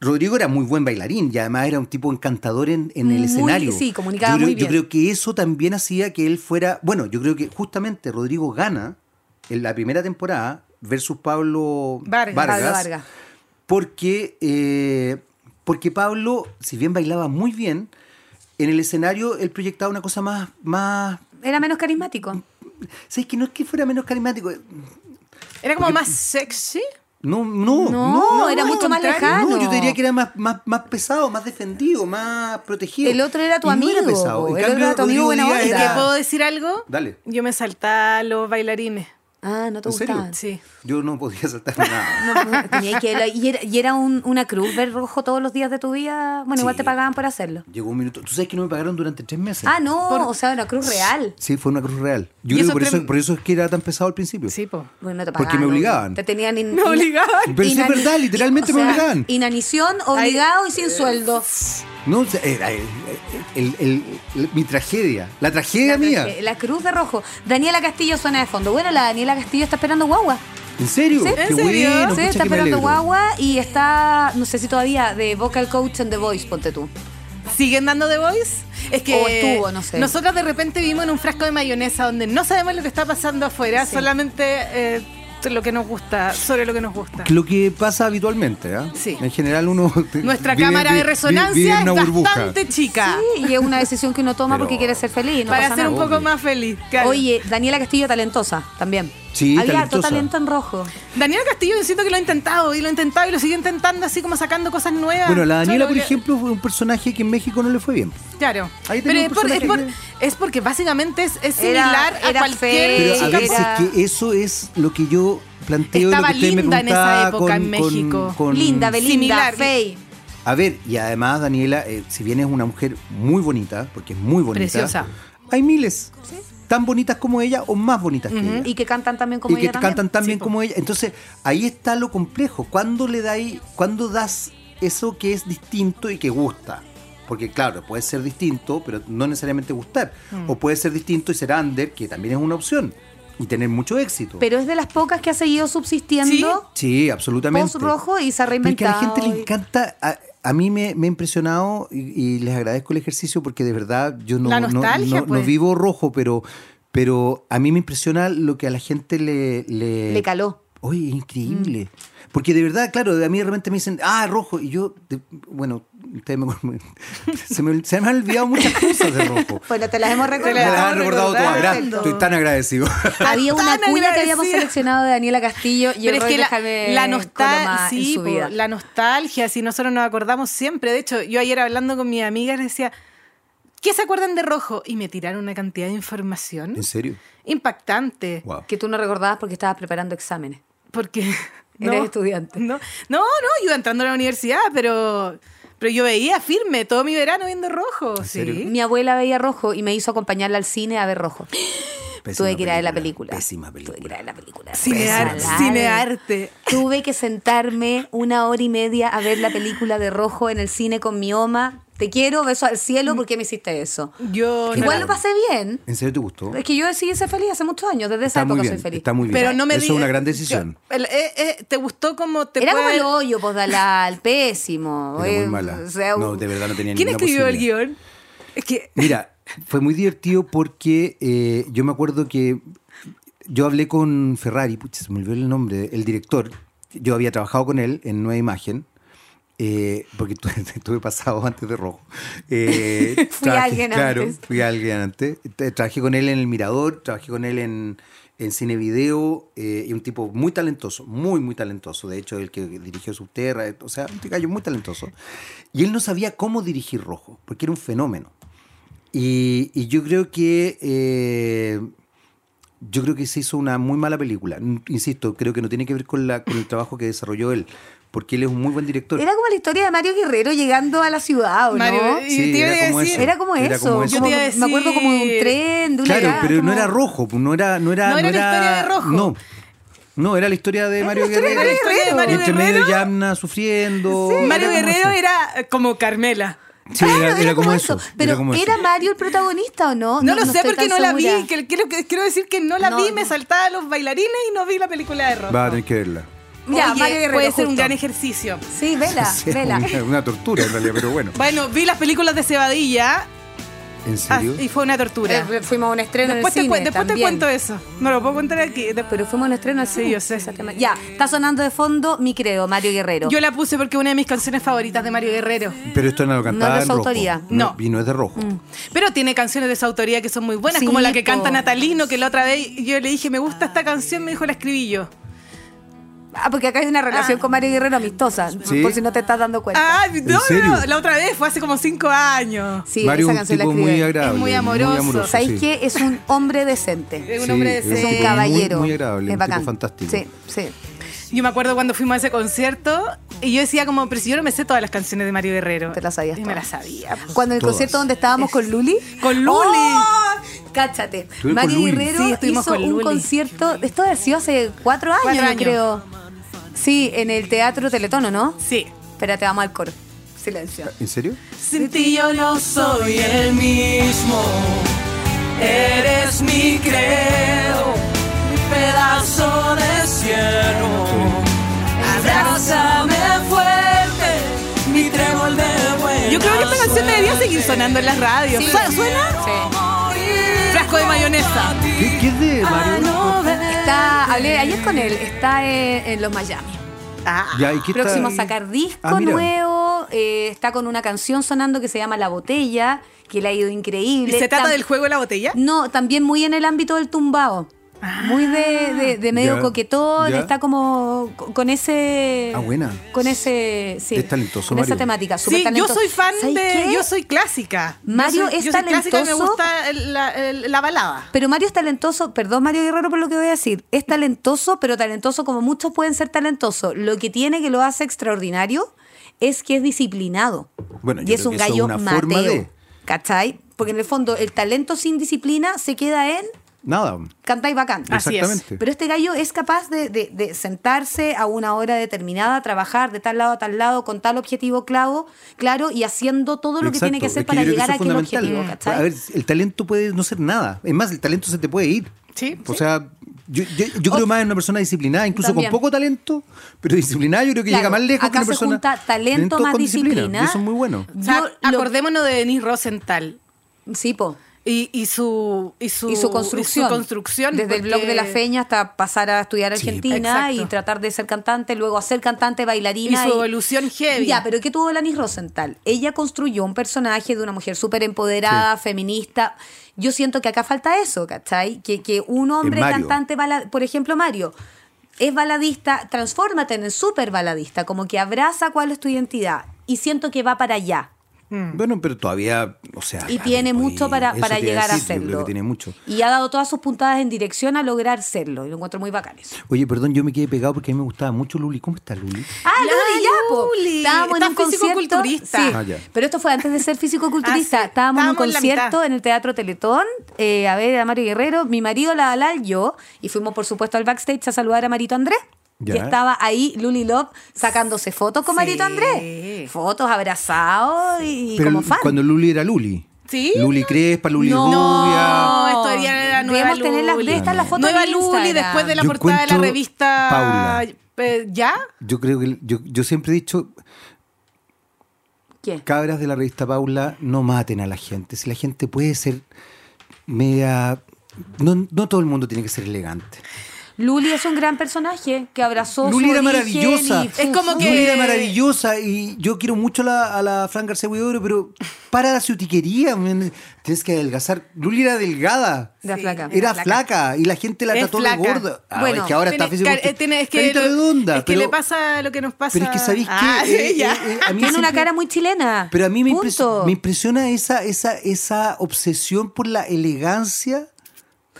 Speaker 4: Rodrigo era muy buen bailarín y además era un tipo encantador en, en el
Speaker 2: Muy-
Speaker 4: escenario.
Speaker 2: sí, comunicaba
Speaker 4: yo creo,
Speaker 2: muy
Speaker 4: Yo
Speaker 2: bien.
Speaker 4: creo que eso también hacía que él fuera. Bueno, yo creo que justamente Rodrigo gana en la primera temporada versus Pablo
Speaker 3: Vargas.
Speaker 2: Pablo Vargas.
Speaker 4: porque, eh, porque Pablo, si bien bailaba muy bien, en el escenario él proyectaba una cosa más... más
Speaker 2: Era menos carismático.
Speaker 4: ¿Sabes que no es que fuera menos carismático?
Speaker 3: Era como más sexy.
Speaker 4: No,
Speaker 2: No,
Speaker 4: no, no. no,
Speaker 2: era
Speaker 4: no,
Speaker 2: mucho
Speaker 4: al
Speaker 2: más
Speaker 4: contrario.
Speaker 2: lejano.
Speaker 4: No, yo te diría que era más, más, más pesado, más defendido, más protegido.
Speaker 2: El otro era tu
Speaker 4: Y no
Speaker 2: amigo,
Speaker 4: pesado. En
Speaker 2: el
Speaker 4: cambio,
Speaker 2: otro era tu amigo
Speaker 4: Rodrigo
Speaker 2: buena
Speaker 4: Díaz
Speaker 2: onda.
Speaker 4: era-
Speaker 3: ¿Puedo decir algo?
Speaker 4: Dale.
Speaker 3: Yo me saltaba a los bailarines.
Speaker 2: Ah, no te
Speaker 4: ¿En serio?
Speaker 2: gustaban.
Speaker 3: Sí.
Speaker 4: Yo no podía saltar nada.
Speaker 2: No, pues, tenía que ir a- y era, y era un- una cruz ver rojo todos los días de tu vida. Bueno, igual
Speaker 4: Sí.
Speaker 2: te pagaban por hacerlo.
Speaker 4: Llegó un minuto. ¿Tú sabes que no me pagaron durante tres meses?
Speaker 2: Ah, no, o sea, una cruz real.
Speaker 4: Sí, fue una cruz real.
Speaker 3: ¿Y
Speaker 4: Yo creo
Speaker 3: eso
Speaker 4: que por
Speaker 3: tre-
Speaker 4: eso, por eso es que era tan pesado al principio.
Speaker 3: Sí, po.
Speaker 2: Bueno, no te
Speaker 4: Porque
Speaker 2: pagaban.
Speaker 4: me
Speaker 2: obvio.
Speaker 4: obligaban.
Speaker 2: Te tenían in-
Speaker 3: Me
Speaker 2: in-
Speaker 3: obligaban.
Speaker 4: Pero sí es
Speaker 2: inani-
Speaker 4: verdad, literalmente
Speaker 2: o
Speaker 4: me
Speaker 2: sea,
Speaker 4: obligaban.
Speaker 2: Inanición, obligado y
Speaker 3: Eh,
Speaker 2: sin sueldo.
Speaker 4: No, o sea, era el- el- el- el- mi tragedia, la tragedia mía.
Speaker 2: Eh, La cruz de rojo. Daniela Castillo suena de fondo. Bueno, la Daniela Castillo está esperando guagua.
Speaker 4: ¿En serio?
Speaker 2: Sí,
Speaker 4: Qué
Speaker 2: ¿En
Speaker 3: serio?
Speaker 4: bueno,
Speaker 2: Sí,
Speaker 4: pucha,
Speaker 2: está
Speaker 4: que me
Speaker 2: esperando
Speaker 4: alegro.
Speaker 2: guagua y está, no sé si todavía, de vocal coach en The Voice, ponte tú.
Speaker 3: ¿Siguen dando The Voice? Es que
Speaker 2: O estuvo, no sé.
Speaker 3: nosotras de repente vivimos en un frasco de mayonesa donde no sabemos lo que está pasando afuera, solamente eh, lo que nos gusta, sobre lo que nos gusta.
Speaker 4: Lo que pasa habitualmente, ¿ah?
Speaker 3: Sí.
Speaker 4: En general uno...
Speaker 3: Nuestra
Speaker 4: vive-
Speaker 3: cámara de
Speaker 4: vive- vive
Speaker 3: resonancia
Speaker 4: en una
Speaker 3: es
Speaker 4: burbuja.
Speaker 3: bastante chica
Speaker 2: Sí, y es una decisión que uno toma
Speaker 4: Ah. Pero-
Speaker 2: porque quiere ser feliz. No
Speaker 3: para
Speaker 2: pasa
Speaker 3: ser
Speaker 2: nada.
Speaker 3: un poco más feliz. claro.
Speaker 2: Oye, Daniela Castillo talentosa también.
Speaker 4: Sí,
Speaker 2: Había harto
Speaker 4: talentosa.
Speaker 2: talento en rojo.
Speaker 3: Daniela Castillo, yo siento que lo ha intentado y lo ha intentado y lo sigue intentando, así como sacando cosas nuevas.
Speaker 4: Bueno, la Daniela,
Speaker 3: Solo
Speaker 4: por
Speaker 3: que-
Speaker 4: ejemplo, fue un personaje que en México no le fue bien.
Speaker 3: Claro.
Speaker 4: Ahí
Speaker 3: Pero
Speaker 4: tenía
Speaker 3: es,
Speaker 4: un
Speaker 3: por- es
Speaker 4: personaje
Speaker 3: por- es porque básicamente es, es
Speaker 2: Era-
Speaker 3: similar
Speaker 2: era
Speaker 3: a cualquier
Speaker 2: fea,
Speaker 4: Pero a
Speaker 2: era-
Speaker 4: ver, si es que eso es lo que yo planteo y lo
Speaker 3: Estaba
Speaker 4: que usted me
Speaker 3: linda en esa
Speaker 4: preguntaba
Speaker 3: época en
Speaker 4: con- con-
Speaker 3: México.
Speaker 4: con-
Speaker 2: Linda, Belinda,
Speaker 3: Similar.
Speaker 2: Faye.
Speaker 4: A ver, y además Daniela, eh, si bien es una mujer muy bonita, porque es muy bonita.
Speaker 3: Preciosa.
Speaker 4: Hay miles. Tan bonitas como ella o más bonitas que ella.
Speaker 2: Y que cantan también como
Speaker 4: y que
Speaker 2: ella también.
Speaker 4: cantan tan bien como ella. Entonces, ahí está lo complejo. ¿Cuándo le dais, cuándo das eso que es distinto y que gusta? Porque claro, puede ser distinto, pero no necesariamente gustar.
Speaker 2: Mm.
Speaker 4: O puede ser distinto y ser under, que también es una opción. Y tener mucho éxito.
Speaker 2: Pero es de las pocas que ha seguido subsistiendo
Speaker 4: sí, absolutamente.
Speaker 2: post rojo y se ha
Speaker 4: Pero es que
Speaker 2: reinventado.
Speaker 4: a la gente le
Speaker 2: y-
Speaker 4: encanta. A, a mí me, me ha impresionado y, y les agradezco el ejercicio porque de verdad yo no,
Speaker 3: La
Speaker 4: no-
Speaker 3: nostalgia,
Speaker 4: no- no
Speaker 3: pues.
Speaker 4: vivo rojo, pero, pero a mí me impresiona lo que a la gente le. Le,
Speaker 2: Le caló. Mm.
Speaker 4: Oye, increíble. Porque de verdad, claro, a mí de repente me dicen, ah, rojo. Y yo, de- bueno, ustedes me- se, me, se me han olvidado muchas cosas de rojo.
Speaker 2: Bueno, te las hemos
Speaker 4: Me
Speaker 2: recordado.
Speaker 4: las han recordado todas. gracias.
Speaker 2: Perfecto.
Speaker 4: Estoy tan agradecido.
Speaker 2: Había
Speaker 3: Tan
Speaker 2: una cuña que habíamos
Speaker 3: agradecida.
Speaker 2: seleccionado de Daniela Castillo y
Speaker 3: Pero
Speaker 2: el
Speaker 3: es que
Speaker 2: Roy
Speaker 3: la,
Speaker 2: Benjamín
Speaker 3: la
Speaker 2: Coloma
Speaker 3: nostalgia,
Speaker 2: en
Speaker 3: sí,
Speaker 2: su
Speaker 3: po,
Speaker 2: vida.
Speaker 3: la nostalgia, si nosotros nos acordamos siempre. De hecho, yo ayer hablando con mis amigas les decía, ¿qué se acuerdan de Rojo? Y me tiraron una cantidad de información
Speaker 4: ¿En serio?
Speaker 3: impactante.
Speaker 4: Wow.
Speaker 2: Que tú no recordabas porque estabas preparando exámenes.
Speaker 3: Porque...
Speaker 2: Eres estudiante.
Speaker 3: No, no, no, yo iba entrando a la universidad, pero, pero yo veía firme todo mi verano viendo Rojo. Sí.
Speaker 4: serio?
Speaker 2: Mi abuela veía rojo y me hizo acompañarla al cine a ver rojo.
Speaker 4: Pésima
Speaker 2: Tuve que ir a ver la película.
Speaker 4: Pésima película.
Speaker 2: Tuve que ir a ver la película.
Speaker 3: Cinear-
Speaker 2: Pésima.
Speaker 3: cinearte.
Speaker 2: Tuve que sentarme una hora y media a ver la película de rojo en el cine con mi oma. Te quiero, beso al
Speaker 3: Mm.
Speaker 2: cielo, ¿por qué me hiciste eso?
Speaker 3: Yo no
Speaker 2: Igual lo
Speaker 3: la-
Speaker 2: pasé bien.
Speaker 4: ¿En serio te gustó?
Speaker 2: Es que yo decidí ser feliz hace muchos años, desde esa
Speaker 4: Está muy
Speaker 2: época
Speaker 4: bien,
Speaker 2: soy feliz.
Speaker 4: está muy bien.
Speaker 3: Pero no me
Speaker 4: Eso
Speaker 3: di-
Speaker 4: es una gran
Speaker 3: yo-
Speaker 4: decisión.
Speaker 3: el- eh, eh, ¿Te gustó como te
Speaker 2: Era como
Speaker 3: puede-
Speaker 2: el hoyo, pues Dalal, pésimo.
Speaker 4: Era
Speaker 2: Eh,
Speaker 4: muy mala.
Speaker 2: o sea,
Speaker 4: no, de verdad no tenía
Speaker 3: ¿Quién
Speaker 4: ninguna
Speaker 3: escribió el
Speaker 4: posibilidad.
Speaker 3: guión? Es que
Speaker 4: Mira, fue muy divertido porque eh, yo me acuerdo que yo hablé con Ferrari, pucha, se me olvidó el nombre, el director. Yo había trabajado con él en Nueva Imagen. eh, porque tu- tuve pasado antes de rojo. Eh,
Speaker 2: Fui alguien
Speaker 4: claro,
Speaker 2: antes.
Speaker 4: fui alguien antes. Te- Trabajé con él en El Mirador, trabajé con él en, en Cine Video, eh, y un tipo muy talentoso, muy, muy talentoso. De hecho, el que dirigió Subterra, eh, o sea, un gallo muy talentoso. Y él no sabía cómo dirigir rojo, porque era un fenómeno. Y, y yo creo que eh, yo creo que se hizo una muy mala película. N- Insisto, creo que no tiene que ver con, la, con el trabajo que desarrolló él, porque él es un muy buen director.
Speaker 2: Era como la historia de Mario Guerrero llegando a la ciudad, ¿o no?
Speaker 3: Mario, y
Speaker 4: Sí,
Speaker 3: te iba
Speaker 4: era
Speaker 3: a
Speaker 4: como
Speaker 3: decir-
Speaker 4: eso.
Speaker 2: Era como
Speaker 4: Era
Speaker 2: eso.
Speaker 4: como eso.
Speaker 2: como-
Speaker 3: Yo te iba a
Speaker 2: Me acuerdo como de un
Speaker 3: decir-
Speaker 2: tren, de una
Speaker 4: Claro,
Speaker 2: edad,
Speaker 4: pero no
Speaker 2: como-
Speaker 4: era rojo, pues, no era, no era,
Speaker 3: No era la historia de Rojo.
Speaker 4: No, no era la historia de Mario
Speaker 3: historia de
Speaker 4: Guerrero.
Speaker 3: Mario Guerrero.
Speaker 4: Y entre medio
Speaker 3: Guerrero.
Speaker 4: Yamna sufriendo.
Speaker 3: Mario
Speaker 4: Era como
Speaker 3: Guerrero
Speaker 4: eso.
Speaker 3: era eh, como Carmela.
Speaker 4: Sí,
Speaker 2: Claro,
Speaker 4: era, era como eso.
Speaker 2: Pero
Speaker 4: era
Speaker 2: era,
Speaker 4: como eso.
Speaker 2: Mario el protagonista o no?
Speaker 3: No, lo sé
Speaker 2: estoy tan
Speaker 3: porque no la vi.
Speaker 2: segura.
Speaker 3: que- quiero, que- quiero decir que no la
Speaker 2: No,
Speaker 3: vi,
Speaker 2: no.
Speaker 3: me saltaba a los bailarines y no vi la película de Rojo.
Speaker 4: Va a tener que verla.
Speaker 2: Ya,
Speaker 3: Oye,
Speaker 2: Mario Guerrero.
Speaker 3: puede ser un
Speaker 2: justo.
Speaker 3: gran ejercicio.
Speaker 2: Sí, vela,
Speaker 4: Sí,
Speaker 2: vela.
Speaker 4: Una, una tortura en realidad, pero bueno.
Speaker 3: Bueno, vi las películas de Cebadilla
Speaker 4: ¿En serio?
Speaker 3: ah, y fue una tortura.
Speaker 2: Eh, fuimos a un estreno
Speaker 3: Después,
Speaker 2: en
Speaker 3: te,
Speaker 2: el
Speaker 3: cuen-
Speaker 2: cine
Speaker 3: después te
Speaker 2: también.
Speaker 3: cuento eso. No lo puedo contar aquí. Después-
Speaker 2: Pero fuimos a un estreno así.
Speaker 3: Sí, yo sé.
Speaker 2: Ya, está sonando de fondo mi creo, Mario Guerrero.
Speaker 3: Yo la puse porque es una de mis canciones favoritas de Mario Guerrero.
Speaker 4: Pero esto no lo cantaba
Speaker 2: Mm, No Mm, es de su
Speaker 4: en rojo.
Speaker 2: autoría.
Speaker 3: No.
Speaker 4: Y no es de rojo.
Speaker 3: Pero tiene canciones de su autoría que son muy buenas,
Speaker 2: Sí,
Speaker 3: como la que
Speaker 2: po.
Speaker 3: canta Natalino, que la otra vez yo le dije, me gusta esta canción, me dijo, la escribí yo.
Speaker 2: Ah, porque acá hay una relación con Mario Guerrero amistosa,
Speaker 4: Sí.
Speaker 2: por si no te estás dando cuenta.
Speaker 3: Ah, no,
Speaker 4: serio?
Speaker 3: no, la otra vez fue hace como cinco años.
Speaker 2: sí,
Speaker 4: Mario
Speaker 2: esa
Speaker 4: es un
Speaker 2: canción la
Speaker 4: tipo muy
Speaker 2: escribe.
Speaker 4: agradable.
Speaker 3: Es muy amoroso.
Speaker 2: ¿Sabéis
Speaker 4: sí.
Speaker 2: qué? Es un hombre decente.
Speaker 3: Es un
Speaker 4: Sí,
Speaker 3: hombre
Speaker 4: es un
Speaker 2: Es
Speaker 3: decente.
Speaker 2: un
Speaker 4: tipo muy-
Speaker 2: caballero.
Speaker 4: muy
Speaker 2: es
Speaker 4: agradable, un tipo
Speaker 2: bacán.
Speaker 4: fantástico.
Speaker 2: Sí, sí.
Speaker 3: Yo me acuerdo cuando fuimos a ese concierto y yo decía como, pero si yo no me sé todas las canciones de Mario Guerrero.
Speaker 2: Te las sabías
Speaker 3: Y me
Speaker 2: todas.
Speaker 3: las sabía. pues.
Speaker 2: Cuando en el
Speaker 4: Todas.
Speaker 2: concierto donde estábamos con Luli.
Speaker 3: Con Luli.
Speaker 2: ¡Oh! Cáchate.
Speaker 4: con
Speaker 2: Mario
Speaker 4: Luli.
Speaker 2: Guerrero
Speaker 3: Sí, estuvimos
Speaker 2: hizo
Speaker 3: con
Speaker 2: un
Speaker 3: Luli.
Speaker 2: concierto. Esto ha sido hace cuatro años,
Speaker 3: Cuatro
Speaker 2: yo
Speaker 3: años.
Speaker 2: creo. Sí, en el Teatro Teletono, ¿no?
Speaker 3: Sí.
Speaker 2: Espérate, vamos al coro. Silencio.
Speaker 4: ¿En serio?
Speaker 3: Sin ti yo no soy el mismo. Eres mi credo, mi pedazo de cielo. Abrázame fuerte, mi trébol de vuelo. Yo creo que esta canción debería seguir sonando en las radios. Su- ¿Suena? Frasco de mayonesa.
Speaker 4: ¿Qué, qué es de
Speaker 3: Ah,
Speaker 4: Mario?
Speaker 2: Está, hablé ayer con él, está eh, en, los Miami. Ah.
Speaker 4: Ya, ¿y qué está-
Speaker 2: Próximo a sacar disco
Speaker 4: Ah, mira.
Speaker 2: nuevo, eh, está con una canción sonando que se llama La Botella, que le ha ido
Speaker 3: ¿Y
Speaker 2: increíble.
Speaker 3: se trata
Speaker 2: Tam-
Speaker 3: del juego de la botella?
Speaker 2: No, también muy en el ámbito del tumbao. Muy
Speaker 3: Ah.
Speaker 2: de, de- de medio
Speaker 4: Ya,
Speaker 2: coquetón,
Speaker 4: ya.
Speaker 2: está como co- con ese.
Speaker 4: Ah, buena.
Speaker 2: Con ese. Sí,
Speaker 4: Es talentoso,
Speaker 2: Con esa
Speaker 4: Mario.
Speaker 2: temática. súper
Speaker 3: Sí, yo
Speaker 2: talentoso.
Speaker 3: soy fan
Speaker 2: ¿Sabes
Speaker 3: de.
Speaker 2: qué?
Speaker 3: Yo soy clásica. Yo
Speaker 2: Mario
Speaker 3: soy-
Speaker 2: es
Speaker 3: yo soy clásica y me
Speaker 2: talentoso.
Speaker 3: gusta el- la, el- la balada.
Speaker 2: Pero Mario es talentoso, perdón Mario Guerrero por lo que voy a decir, es talentoso, pero talentoso como muchos pueden ser talentosos. Lo que tiene que lo hace extraordinario es que es disciplinado.
Speaker 4: Bueno,
Speaker 2: y
Speaker 4: yo
Speaker 2: es
Speaker 4: creo
Speaker 2: un
Speaker 4: que eso es
Speaker 2: gallo
Speaker 4: una
Speaker 2: mateo.
Speaker 4: forma de-
Speaker 2: ¿Cachai? Porque en el fondo el talento sin disciplina se queda en
Speaker 4: Nada.
Speaker 2: cantar y bacán.
Speaker 3: Así es.
Speaker 4: Exactamente.
Speaker 2: Pero este gallo es capaz de, de- de sentarse a una hora determinada, trabajar de tal lado a tal lado, con tal objetivo clavo, claro, y haciendo todo lo que tiene que
Speaker 4: Exacto,
Speaker 2: hacer
Speaker 4: es
Speaker 2: para
Speaker 4: yo creo
Speaker 2: llegar
Speaker 4: que
Speaker 2: a
Speaker 4: eso
Speaker 2: aquel
Speaker 4: es fundamental. Pues,
Speaker 2: objetivo, ¿cachai?
Speaker 4: A ver, el talento puede no ser nada. Es más, el talento se te puede ir.
Speaker 3: Sí,
Speaker 4: O
Speaker 3: sí.
Speaker 4: sea, yo, yo- yo creo más en una persona disciplinada, incluso
Speaker 2: También.
Speaker 4: con poco talento, pero disciplinada yo creo que
Speaker 2: Claro,
Speaker 4: llega más lejos
Speaker 2: acá
Speaker 4: que una
Speaker 2: se
Speaker 4: persona.
Speaker 2: junta talento más
Speaker 4: con
Speaker 2: disciplina.
Speaker 4: y eso es muy bueno.
Speaker 3: O sea,
Speaker 2: Yo lo-
Speaker 3: acordémonos de Denise Rosenthal.
Speaker 2: Sí, po.
Speaker 3: Y, y su, y, su,
Speaker 2: y su construcción.
Speaker 3: y su construcción,
Speaker 2: Desde el blog
Speaker 3: porque-
Speaker 2: de la feña hasta pasar a estudiar
Speaker 4: Sí,
Speaker 2: Argentina
Speaker 3: exacto.
Speaker 2: y tratar de ser cantante, luego hacer cantante,
Speaker 3: Y
Speaker 2: bailarina.
Speaker 3: su evolución heavy.
Speaker 2: Ya, pero ¿qué tuvo Lanis Rosenthal? Ella construyó un personaje de una mujer súper empoderada, feminista. Yo siento que acá falta eso, ¿cachai? Que, que un hombre
Speaker 4: Mario.
Speaker 2: cantante, bala- por ejemplo, Mario, es baladista, transfórmate en el súper baladista, como que abraza cuál es tu identidad. Y siento que va para allá.
Speaker 3: Mm.
Speaker 4: Bueno, pero todavía, o sea.
Speaker 2: Y
Speaker 4: a
Speaker 2: tiene
Speaker 4: ver,
Speaker 2: mucho
Speaker 4: oye,
Speaker 2: para,
Speaker 4: pues, eso
Speaker 2: para
Speaker 4: te iba
Speaker 2: llegar a
Speaker 4: decir, yo
Speaker 2: hacerlo.
Speaker 4: creo que tiene mucho.
Speaker 2: Y ha dado todas sus puntadas en dirección a lograr serlo. Y lo encuentro muy bacán eso.
Speaker 4: Oye, perdón, yo me quedé pegado porque a mí me gustaba mucho Luli. ¿Cómo está Luli?
Speaker 2: Ah, Luli, ya, po.
Speaker 3: Luli.
Speaker 2: Estábamos en
Speaker 3: Está
Speaker 2: un concierto.
Speaker 3: físico-culturista.
Speaker 2: Sí,
Speaker 4: Ah, ya.
Speaker 2: pero esto fue antes de ser físico-culturista.
Speaker 3: Ah, sí.
Speaker 2: Estábamos en un
Speaker 3: Estábamos en la
Speaker 2: concierto
Speaker 3: mitad.
Speaker 2: en el Teatro Teletón. eh, a ver, a Mario Guerrero, mi marido, la Dalal, yo. Y fuimos, por supuesto, al backstage a saludar a Marito Andrés.
Speaker 4: Ya.
Speaker 2: Y estaba ahí Luli Love sacándose fotos con
Speaker 3: Sí.
Speaker 2: Marito Andrés. Fotos abrazados y como fan.
Speaker 4: cuando Luli era Luli.
Speaker 3: Sí.
Speaker 4: Luli Crespa, Luli
Speaker 3: No,
Speaker 4: Rubia.
Speaker 3: esto era la nueva
Speaker 2: Debemos tener las-
Speaker 3: Luli.
Speaker 2: de estas las fotos
Speaker 3: Nueva
Speaker 2: en
Speaker 3: Luli,
Speaker 2: Instagram.
Speaker 3: después de la
Speaker 4: Yo
Speaker 3: portada de la
Speaker 4: encuentro-
Speaker 3: revista.
Speaker 4: Paula.
Speaker 3: eh, ¿Ya?
Speaker 4: Yo creo que yo, yo siempre he dicho,
Speaker 2: ¿Qué?
Speaker 4: cabras de la revista Paula, no maten a la gente. Si la gente puede ser media... No, no todo el mundo tiene que ser elegante.
Speaker 2: Luli es un gran personaje que abrazó
Speaker 4: Luli
Speaker 2: su
Speaker 4: era
Speaker 2: origen
Speaker 4: maravillosa.
Speaker 2: y-
Speaker 3: Es como que-
Speaker 4: Luli era maravillosa y yo quiero mucho a la, a la Fran García Huidobro, pero para la ciutiquería, men. tienes que adelgazar. Luli era delgada.
Speaker 2: Era flaca.
Speaker 4: Era flaca y la gente la
Speaker 3: Es
Speaker 4: trató
Speaker 3: flaca.
Speaker 4: de gorda. Ah,
Speaker 2: Bueno,
Speaker 4: es que ahora
Speaker 3: Tiene-
Speaker 4: está físico.
Speaker 3: car- eh, tiene- es que,
Speaker 4: carita
Speaker 3: lo-
Speaker 4: redonda.
Speaker 3: es que
Speaker 4: pero-
Speaker 3: le pasa lo que nos pasa.
Speaker 4: Pero es que Eh, sabéis que
Speaker 3: Ah, sí, ya.
Speaker 2: Tiene una cara muy chilena.
Speaker 4: Pero a mí me,
Speaker 2: Punto.
Speaker 4: impresiona, me impresiona esa, esa, esa obsesión por la elegancia,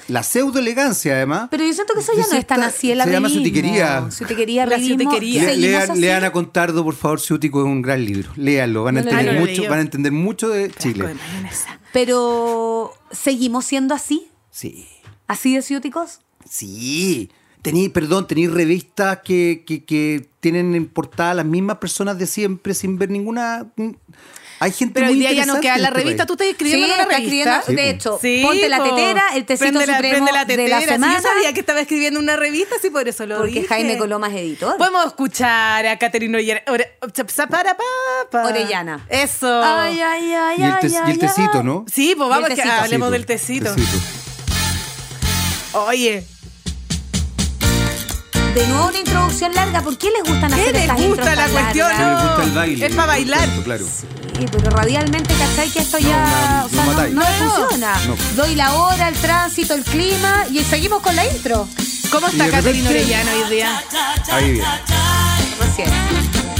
Speaker 4: la pseudo elegancia además.
Speaker 2: Pero yo siento que eso ya
Speaker 4: De
Speaker 2: no es tan
Speaker 4: cierta-
Speaker 2: así el
Speaker 4: Se llama
Speaker 2: arribismo.
Speaker 4: sutiquería.
Speaker 2: Sutiquería,
Speaker 3: La
Speaker 2: arribismo.
Speaker 3: sutiquería.
Speaker 4: Le,
Speaker 2: Seguimos
Speaker 4: lean,
Speaker 2: así.
Speaker 4: lean a Contardo, por favor, Ciútico es un gran libro. Léanlo, van a
Speaker 2: No lo
Speaker 4: entender
Speaker 3: leí. Ah, no lo
Speaker 4: mucho,
Speaker 3: leí.
Speaker 4: van a entender mucho de Chile.
Speaker 3: Con mayonesa.
Speaker 2: Pero seguimos siendo así,
Speaker 4: Sí,
Speaker 2: así de ciúticos.
Speaker 4: sí. Tení, perdón, tenéis revistas que, que, que tienen en portada a las mismas personas de siempre sin ver ninguna. mm, Hay gente
Speaker 3: Pero hoy
Speaker 4: muy
Speaker 3: día ya no
Speaker 4: interesante
Speaker 3: queda
Speaker 4: en
Speaker 3: la
Speaker 4: este
Speaker 3: revista.
Speaker 4: país.
Speaker 3: Tú estás escribiendo en una
Speaker 2: está
Speaker 3: revista.
Speaker 2: escribiendo- de
Speaker 4: Sí,
Speaker 2: hecho,
Speaker 3: pues, Sí,
Speaker 2: ponte la
Speaker 3: po.
Speaker 2: tetera, el tecito
Speaker 3: Prende la-
Speaker 2: supremo
Speaker 3: prende la
Speaker 2: de la
Speaker 3: tetera. Sí,
Speaker 2: semana.
Speaker 3: yo sabía que estaba escribiendo una revista, sí, por eso lo
Speaker 2: porque
Speaker 3: dije.
Speaker 2: Jaime Coloma es editor.
Speaker 3: Podemos escuchar a Caterina
Speaker 2: Orellana.
Speaker 3: Eso.
Speaker 2: Ay, ay, ay,
Speaker 4: Y el,
Speaker 2: ay,
Speaker 4: te- y
Speaker 2: ay,
Speaker 4: el tecito,
Speaker 2: ay.
Speaker 4: ¿no?
Speaker 3: Sí, pues vamos,
Speaker 2: Y el
Speaker 3: que
Speaker 2: tecito.
Speaker 3: hablemos del
Speaker 4: pues.
Speaker 3: tecito. Oye,
Speaker 2: De nuevo una introducción larga. ¿Por qué les gustan
Speaker 3: ¿qué
Speaker 2: hacer
Speaker 3: les
Speaker 2: estas
Speaker 3: gusta
Speaker 2: intros
Speaker 3: la
Speaker 2: tan
Speaker 3: cuestión?
Speaker 2: largas?
Speaker 4: Que les gusta el baile.
Speaker 3: Ah. Es para bailar.
Speaker 4: Exacto, claro.
Speaker 2: Sí, pero radialmente, ¿cachai? Que esto ya
Speaker 4: no,
Speaker 2: o sea,
Speaker 4: no
Speaker 2: no,
Speaker 4: matáis.
Speaker 2: no
Speaker 4: No,
Speaker 2: funciona.
Speaker 4: no.
Speaker 2: Doy la hora, el tránsito, el clima y seguimos con la intro.
Speaker 3: ¿Cómo
Speaker 4: Y
Speaker 3: está
Speaker 4: de
Speaker 3: Caterina
Speaker 4: repente-
Speaker 3: Orellana hoy día?
Speaker 4: Ahí bien.
Speaker 2: Recién.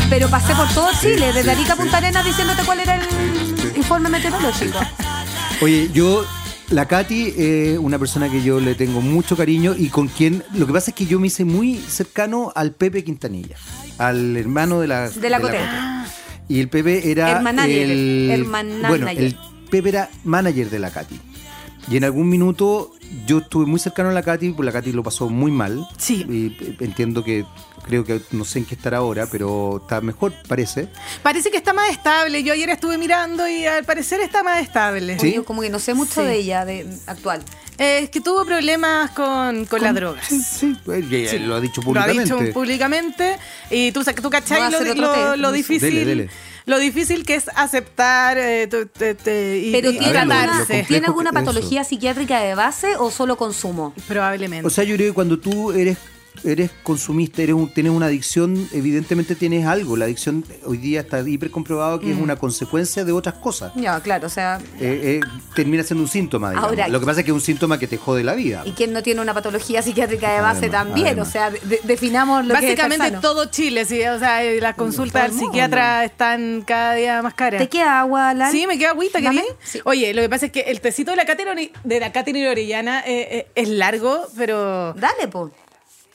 Speaker 2: Pero pasé por todo Chile, desde
Speaker 4: sí,
Speaker 2: Arica a
Speaker 4: sí.
Speaker 2: Punta Arenas, diciéndote cuál era el
Speaker 4: sí.
Speaker 2: informe meteorológico.
Speaker 4: Oye, yo, la Katy es una persona que yo le tengo mucho cariño y con quien, lo que pasa es que yo me hice muy cercano al Pepe Quintanilla, al hermano de la...
Speaker 2: De la Coté.
Speaker 4: Y el Pepe era...
Speaker 2: Hermanager,
Speaker 4: el-
Speaker 2: hermanager.
Speaker 4: Bueno, el Pepe era manager de la Katy. Y en algún minuto yo estuve muy cercano a la Katy, pues la Katy lo pasó muy mal.
Speaker 3: Sí.
Speaker 4: Y eh, entiendo que, creo que, no sé en qué estará ahora, pero está mejor, parece.
Speaker 3: Parece que está más estable. Yo ayer estuve mirando y al parecer está más estable.
Speaker 4: ¿Sí?
Speaker 2: Yo como que no sé mucho
Speaker 3: Sí.
Speaker 2: de ella, de actual.
Speaker 3: Eh, es que tuvo problemas con, con las drogas.
Speaker 4: Sí, sí. Eh, y ella
Speaker 3: Sí.
Speaker 4: Lo ha dicho públicamente.
Speaker 3: Lo ha dicho públicamente. Y tú, sa- tú
Speaker 2: Voy a
Speaker 3: cachai lo,
Speaker 2: hacer
Speaker 3: di-
Speaker 2: otro
Speaker 3: lo-
Speaker 2: té.
Speaker 3: lo
Speaker 2: Dele,
Speaker 3: difícil.
Speaker 4: dele.
Speaker 3: Lo difícil que es aceptar eh, tu- te- te- y,
Speaker 2: Pero
Speaker 3: y
Speaker 2: ¿tiene
Speaker 4: A ver, lo- lo
Speaker 2: alguna,
Speaker 4: complejo
Speaker 2: ¿tiene
Speaker 4: que
Speaker 2: alguna
Speaker 4: es eso.
Speaker 2: patología psiquiátrica de base o solo consumo?
Speaker 3: Probablemente.
Speaker 4: O sea, yo creo que cuando tú eres eres consumista, eres un- tienes una adicción, evidentemente tienes algo. La adicción hoy día está hiper comprobado que
Speaker 3: Mm.
Speaker 4: es una consecuencia de otras cosas.
Speaker 2: Ya, claro, o sea,
Speaker 4: Eh, eh, termina siendo un síntoma. digamos.
Speaker 2: Ahora-
Speaker 4: Lo que pasa es que es un síntoma que te jode la vida.
Speaker 2: y quien no tiene una patología psiquiátrica de base
Speaker 4: Además,
Speaker 2: también,
Speaker 4: además.
Speaker 2: o sea, de- definamos lo que es
Speaker 3: Básicamente
Speaker 2: estar sano.
Speaker 3: todo Chile, sí. O sea, eh, las
Speaker 2: todo
Speaker 3: consultas
Speaker 2: el
Speaker 3: al psiquiatra están cada día más caras.
Speaker 2: ¿Te queda agua, Lal?
Speaker 3: Sí, me queda agüita,
Speaker 2: ¿Dame?
Speaker 3: ¿querés?
Speaker 2: Sí.
Speaker 3: Oye, lo que pasa es que el tecito de la Catherine, de la Catherine Orellana eh, eh, es largo, pero...
Speaker 2: Dale, po.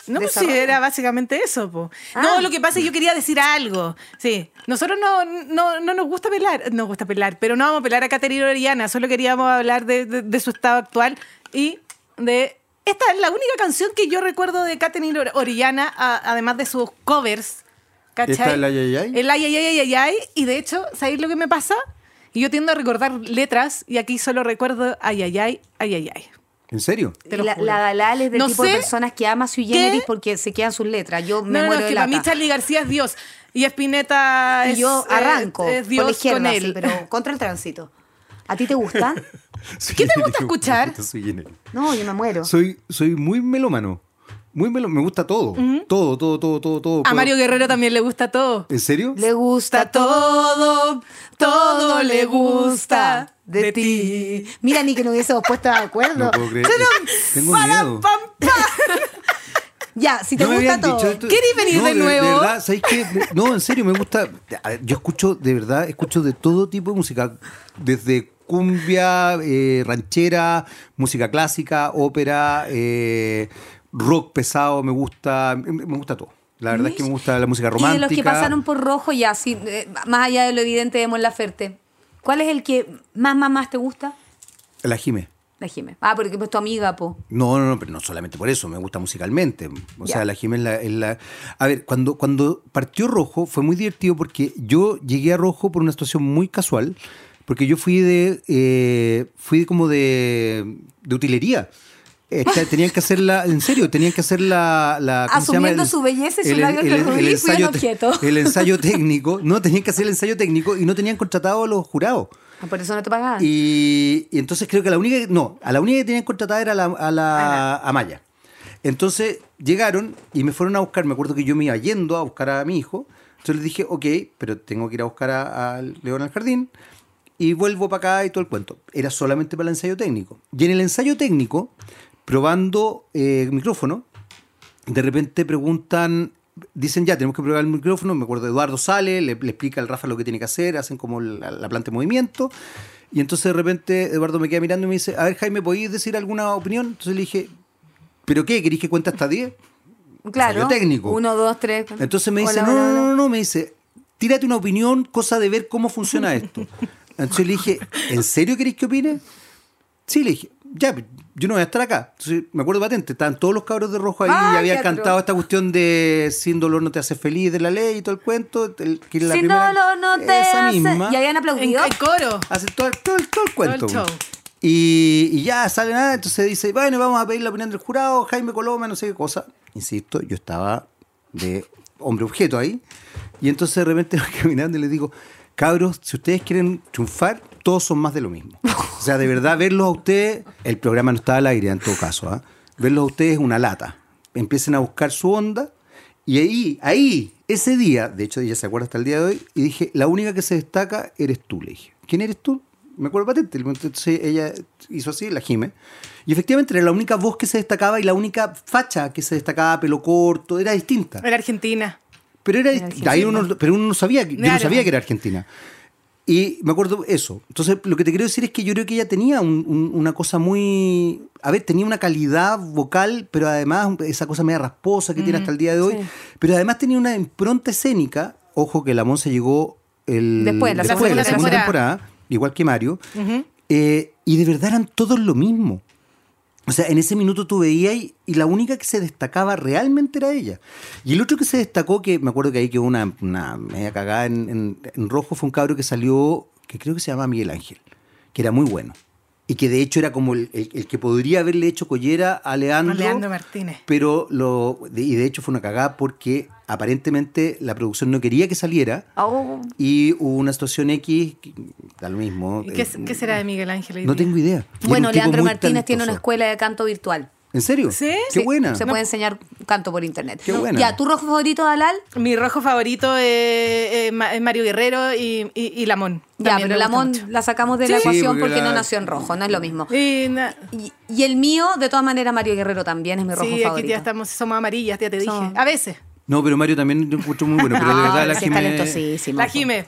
Speaker 3: No, pues sí,
Speaker 2: Desarrolla.
Speaker 3: era básicamente eso, po.
Speaker 2: Ah.
Speaker 3: No, lo que pasa es que yo quería decir algo. Sí, nosotros no, no, no nos gusta pelar, nos gusta pelar, pero no vamos a pelar a Caterina Orellana, solo queríamos hablar de, de- de su estado actual y de... Esta es la única canción que yo recuerdo de Caterina Ore- Orellana, a- además de sus covers. ¿Cachai?
Speaker 4: ¿Esta es la Yayay?
Speaker 3: El ay, ay, ay, ay, ay. Y de hecho, ¿sabéis lo que me pasa? Y yo tiendo a recordar letras y aquí solo recuerdo ay, ay, ay, ay, ay, ay.
Speaker 4: ¿En serio?
Speaker 3: Te
Speaker 2: Y
Speaker 3: lo
Speaker 2: la,
Speaker 3: juro.
Speaker 2: la Dalal es del
Speaker 3: No
Speaker 2: tipo de
Speaker 3: sé
Speaker 2: personas que ama su
Speaker 3: qué-
Speaker 2: generis porque se quedan sus letras. Yo me
Speaker 3: no, no,
Speaker 2: muero
Speaker 3: no, es
Speaker 2: de
Speaker 3: que para mí
Speaker 2: lata.
Speaker 3: Charlie García es Dios. Y Espineta
Speaker 2: Y
Speaker 3: es.
Speaker 2: yo
Speaker 3: eh,
Speaker 2: arranco
Speaker 3: es, Dios
Speaker 2: por la izquierda,
Speaker 3: con él.
Speaker 2: sí, pero contra el tránsito. ¿A ti te gustan?
Speaker 3: ¿Qué te gusta escuchar?
Speaker 4: Soy, generis.
Speaker 2: No, yo me muero.
Speaker 4: soy, soy muy melómano. Muy melo- me gusta todo. Todo, todo, todo, todo, todo.
Speaker 3: A
Speaker 4: Puedo-
Speaker 3: Mario Guerrero también le gusta todo.
Speaker 4: ¿En serio?
Speaker 2: Le gusta
Speaker 3: todo,
Speaker 2: todo le gusta de ti. Mira, ni que no hubiésemos puesto de acuerdo.
Speaker 4: No puedo creer. Tengo miedo.
Speaker 2: Ya, si te
Speaker 4: No me
Speaker 2: gusta
Speaker 4: habían
Speaker 2: todo.
Speaker 4: dicho esto.
Speaker 3: ¿Querés venir
Speaker 4: No,
Speaker 3: de nuevo?
Speaker 4: verdad, ¿sabéis qué? De- No, en serio, me gusta. a ver, Yo escucho, de verdad, escucho de todo tipo de música. Desde cumbia, eh, ranchera, música clásica, ópera, eh, rock pesado, me gusta. Me me gusta todo. La verdad es que me gusta la música
Speaker 2: Y de
Speaker 4: romántica.
Speaker 2: los que pasaron por rojo, ya, sí, eh, más allá de lo evidente de Mon Laferte, ¿cuál es el que más, más, más te gusta?
Speaker 4: La Jime.
Speaker 2: La Jime. Ah, porque pues tu amiga, po.
Speaker 4: No, no, no, pero no solamente por eso, me gusta musicalmente. O
Speaker 2: Ya.
Speaker 4: sea, la Jimena es la, es la- A ver, cuando, cuando partió Rojo fue muy divertido porque yo llegué a Rojo por una situación muy casual, porque yo fui de. eh, fui como de. de utilería. Eh, que tenían que hacer la, en serio, tenían que hacer la... la ¿cómo se llama?
Speaker 2: Asumiendo su belleza y su labio rubí, fui un
Speaker 4: te-
Speaker 2: objeto.
Speaker 4: el ensayo técnico, no, tenían que hacer el ensayo técnico y no tenían contratado a los jurados.
Speaker 2: Ah, Por eso no te pagaban.
Speaker 4: Y, y entonces creo que la única, que- no, a la única que tenían contratada era la- a la a Maya. Entonces llegaron y me fueron a buscar. Me acuerdo que yo me iba yendo a buscar a mi hijo. Entonces les dije, ok, pero tengo que ir a buscar a, a León al jardín y vuelvo para acá y todo el cuento. Era solamente para el ensayo técnico. Y en el ensayo técnico, probando eh, micrófono, de repente preguntan, dicen ya, tenemos que probar el micrófono, me acuerdo, Eduardo sale, le, le explica al Rafa lo que tiene que hacer, hacen como la, la planta de movimiento, y entonces de repente Eduardo me queda mirando y me dice, a ver Jaime, ¿podéis decir alguna opinión? Entonces le dije, ¿pero qué? ¿Queréis que cuente hasta 10?
Speaker 2: claro.
Speaker 4: ensayo técnico.
Speaker 2: Uno, dos, tres.
Speaker 4: Entonces me dice,
Speaker 2: Hola,
Speaker 4: no,
Speaker 2: hola,
Speaker 4: no,
Speaker 2: hola.
Speaker 4: no, no, me dice, tírate una opinión, cosa de ver cómo funciona esto. Entonces le dije, ¿en serio queréis que opine? Sí, le dije, ya, pues, yo no voy a estar acá. Entonces, me acuerdo patente, estaban todos los cabros de rojo ahí
Speaker 2: Ay,
Speaker 4: y habían
Speaker 2: qué atroz.
Speaker 4: cantado esta cuestión de sin dolor no te hace feliz de la ley y todo el cuento. el- que la
Speaker 2: Sin
Speaker 4: primera-
Speaker 2: dolor no te
Speaker 4: esa
Speaker 2: hace-
Speaker 4: misma.
Speaker 2: Y habían
Speaker 3: En,
Speaker 2: aplaudido.
Speaker 3: en coro.
Speaker 4: Hace todo, el- todo el- todo el cuento.
Speaker 3: show.
Speaker 4: Y, y ya sale nada, entonces dice, bueno, vamos a pedir la opinión del jurado, Jaime Coloma, no sé qué cosa. Insisto, yo estaba de hombre objeto ahí. Y entonces de repente voy caminando y les digo, cabros, si ustedes quieren triunfar, todos son más de lo mismo. O sea, de verdad, verlos a ustedes, el programa no está al aire en todo caso, ¿ah? verlos a ustedes es una lata. Empiecen a buscar su onda. Y ahí, ahí, ese día, de hecho ella se acuerda hasta el día de hoy, y dije, la única que se destaca eres tú, le dije. ¿Quién eres tú? me acuerdo patente. Entonces ella hizo así, la Jime. Y efectivamente era la única voz que se destacaba y la única facha que se destacaba, pelo corto, era distinta.
Speaker 3: Era Argentina.
Speaker 4: Pero era, ahí uno, pero uno no sabía, yo no
Speaker 3: Claro.
Speaker 4: sabía que era argentina. Y me acuerdo eso. Entonces, lo que te quiero decir es que yo creo que ella tenía un- un- una cosa muy. A ver, tenía una calidad vocal, pero además esa cosa media rasposa que tiene hasta el día de hoy. Pero además tenía una impronta escénica. Ojo que la Monza llegó el,
Speaker 2: Después, la
Speaker 4: de
Speaker 3: segunda
Speaker 4: la segunda temporada,
Speaker 3: temporada.
Speaker 4: igual que Mario. Eh, y de verdad eran todos lo mismo. O sea, en ese minuto tú veías y, y la única que se destacaba realmente era ella. Y el otro que se destacó, que me acuerdo que ahí quedó una, una media cagada en, en- en rojo, fue un cabro que salió, que creo que se llama Miguel Ángel, que era muy bueno. Y que de hecho era como el, el- el que podría haberle hecho collera a Leandro.
Speaker 3: A Leandro Martínez.
Speaker 4: Pero lo. de- Y de hecho fue una cagada porque aparentemente la producción no quería que saliera.
Speaker 2: Oh.
Speaker 4: Y hubo una situación X, que, da lo mismo.
Speaker 3: ¿Y qué,
Speaker 4: eh,
Speaker 3: qué será de Miguel Ángel? hoy
Speaker 4: no
Speaker 3: día?
Speaker 4: tengo idea. Y era
Speaker 2: Bueno,
Speaker 4: un tipo
Speaker 2: Leandro
Speaker 4: muy
Speaker 2: Martínez tiene una
Speaker 4: talentoso.
Speaker 2: escuela de canto virtual.
Speaker 4: ¿En serio?
Speaker 3: ¿Sí?
Speaker 4: Qué
Speaker 3: Sí,
Speaker 4: buena.
Speaker 2: Se puede enseñar canto por internet.
Speaker 4: Qué buena.
Speaker 2: Ya, ¿tu rojo favorito, Dalal?
Speaker 3: Mi rojo favorito es, es Ma- es Mario Guerrero y, y, y Lamón.
Speaker 2: Ya,
Speaker 3: También
Speaker 2: pero
Speaker 3: me
Speaker 2: la
Speaker 3: gusta
Speaker 2: Mon
Speaker 3: mucho.
Speaker 2: la sacamos de la
Speaker 4: Sí,
Speaker 2: ecuación
Speaker 4: porque
Speaker 2: porque
Speaker 4: la-
Speaker 2: no nació en rojo, no es lo mismo.
Speaker 3: Y na-
Speaker 2: Y, y el mío, de todas maneras, Mario Guerrero también es mi rojo
Speaker 3: sí, aquí
Speaker 2: favorito.
Speaker 3: ya estamos, somos amarillas, ya te dije.
Speaker 2: Somos-
Speaker 3: A veces.
Speaker 4: No, pero Mario también lo encuentro muy bueno. Pero de
Speaker 2: No,
Speaker 4: verdad la
Speaker 2: sí, es
Speaker 4: Jimé-
Speaker 2: talentosísimo.
Speaker 3: La Jime.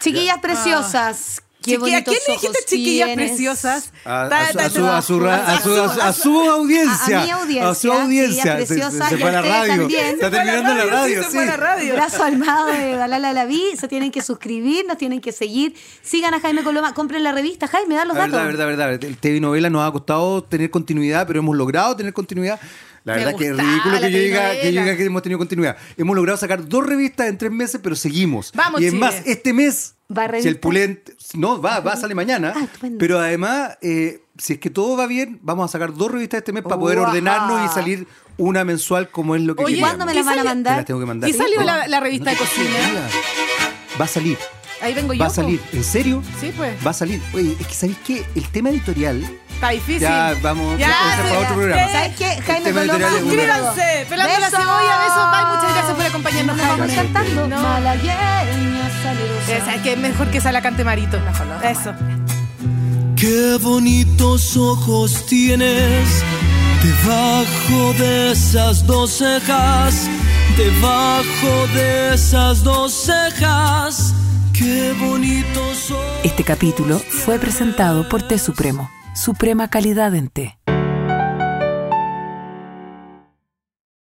Speaker 2: Chiquillas preciosas. Qué
Speaker 3: Chiqui- ¿A
Speaker 2: bonitos
Speaker 3: Ah. quién le dijiste
Speaker 2: ojos
Speaker 3: chiquillas
Speaker 2: tienes.
Speaker 3: preciosas?
Speaker 4: A, a
Speaker 3: Ta-
Speaker 4: su,
Speaker 3: ta-
Speaker 4: a su- a su ra- a su- a su- a su audiencia.
Speaker 2: A- a mi audiencia,
Speaker 4: A su audiencia.
Speaker 2: chiquillas
Speaker 4: Se- se-
Speaker 2: preciosas,
Speaker 4: se
Speaker 2: y
Speaker 4: fue a la
Speaker 2: a ustedes
Speaker 4: radio.
Speaker 2: también.
Speaker 4: Está
Speaker 2: Se
Speaker 4: terminando la radio,
Speaker 3: se
Speaker 4: sí.
Speaker 3: fue a la radio.
Speaker 2: Brazo armado de Dalala Laví. Se tienen que suscribir, nos tienen que seguir. Sigan a Jaime Coloma, compren la revista. Jaime, da los
Speaker 4: La
Speaker 2: datos.
Speaker 4: verdad, verdad, verdad. El TV novela nos ha costado tener continuidad, pero hemos logrado tener continuidad. La
Speaker 3: Me
Speaker 4: verdad que es
Speaker 3: gustaba
Speaker 4: ridículo
Speaker 3: la
Speaker 4: que yo, diga, que yo
Speaker 3: telenovela.
Speaker 4: diga que hemos tenido continuidad. Hemos logrado sacar dos revistas en tres meses, pero seguimos.
Speaker 3: Vamos,
Speaker 4: y es
Speaker 3: Chile.
Speaker 4: más, este mes,
Speaker 2: ¿Va a
Speaker 4: si el
Speaker 2: revista?
Speaker 4: pulente... No, va, va, sale mañana.
Speaker 2: Ah, estupendo.
Speaker 4: pero además, eh, si es que todo va bien, vamos a sacar dos revistas este mes para poder
Speaker 2: Guau.
Speaker 4: ordenarnos y salir una mensual como es lo que
Speaker 2: Oye,
Speaker 4: queríamos.
Speaker 2: ¿cuándo me las
Speaker 3: ¿qué
Speaker 2: van a
Speaker 3: salió?
Speaker 4: Te
Speaker 2: mandar?
Speaker 4: las tengo que mandar.
Speaker 3: ¿Y salió
Speaker 4: No,
Speaker 3: la- la revista
Speaker 4: no
Speaker 3: de
Speaker 4: te puedo
Speaker 3: cocina?
Speaker 4: creer. Va a salir.
Speaker 3: Ahí vengo yo.
Speaker 4: Va a
Speaker 3: po.
Speaker 4: salir. ¿En serio?
Speaker 3: Sí, pues.
Speaker 4: Va a salir. Oye, es que ¿sabéis qué? El tema editorial
Speaker 3: Está difícil.
Speaker 4: ya, vamos, ya,
Speaker 3: Ya,
Speaker 4: ese es
Speaker 3: sí,
Speaker 4: para otro
Speaker 3: ya.
Speaker 4: programa.
Speaker 2: ¿Sabes qué? Jaime
Speaker 4: Este
Speaker 2: Coloma,
Speaker 4: material es un-
Speaker 3: Suscríbanse. Pelando la
Speaker 2: Besos.
Speaker 3: cebolla, besos. Bye, muchas gracias por acompañarnos.
Speaker 2: Nos vamos
Speaker 3: Jaime.
Speaker 2: cantando.
Speaker 3: No.
Speaker 2: Malagueña salerosa.
Speaker 3: Esa, que mejor que esa la cante Marito. Eso.
Speaker 8: Qué bonitos ojos tienes debajo de esas dos cejas, debajo de esas dos cejas. Qué bonitos ojos.
Speaker 1: Este capítulo fue presentado por Té Supremo, Suprema Calidad en Té.